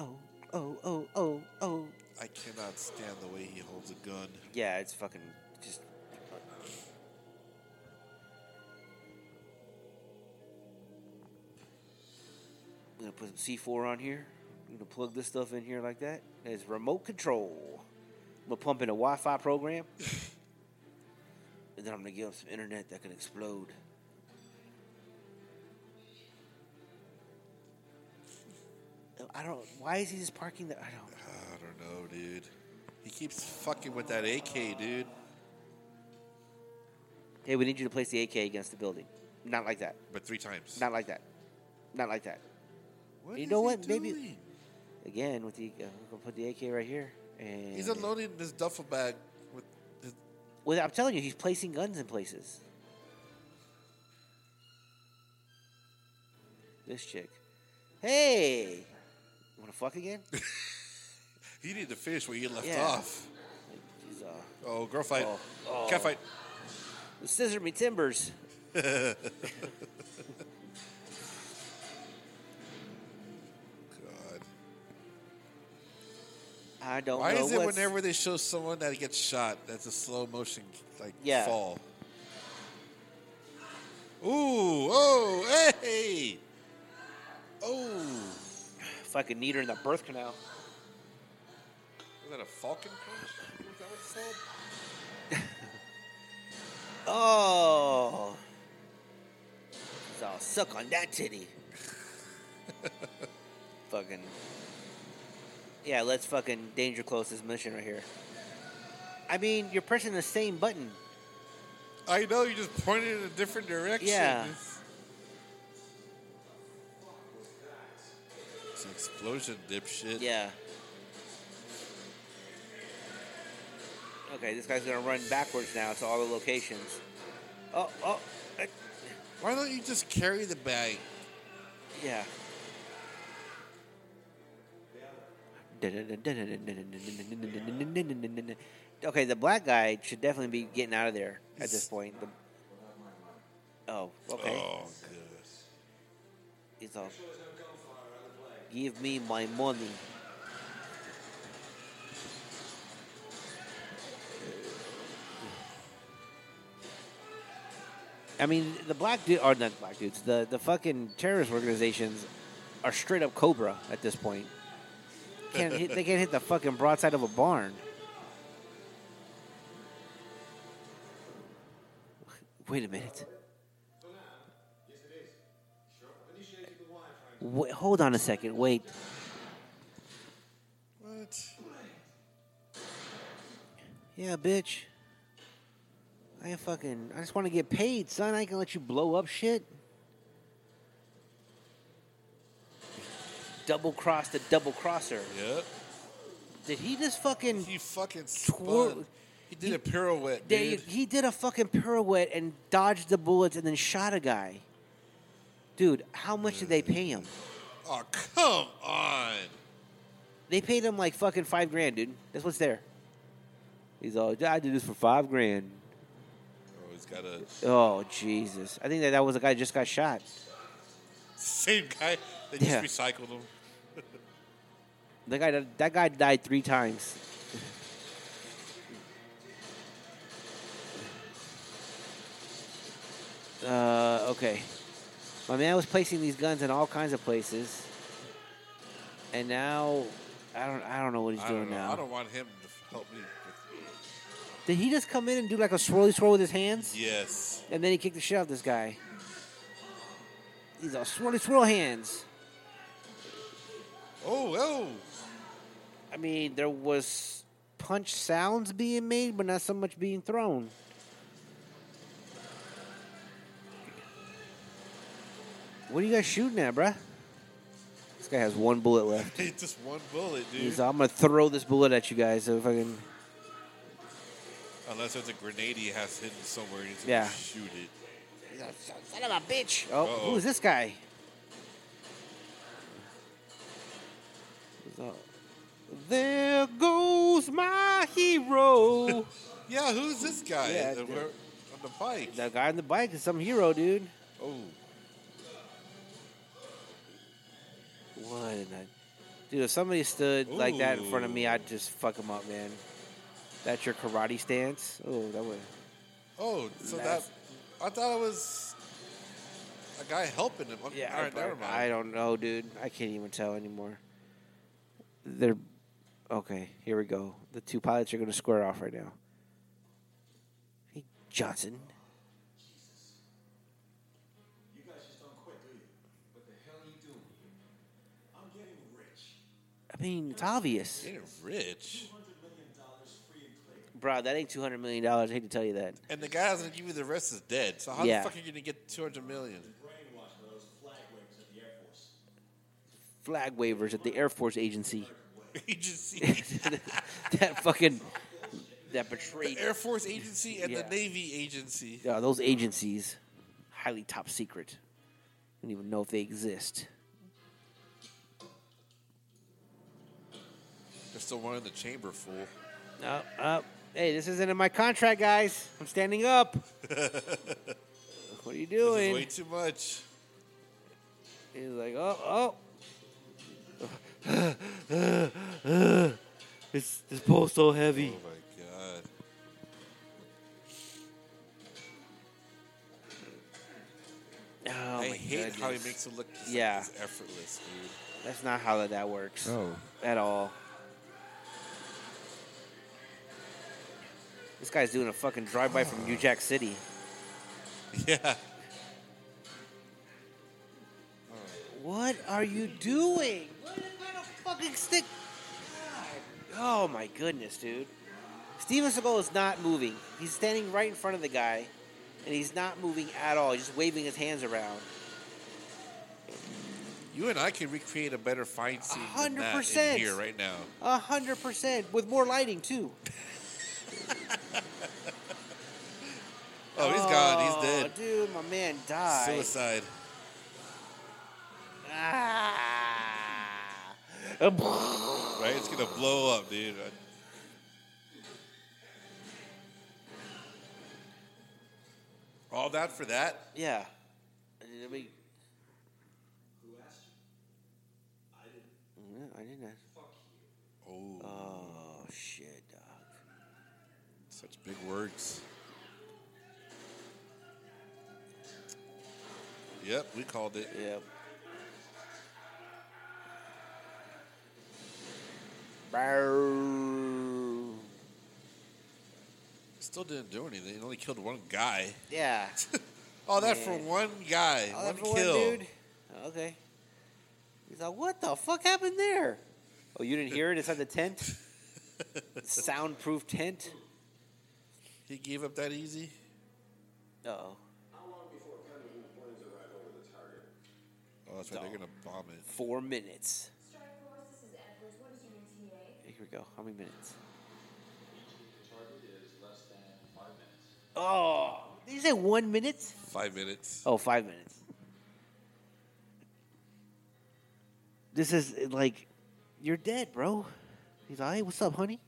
[SPEAKER 1] Oh, oh, oh, oh, oh.
[SPEAKER 2] I cannot stand the way he holds a gun.
[SPEAKER 1] Yeah, it's fucking just. I'm gonna put some C4 on here. I'm gonna plug this stuff in here like that. It's remote control. I'm gonna pump in a Wi Fi program. and then I'm gonna give him some internet that can explode. I don't. Why is he just parking there? I don't.
[SPEAKER 2] I don't know, dude. He keeps fucking with that AK, dude.
[SPEAKER 1] Hey, we need you to place the AK against the building. Not like that.
[SPEAKER 2] But three times.
[SPEAKER 1] Not like that. Not like that.
[SPEAKER 2] What
[SPEAKER 1] you
[SPEAKER 2] is
[SPEAKER 1] know
[SPEAKER 2] he
[SPEAKER 1] what? Maybe-
[SPEAKER 2] doing?
[SPEAKER 1] Again, with the uh, we're gonna put the AK right here. And
[SPEAKER 2] he's unloading his duffel bag with. His,
[SPEAKER 1] Well, I'm telling you, he's placing guns in places. This chick. Hey, want to fuck again?
[SPEAKER 2] he needed to finish where you left
[SPEAKER 1] Yeah.
[SPEAKER 2] off.
[SPEAKER 1] She's, uh,
[SPEAKER 2] Oh, girl fight.
[SPEAKER 1] Oh. Oh.
[SPEAKER 2] Cat fight.
[SPEAKER 1] scissor me timbers. Oh.
[SPEAKER 2] God.
[SPEAKER 1] I don't
[SPEAKER 2] Why
[SPEAKER 1] know.
[SPEAKER 2] is it
[SPEAKER 1] what's-
[SPEAKER 2] whenever they show someone that gets shot, that's a slow motion like
[SPEAKER 1] Yeah.
[SPEAKER 2] fall? Ooh, oh, hey, oh!
[SPEAKER 1] fucking need her in the birth canal?
[SPEAKER 2] Was that a falcon punch? Was that what it's called?
[SPEAKER 1] Oh, so I'll suck on that titty. fucking yeah, let's fucking danger close this mission right here. I mean, you're pressing the same button.
[SPEAKER 2] I know you just pointed in a different direction.
[SPEAKER 1] Yeah.
[SPEAKER 2] It's an explosion, dipshit.
[SPEAKER 1] Yeah. Okay, this guy's gonna run backwards now to all the locations. Oh, oh, eh,
[SPEAKER 2] Why don't you just carry the bag?
[SPEAKER 1] yeah. Okay, the black guy should definitely be getting out of there at this point. The- oh, okay.
[SPEAKER 2] Oh, good.
[SPEAKER 1] He's all, give me my money. I mean, the black dude, or not black dudes, the, the fucking terrorist organizations are straight up Cobra at this point. Can't hit, they can't hit the fucking broadside of a barn. Wait a minute. Wait, hold on a second. Wait.
[SPEAKER 2] What?
[SPEAKER 1] Yeah, bitch. I ain't fucking. I just want to get paid, son. I ain't gonna let you blow up shit. Double cross the double crosser.
[SPEAKER 2] Yep.
[SPEAKER 1] Did he just fucking?
[SPEAKER 2] He fucking
[SPEAKER 1] Twirl-
[SPEAKER 2] spun. He did a pirouette,
[SPEAKER 1] There you-
[SPEAKER 2] dude.
[SPEAKER 1] he did a fucking pirouette and dodged the bullets and then shot a guy. Dude, how much did they pay him?
[SPEAKER 2] Oh, come on.
[SPEAKER 1] They paid him like fucking five grand, dude. That's what's there. He's all, I did this for five grand.
[SPEAKER 2] Oh, he's got a
[SPEAKER 1] Oh Jesus! I think that that was a guy that just got shot.
[SPEAKER 2] same guy. They just
[SPEAKER 1] Yeah.
[SPEAKER 2] recycled him.
[SPEAKER 1] That guy, that guy died three times. uh, okay. My man was placing these guns in all kinds of places, and now I don't, I don't know what he's
[SPEAKER 2] I
[SPEAKER 1] doing
[SPEAKER 2] don't know.
[SPEAKER 1] now.
[SPEAKER 2] I don't want him to help me. With,
[SPEAKER 1] Did he just come in and do like a swirly swirl with his hands,
[SPEAKER 2] yes.
[SPEAKER 1] and then he kicked the shit out of this guy? These are swirly swirl hands.
[SPEAKER 2] Oh, oh.
[SPEAKER 1] I mean, there was punch sounds being made, but not so much being thrown. What are you guys shooting at, bruh? This guy has one bullet left.
[SPEAKER 2] Hey, just one bullet, dude.
[SPEAKER 1] He's, I'm gonna throw this bullet at you guys. So if I can,
[SPEAKER 2] Unless there's a grenade he has hidden somewhere and he's gonna
[SPEAKER 1] Yeah.
[SPEAKER 2] shoot it.
[SPEAKER 1] son of a bitch! Oh,
[SPEAKER 2] Uh-oh.
[SPEAKER 1] who is this guy? He's all, There goes my hero.
[SPEAKER 2] Yeah, who's this guy?
[SPEAKER 1] Yeah,
[SPEAKER 2] The-
[SPEAKER 1] dude.
[SPEAKER 2] where- on the bike.
[SPEAKER 1] that guy on the bike is some hero, dude.
[SPEAKER 2] Oh,
[SPEAKER 1] What in the dude? If somebody stood like that in front of me,
[SPEAKER 2] Ooh.
[SPEAKER 1] I'd just fuck them up, man. That's your karate stance. Oh, that would.
[SPEAKER 2] oh. So
[SPEAKER 1] That's-
[SPEAKER 2] that I thought it was a guy helping him. Okay,
[SPEAKER 1] Yeah,
[SPEAKER 2] All
[SPEAKER 1] I,
[SPEAKER 2] right, never mind.
[SPEAKER 1] I don't know, dude. I can't even tell anymore. They're okay. Here we go. The two pilots are going to square off right now. Hey, Johnson.
[SPEAKER 4] You guys just don't quit, do you? What the hell are you doing here? I'm getting rich.
[SPEAKER 1] I mean, it's obvious.
[SPEAKER 2] They're rich.
[SPEAKER 1] Bro, that ain't two hundred million dollars. I hate to tell you that.
[SPEAKER 2] And the guy that's gonna give you the rest is dead. So how
[SPEAKER 1] Yeah.
[SPEAKER 2] the fuck are you gonna get two hundred million?
[SPEAKER 4] Brainwash those flag wavers at the Air Force.
[SPEAKER 1] Flag waivers at the Air Force Agency.
[SPEAKER 2] Agency,
[SPEAKER 1] that fucking that betrayed.
[SPEAKER 2] Air Force agency, and
[SPEAKER 1] Yeah.
[SPEAKER 2] the Navy agency.
[SPEAKER 1] Yeah, those agencies, highly top secret. Don't even know if they exist.
[SPEAKER 2] There's still one in the chamber, fool.
[SPEAKER 1] Up, up. Hey, this isn't in my contract, guys. I'm standing up. what are you
[SPEAKER 2] This is
[SPEAKER 1] doing?
[SPEAKER 2] way too much.
[SPEAKER 1] He's like, oh, oh. it's this pole's so
[SPEAKER 2] Oh
[SPEAKER 1] heavy.
[SPEAKER 2] my god.
[SPEAKER 1] Oh
[SPEAKER 2] I
[SPEAKER 1] my
[SPEAKER 2] hate how he
[SPEAKER 1] goodness.
[SPEAKER 2] makes it look just
[SPEAKER 1] Yeah.
[SPEAKER 2] yeah. effortless, dude.
[SPEAKER 1] That's not how that, that works
[SPEAKER 2] No.
[SPEAKER 1] at all. This guy's doing a fucking drive-by from New Jack City.
[SPEAKER 2] Yeah.
[SPEAKER 1] What are you doing? What kind of fucking stick? God. Oh my goodness, dude. Steven Seagal is not moving. He's standing right in front of the guy, and he's not moving at all. He's just waving his hands around.
[SPEAKER 2] You and I could recreate a better fight scene than that in
[SPEAKER 1] 100%.
[SPEAKER 2] here right now.
[SPEAKER 1] A hundred percent with more lighting too.
[SPEAKER 2] Oh, he's gone. He's dead.
[SPEAKER 1] Dude, my man died.
[SPEAKER 2] Suicide.
[SPEAKER 1] Ah.
[SPEAKER 2] Right? It's going to blow up, dude. All that for that?
[SPEAKER 1] Yeah. I mean,
[SPEAKER 4] Who asked you? I didn't.
[SPEAKER 1] yeah, I didn't. ask.
[SPEAKER 4] Fuck you.
[SPEAKER 2] Oh,
[SPEAKER 1] Oh shit, dog.
[SPEAKER 2] such big words. Yep, we called it.
[SPEAKER 1] Yep. Brrrr.
[SPEAKER 2] Still didn't do anything. It only killed one guy.
[SPEAKER 1] Yeah.
[SPEAKER 2] All that for
[SPEAKER 1] Yeah.
[SPEAKER 2] one guy.
[SPEAKER 1] All
[SPEAKER 2] one
[SPEAKER 1] that for
[SPEAKER 2] kill.
[SPEAKER 1] dude. Oh, Okay. He's like, what the fuck happened there? Oh, you didn't hear it inside the tent? Soundproof tent?
[SPEAKER 2] He gave up that easy?
[SPEAKER 1] Uh oh.
[SPEAKER 3] How long before Cunningham planes arrive over the target?
[SPEAKER 2] Oh, that's right. They're
[SPEAKER 1] No.
[SPEAKER 2] going to bomb it.
[SPEAKER 1] Four minutes.
[SPEAKER 6] Strike Force, this is Edwards. What is your ETA?
[SPEAKER 1] Here we go. How many minutes?
[SPEAKER 4] The target is less than five minutes.
[SPEAKER 1] Oh, did you say one minute?
[SPEAKER 2] Five minutes.
[SPEAKER 1] Oh, five minutes. This is uh, like, you're dead, bro. He's like, hey, what's up, honey?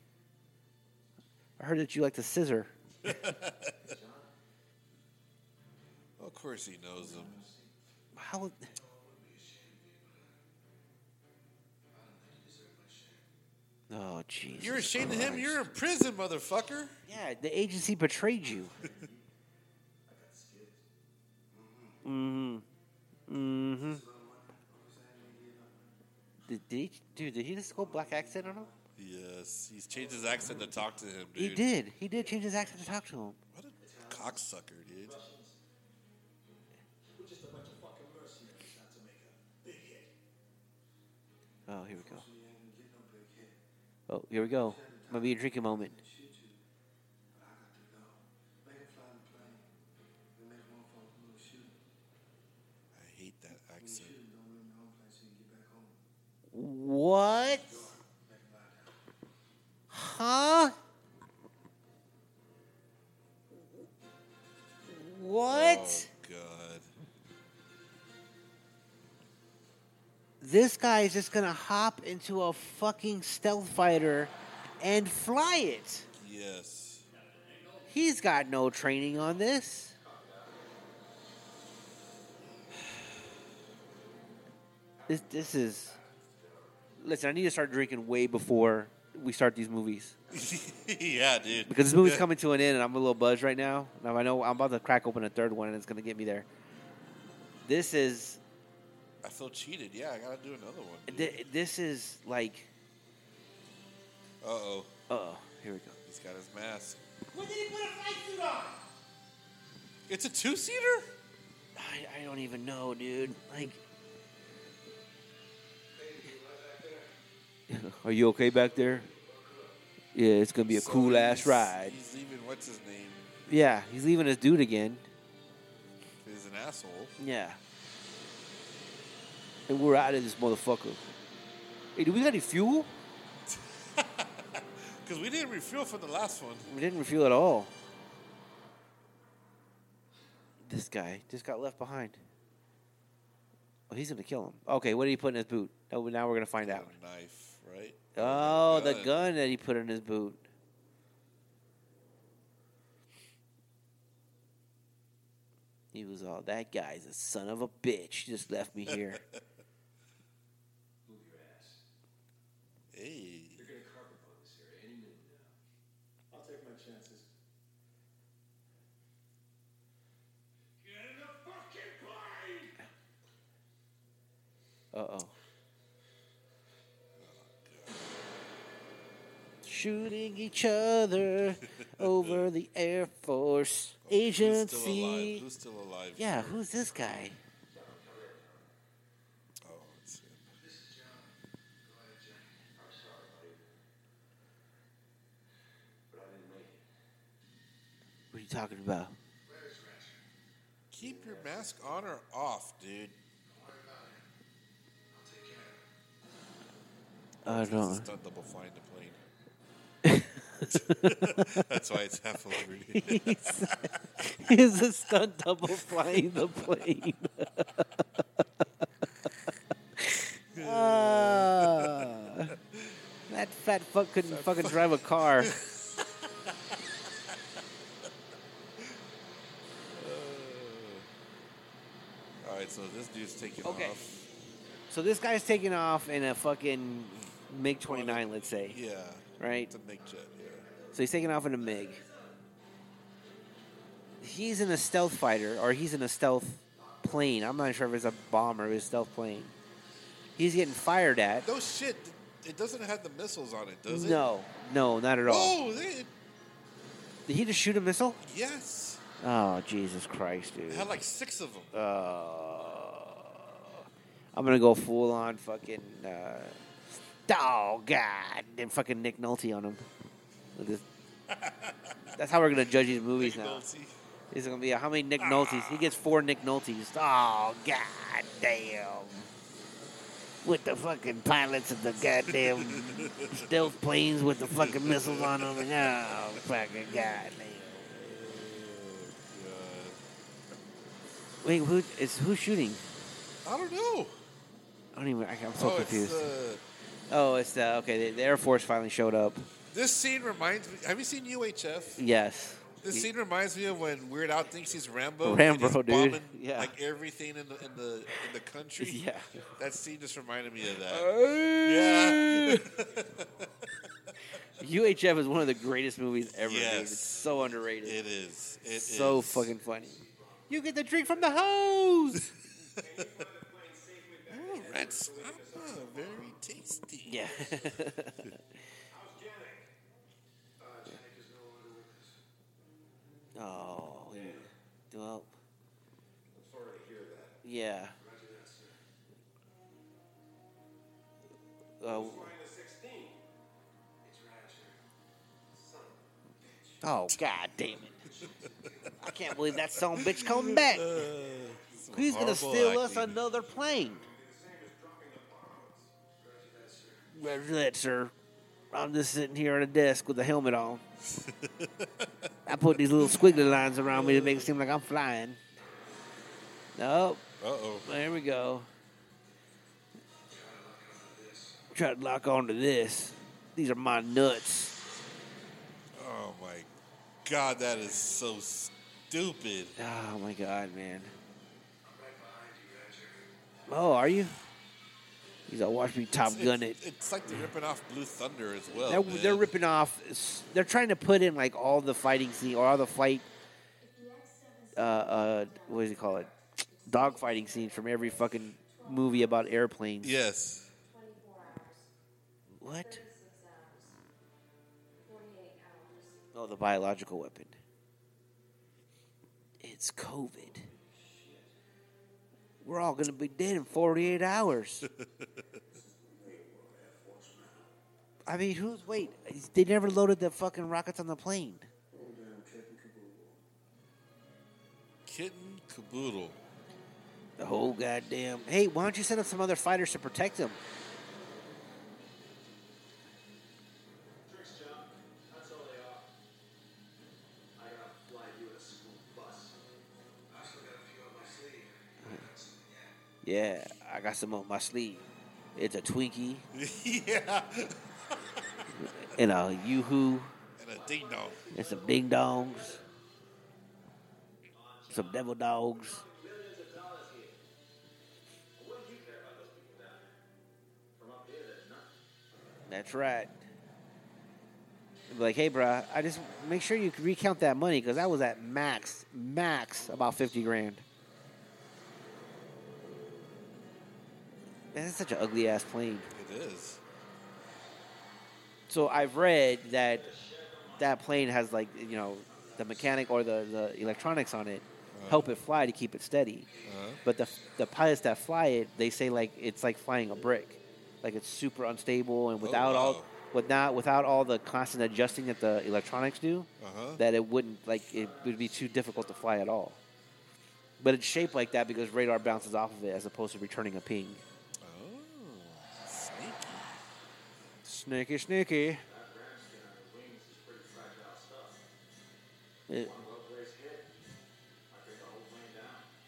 [SPEAKER 1] I heard that you like to scissor.
[SPEAKER 2] Of course he knows them.
[SPEAKER 1] How? would- Oh, jeez.
[SPEAKER 2] You're ashamed of him? You're in prison, motherfucker.
[SPEAKER 1] Yeah, the agency betrayed you. mm-hmm. Mm-hmm. Did, did he, dude, did he just go black accent on him?
[SPEAKER 2] Yes. He's uh, changed his accent to talk to him, dude.
[SPEAKER 1] He did. He did change his accent to talk to him.
[SPEAKER 2] What a cocksucker, dude.
[SPEAKER 4] We're just a bunch of fucking mercenaries out to make a big hit.
[SPEAKER 1] Oh, here we go. Oh, here we go. Might be a drinking moment.
[SPEAKER 2] I hate that accent.
[SPEAKER 1] What? Huh? What?
[SPEAKER 2] Oh, God.
[SPEAKER 1] This guy is just gonna hop into a fucking stealth fighter and fly it.
[SPEAKER 2] Yes.
[SPEAKER 1] He's got no training on this. This this is. Listen, I need to start drinking way before we start these movies
[SPEAKER 2] yeah, dude.
[SPEAKER 1] because this movie's coming to an end, and I'm a little buzzed right now. Now I know I'm about to crack open a third one, and it's gonna get me there. This is
[SPEAKER 2] I feel cheated. Yeah, I got to do another one. dude.
[SPEAKER 1] th- this is like.
[SPEAKER 2] Uh-oh.
[SPEAKER 1] Oh, here we go.
[SPEAKER 2] He's got his mask.
[SPEAKER 1] When did he put a flight suit on?
[SPEAKER 2] It's a two-seater?
[SPEAKER 1] I, I don't even know, dude. Like, Are you okay back there? Yeah, it's gonna be a
[SPEAKER 2] So
[SPEAKER 1] cool ass
[SPEAKER 2] he's-
[SPEAKER 1] ride.
[SPEAKER 2] He's leaving. What's his name?
[SPEAKER 1] Yeah, he's leaving his dude again.
[SPEAKER 2] He's an asshole.
[SPEAKER 1] Yeah. And we're out of this motherfucker. Hey, do we got any fuel?
[SPEAKER 2] Because we didn't refuel for the last one.
[SPEAKER 1] We didn't refuel at all. This guy just got left behind. Oh, he's gonna kill him. Okay, what did he put in his boot? Oh, now we're gonna find out.
[SPEAKER 2] A knife, right?
[SPEAKER 1] Oh, the
[SPEAKER 2] Gun.
[SPEAKER 1] gun that he put in his boot. He was all that guy's a son of a bitch. He just left me here.
[SPEAKER 4] Move your ass.
[SPEAKER 2] Hey.
[SPEAKER 4] They're gonna carpet bomb this area any minute now.
[SPEAKER 5] I'll take my chances.
[SPEAKER 4] Get in the fucking plane!
[SPEAKER 1] Uh oh. Shooting each other over the Air Force
[SPEAKER 2] Who's still alive?
[SPEAKER 1] agency.
[SPEAKER 2] Who's still alive?
[SPEAKER 1] Yeah, who's this guy?
[SPEAKER 2] Oh, it's him.
[SPEAKER 4] I'm sorry, buddy. But I didn't make it.
[SPEAKER 1] What are you talking about?
[SPEAKER 4] Where's Ratchet?
[SPEAKER 2] Keep your mask on or off, dude.
[SPEAKER 4] Don't worry about it. I'll take care of it.
[SPEAKER 1] I
[SPEAKER 2] It's a
[SPEAKER 1] don't.
[SPEAKER 2] stunt double flying the plane. That's why it's half over.
[SPEAKER 1] He's, he's a stunt double flying the plane. Ah. that fat fuck couldn't fucking drive a car.
[SPEAKER 2] All right, so this dude's taking
[SPEAKER 1] Okay.
[SPEAKER 2] off.
[SPEAKER 1] So this guy's taking off in a fucking MiG 29, let's say,
[SPEAKER 2] Yeah.
[SPEAKER 1] right?
[SPEAKER 2] It's a make jet. Yeah.
[SPEAKER 1] So he's taking off in a MiG. He's in a stealth fighter, or he's in a stealth plane. I'm not sure if it's a bomber or a stealth plane. He's getting fired at.
[SPEAKER 2] No shit. It doesn't have the missiles on it, does it?
[SPEAKER 1] No, no, not at all.
[SPEAKER 2] Oh, they,
[SPEAKER 1] Did he just shoot a missile?
[SPEAKER 2] yes.
[SPEAKER 1] Oh, Jesus Christ, dude.
[SPEAKER 2] It had like six of them.
[SPEAKER 1] Uh, I'm gonna go full on fucking uh, oh god and fucking Nick Nolte on him. With this- That's how we're gonna judge these movies
[SPEAKER 2] Big
[SPEAKER 1] now.
[SPEAKER 2] Nolte.
[SPEAKER 1] It's gonna be a, how many Nick
[SPEAKER 2] Ah.
[SPEAKER 1] Noltes? He gets four Nick Noltes. Oh god damn! With the fucking pilots of the goddamn stealth planes with the fucking missiles on them. Oh fucking goddamn! Wait, who is who's shooting?
[SPEAKER 2] I don't know.
[SPEAKER 1] I don't even. I, I'm so
[SPEAKER 2] oh,
[SPEAKER 1] confused.
[SPEAKER 2] It's, uh,
[SPEAKER 1] Oh, it's uh, okay. The, the Air Force finally showed up.
[SPEAKER 2] this scene reminds me. Have you seen UHF?
[SPEAKER 1] Yes.
[SPEAKER 2] This
[SPEAKER 1] Ye-
[SPEAKER 2] scene reminds me of when Weird Al thinks he's Rambo.
[SPEAKER 1] Rambo,
[SPEAKER 2] and he's
[SPEAKER 1] dude.
[SPEAKER 2] bombing,
[SPEAKER 1] Yeah.
[SPEAKER 2] Like everything in the in the in the country.
[SPEAKER 1] Yeah. Uh,
[SPEAKER 2] That scene just reminded me of that. yeah.
[SPEAKER 1] UHF is one of the greatest movies ever. dude.
[SPEAKER 2] Yes.
[SPEAKER 1] It's so underrated.
[SPEAKER 2] It is. It is
[SPEAKER 1] so fucking funny. You get the drink from the hose.
[SPEAKER 2] Oh, Red Snapper, very tasty.
[SPEAKER 1] yeah.
[SPEAKER 4] Uh, Jack is no longer with us.
[SPEAKER 1] oh. yeah. Well.
[SPEAKER 4] I'm sorry to hear that.
[SPEAKER 1] Yeah.
[SPEAKER 4] Roger that, sir.
[SPEAKER 1] Uh,
[SPEAKER 4] Flying the 16. It's Ratchet. Son of a bitch.
[SPEAKER 1] oh God damn it! I can't believe that son of a bitch coming back.
[SPEAKER 2] Some
[SPEAKER 1] He's gonna
[SPEAKER 2] Uh, horrible
[SPEAKER 1] steal us
[SPEAKER 2] acting.
[SPEAKER 1] another plane.
[SPEAKER 4] The same as dropping the bombs. Roger that, sir.
[SPEAKER 1] Roger that, sir. I'm just sitting here at a desk with a helmet on. I put these little squiggly lines around me to make it seem like I'm flying. Nope.
[SPEAKER 2] Uh-oh.
[SPEAKER 1] There we go. Try to lock onto this. These are my nuts.
[SPEAKER 2] Oh my god, that is so stupid.
[SPEAKER 1] Oh my god, man.
[SPEAKER 4] I'm right behind you, Roger.
[SPEAKER 1] Oh, are you? He's all watch me Top
[SPEAKER 2] It's-
[SPEAKER 1] Gun it.
[SPEAKER 2] it's, it's like they're ripping off Blue Thunder as well.
[SPEAKER 1] They're,
[SPEAKER 2] Oh, man.
[SPEAKER 1] they're ripping off. They're trying to put in like all the fighting scene or all the fight
[SPEAKER 6] If
[SPEAKER 1] uh,
[SPEAKER 6] the X7
[SPEAKER 1] uh, what does he call it? Dogfighting scenes from every fucking movie about airplanes.
[SPEAKER 2] Yes.
[SPEAKER 6] 24 hours,
[SPEAKER 1] What?
[SPEAKER 6] 36 hours, 48 hours.
[SPEAKER 1] Oh, the biological weapon. It's COVID. We're all gonna be dead in 48 hours.
[SPEAKER 4] Real world Air Force now.
[SPEAKER 1] I mean, who's wait? They never loaded the fucking rockets on the plane.
[SPEAKER 2] Kitten Caboodle.
[SPEAKER 1] The whole goddamn. Hey, why don't you send up some other fighters to protect them?
[SPEAKER 4] Tricks, John. That's all they are. I gotta fly you in a school bus. I still got a few on my sleeve.
[SPEAKER 1] Yeah, I got some on my sleeve. It's a Twinkie
[SPEAKER 2] yeah.
[SPEAKER 1] and a Yoo-Hoo
[SPEAKER 2] And a ding dong.
[SPEAKER 1] and some Ding Dongs, some Devil Dogs.
[SPEAKER 4] Millions of dollars here. What do you care about those people down there? From up here, there's nothing.
[SPEAKER 1] That's right. Be Like, hey, bruh, I just make sure you recount that money because I was at max, max about fifty grand. Man, that's such an ugly ass plane.
[SPEAKER 2] It is.
[SPEAKER 1] So I've read that that plane has like you know the mechanic or the, the electronics on it
[SPEAKER 2] Uh-huh.
[SPEAKER 1] help it fly to keep it steady. But the the pilots that fly it, they say like it's like flying a brick, like it's super unstable and without all
[SPEAKER 2] Oh, wow.
[SPEAKER 1] without without all the constant adjusting that the electronics do,
[SPEAKER 2] Uh-huh.
[SPEAKER 1] that it wouldn't like it would be too difficult to fly at all. But it's shaped like that because radar bounces off of it as opposed to returning a ping.
[SPEAKER 2] Oh. Sneaky.
[SPEAKER 1] Sneaky, sneaky. It-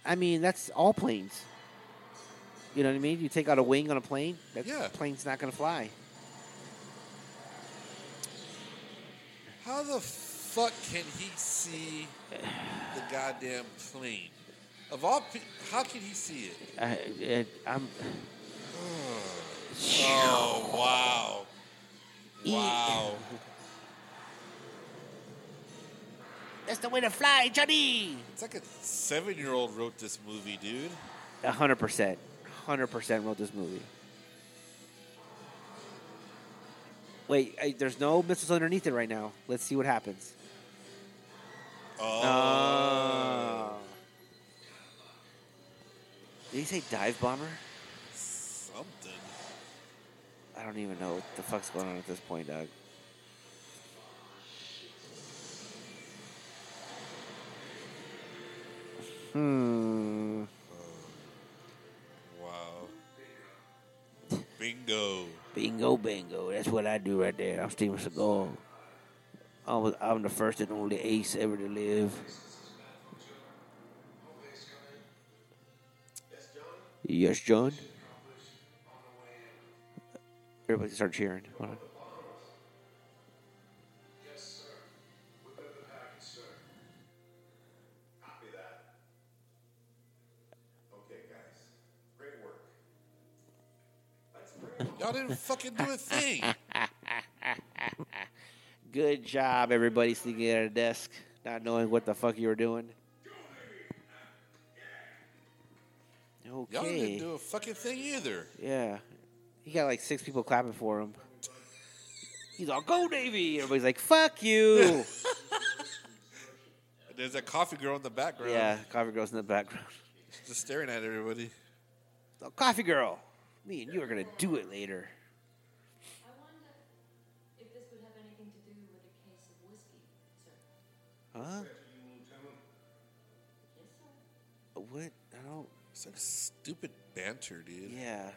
[SPEAKER 1] I mean, that's all planes. You know what I mean? You take out a wing on a plane, that
[SPEAKER 2] Yeah.
[SPEAKER 1] plane's not going to fly.
[SPEAKER 2] How the fuck can he see the goddamn plane? Of all, pe- how can he see it?
[SPEAKER 1] I, it, I'm,
[SPEAKER 2] Oh wow! Wow!
[SPEAKER 1] that's the way to fly, Johnny!
[SPEAKER 2] It's like a seven-year-old wrote this movie, dude.
[SPEAKER 1] 100%. 100% wrote this movie. Wait, I, there's no missiles underneath it right now. Let's see what happens. Uh,
[SPEAKER 2] Oh,
[SPEAKER 1] Oh. Did he say dive bomber?
[SPEAKER 2] something.
[SPEAKER 1] I don't even know what the fuck's going on at this point, Doug. Hmm.
[SPEAKER 2] Wow! Bingo!
[SPEAKER 1] Bingo, bingo. That's what I do right there. I'm Steven Seagal. I was, I'm the first and only ace ever to live. Yes, John. Everybody start cheering. Hold on.
[SPEAKER 3] Copy that. Okay, guys. Great work. Let's bring
[SPEAKER 2] Y'all didn't fucking do a thing.
[SPEAKER 1] Good job, everybody sneaking at a desk, not knowing what the fuck you were doing.
[SPEAKER 2] Y'all didn't
[SPEAKER 1] Okay.
[SPEAKER 2] do a fucking thing either.
[SPEAKER 1] Yeah. He got like six people clapping for him. He's all go Navy. Everybody's like, fuck you.
[SPEAKER 2] There's that coffee girl in the background,
[SPEAKER 1] yeah, Coffee Girl's in the background.
[SPEAKER 2] just staring at everybody.
[SPEAKER 1] Oh, Coffee Girl, me and you are going to do it later.
[SPEAKER 6] I wonder if this would have anything to do with a case of whiskey, sir.
[SPEAKER 1] Huh?
[SPEAKER 6] Yes, sir.
[SPEAKER 1] What? I don't.
[SPEAKER 2] Some stupid banter, dude.
[SPEAKER 1] Yeah.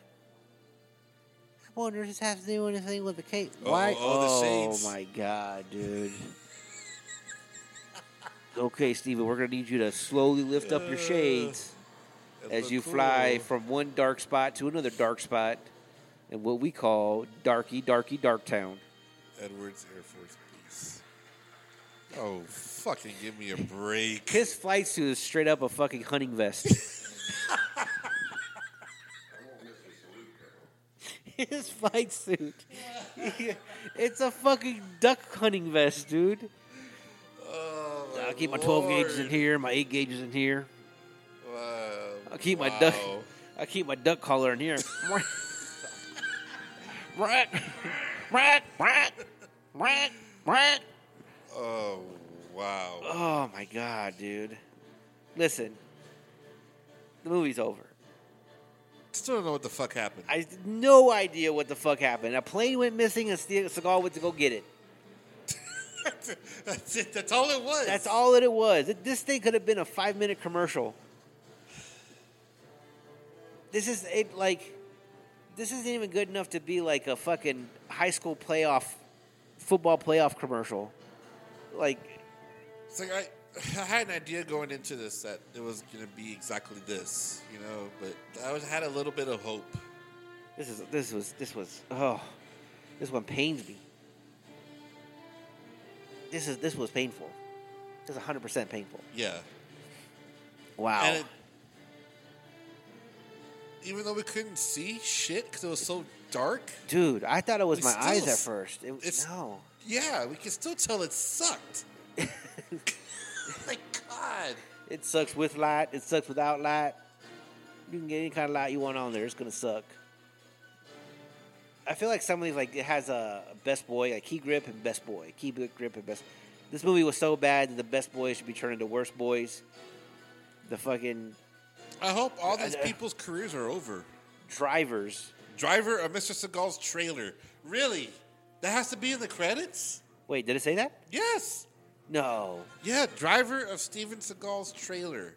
[SPEAKER 1] I wonder if this has to do anything with the cake.
[SPEAKER 2] Oh,
[SPEAKER 1] Why?
[SPEAKER 2] oh, the shades.
[SPEAKER 1] my god, dude. okay, Steven, we're gonna need you to slowly lift up your shades
[SPEAKER 2] It
[SPEAKER 1] as
[SPEAKER 2] looked
[SPEAKER 1] you fly
[SPEAKER 2] Uh, cool.
[SPEAKER 1] from one dark spot to another dark spot in what we call Darky Darky Dark Town.
[SPEAKER 2] Edwards Air Force Base. Oh, fucking give me a break.
[SPEAKER 1] His flight suit is straight up a fucking hunting vest. His flight suit. it's a fucking duck hunting vest, dude.
[SPEAKER 2] Oh,
[SPEAKER 1] I'll keep my 12 gauges in
[SPEAKER 2] Lord.
[SPEAKER 1] here, my 8 gauges in here.
[SPEAKER 2] Wow.
[SPEAKER 1] I'll keep my duck
[SPEAKER 2] Wow.
[SPEAKER 1] I'll keep my duck collar in here. Rat. Rat. Rat. Rat. Rat.
[SPEAKER 2] Oh, wow.
[SPEAKER 1] Oh my god, dude. Listen. The movie's over.
[SPEAKER 2] still don't know what the fuck happened.
[SPEAKER 1] I no idea what the fuck happened. A plane went missing, and Ste- Seagal went to go get it.
[SPEAKER 2] that's it. That's all it was.
[SPEAKER 1] That's all that it was. Th- This thing could have been a five minute commercial. This is it. Like, this isn't even good enough to be like a fucking high school playoff, football playoff commercial. Like,
[SPEAKER 2] It's like I, I had an idea going into this that it was going to be exactly this, you know. But I was, had a little bit of hope.
[SPEAKER 1] this is this was this was oh, this one pains me. This is this was painful. This is hundred percent painful.
[SPEAKER 2] Yeah.
[SPEAKER 1] Wow.
[SPEAKER 2] And it, even though we couldn't see shit because it was so dark,
[SPEAKER 1] Dude, I thought it was
[SPEAKER 2] We
[SPEAKER 1] my
[SPEAKER 2] still
[SPEAKER 1] eyes at
[SPEAKER 2] s-
[SPEAKER 1] first. It,
[SPEAKER 2] it's-
[SPEAKER 1] no,
[SPEAKER 2] yeah, we could still tell it sucked. like God,
[SPEAKER 1] it sucks with light. It sucks without light. You can get any kind of light you want on there. It's gonna suck. I feel like somebody like it has a best boy, like key grip and best boy, key grip and best. This movie was so bad that the best boys should be turned into worst boys. The fucking
[SPEAKER 2] I hope all these
[SPEAKER 1] I- I-
[SPEAKER 2] people's careers are over.
[SPEAKER 1] drivers.
[SPEAKER 2] Driver of Mr. Seagal's trailer. Really? That has to be in the credits?
[SPEAKER 1] Wait, did it say that?
[SPEAKER 2] Yes.
[SPEAKER 1] No.
[SPEAKER 2] Yeah, driver of Steven Seagal's trailer.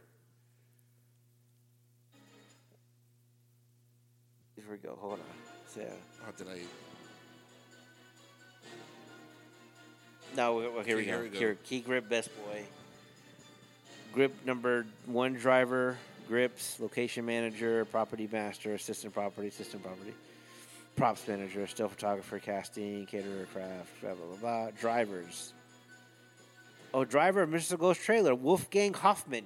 [SPEAKER 1] Here we go. Hold on. So,
[SPEAKER 2] Oh, did I?
[SPEAKER 1] no, we- well, here, we, go.
[SPEAKER 2] Okay, here we go.
[SPEAKER 1] Here, key grip, best boy. Grip number one driver, grips, location manager, property master, assistant property, assistant property, props manager, still photographer, casting, caterer, craft, blah, blah, blah, blah. Drivers. Oh, driver of Mr. Ghost Trailer, Wolfgang Hoffman.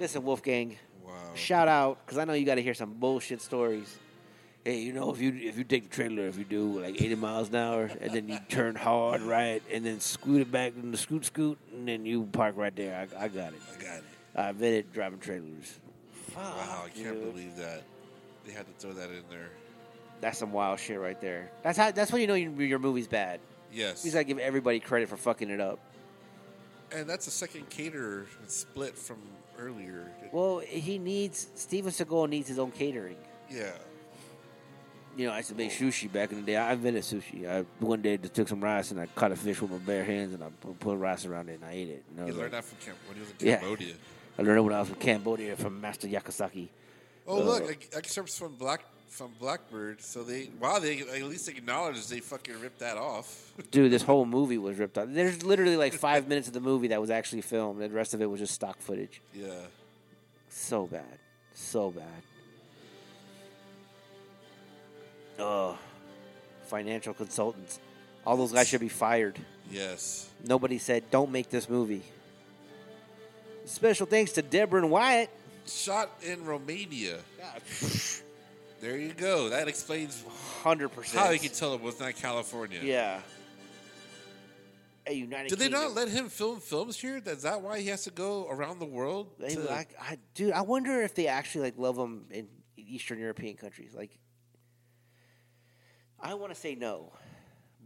[SPEAKER 1] Listen, Wolfgang.
[SPEAKER 2] Wow.
[SPEAKER 1] Shout out, because I know you got to hear some bullshit stories. Hey, you know if you if you take the trailer, if you do like eighty miles an hour, and then you turn hard right, and then scoot it back in the scoot scoot, and then you park right there. I, I got it.
[SPEAKER 2] I got it.
[SPEAKER 1] I invented driving trailers.
[SPEAKER 2] Wow, I can't
[SPEAKER 1] dude.
[SPEAKER 2] believe that they had to throw that in there.
[SPEAKER 1] That's some wild shit right there. That's how. That's when you know your, your movie's bad.
[SPEAKER 2] Yes.
[SPEAKER 1] You just gotta give everybody credit for fucking it up.
[SPEAKER 2] and that's a second caterer split from earlier.
[SPEAKER 1] Well, he needs Steven Seagal needs his own catering.
[SPEAKER 2] yeah.
[SPEAKER 1] You know, I used to make sushi back in the day. I invented sushi. I one day just took some rice and I caught a fish with my bare hands and I pu- put rice around it and I ate it. And I,
[SPEAKER 2] He
[SPEAKER 1] was
[SPEAKER 2] learned
[SPEAKER 1] like-
[SPEAKER 2] that from Cam- when he was in
[SPEAKER 1] Yeah.
[SPEAKER 2] Cambodia.
[SPEAKER 1] I learned it when I was in Cambodia from Master Yakasaki.
[SPEAKER 2] Oh
[SPEAKER 1] Uh,
[SPEAKER 2] look, like, excerpts from Black from Blackbird. So they wow, they at least acknowledged they fucking ripped that off.
[SPEAKER 1] Dude, this whole movie was ripped off. There's literally like five minutes of the movie that was actually filmed. The rest of it was just stock footage.
[SPEAKER 2] yeah.
[SPEAKER 1] So bad. So bad. Ugh. Financial consultants. All those guys should be fired.
[SPEAKER 2] Yes.
[SPEAKER 1] Nobody said, don't make this movie. Special thanks to Deborah and Wyatt.
[SPEAKER 2] Shot in Romania. There you go. That explains
[SPEAKER 1] 100%.
[SPEAKER 2] how you can tell it was not California.
[SPEAKER 1] Yeah. A United
[SPEAKER 2] Did they
[SPEAKER 1] Kingdom.
[SPEAKER 2] not let him film films here? Is that why he has to go around the world?
[SPEAKER 1] They
[SPEAKER 2] to-
[SPEAKER 1] like, I, dude, I wonder if they actually like love them in Eastern European countries. Like, I want to say no,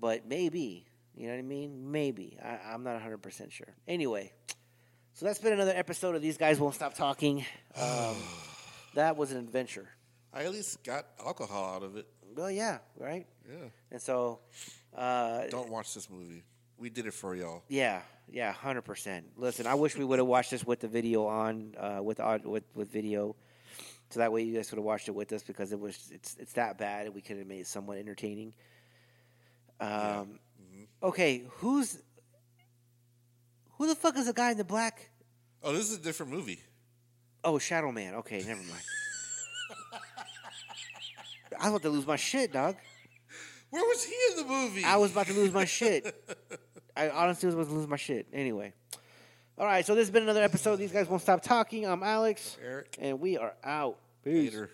[SPEAKER 1] but maybe. You know what I mean? Maybe. I, I'm not 100 percent sure. Anyway, so that's been another episode of These Guys Won't Stop Talking. Um, that was an adventure.
[SPEAKER 2] I at least got alcohol out of it.
[SPEAKER 1] Well, yeah, right.
[SPEAKER 2] Yeah.
[SPEAKER 1] And so, uh,
[SPEAKER 2] Don't watch this movie. We did it for y'all.
[SPEAKER 1] Yeah, yeah, hundred percent. Listen, I wish we would have watched this with the video on, uh, with aud- with with video, so that way you guys would have watched it with us because it was it's it's that bad and we could have made it somewhat entertaining. Um, okay, who's who the fuck is the guy in the black?
[SPEAKER 2] Oh, this is a different movie.
[SPEAKER 1] Oh, Shadow Man. Okay, never mind. I was about to lose my shit, dog.
[SPEAKER 2] Where was he in the movie?
[SPEAKER 1] I was about to lose my shit. I honestly was about to lose my shit. Anyway. All right, so this has been another episode. of These guys won't stop talking. I'm Alex.
[SPEAKER 2] Eric.
[SPEAKER 1] And we are out. Peace.
[SPEAKER 2] Later.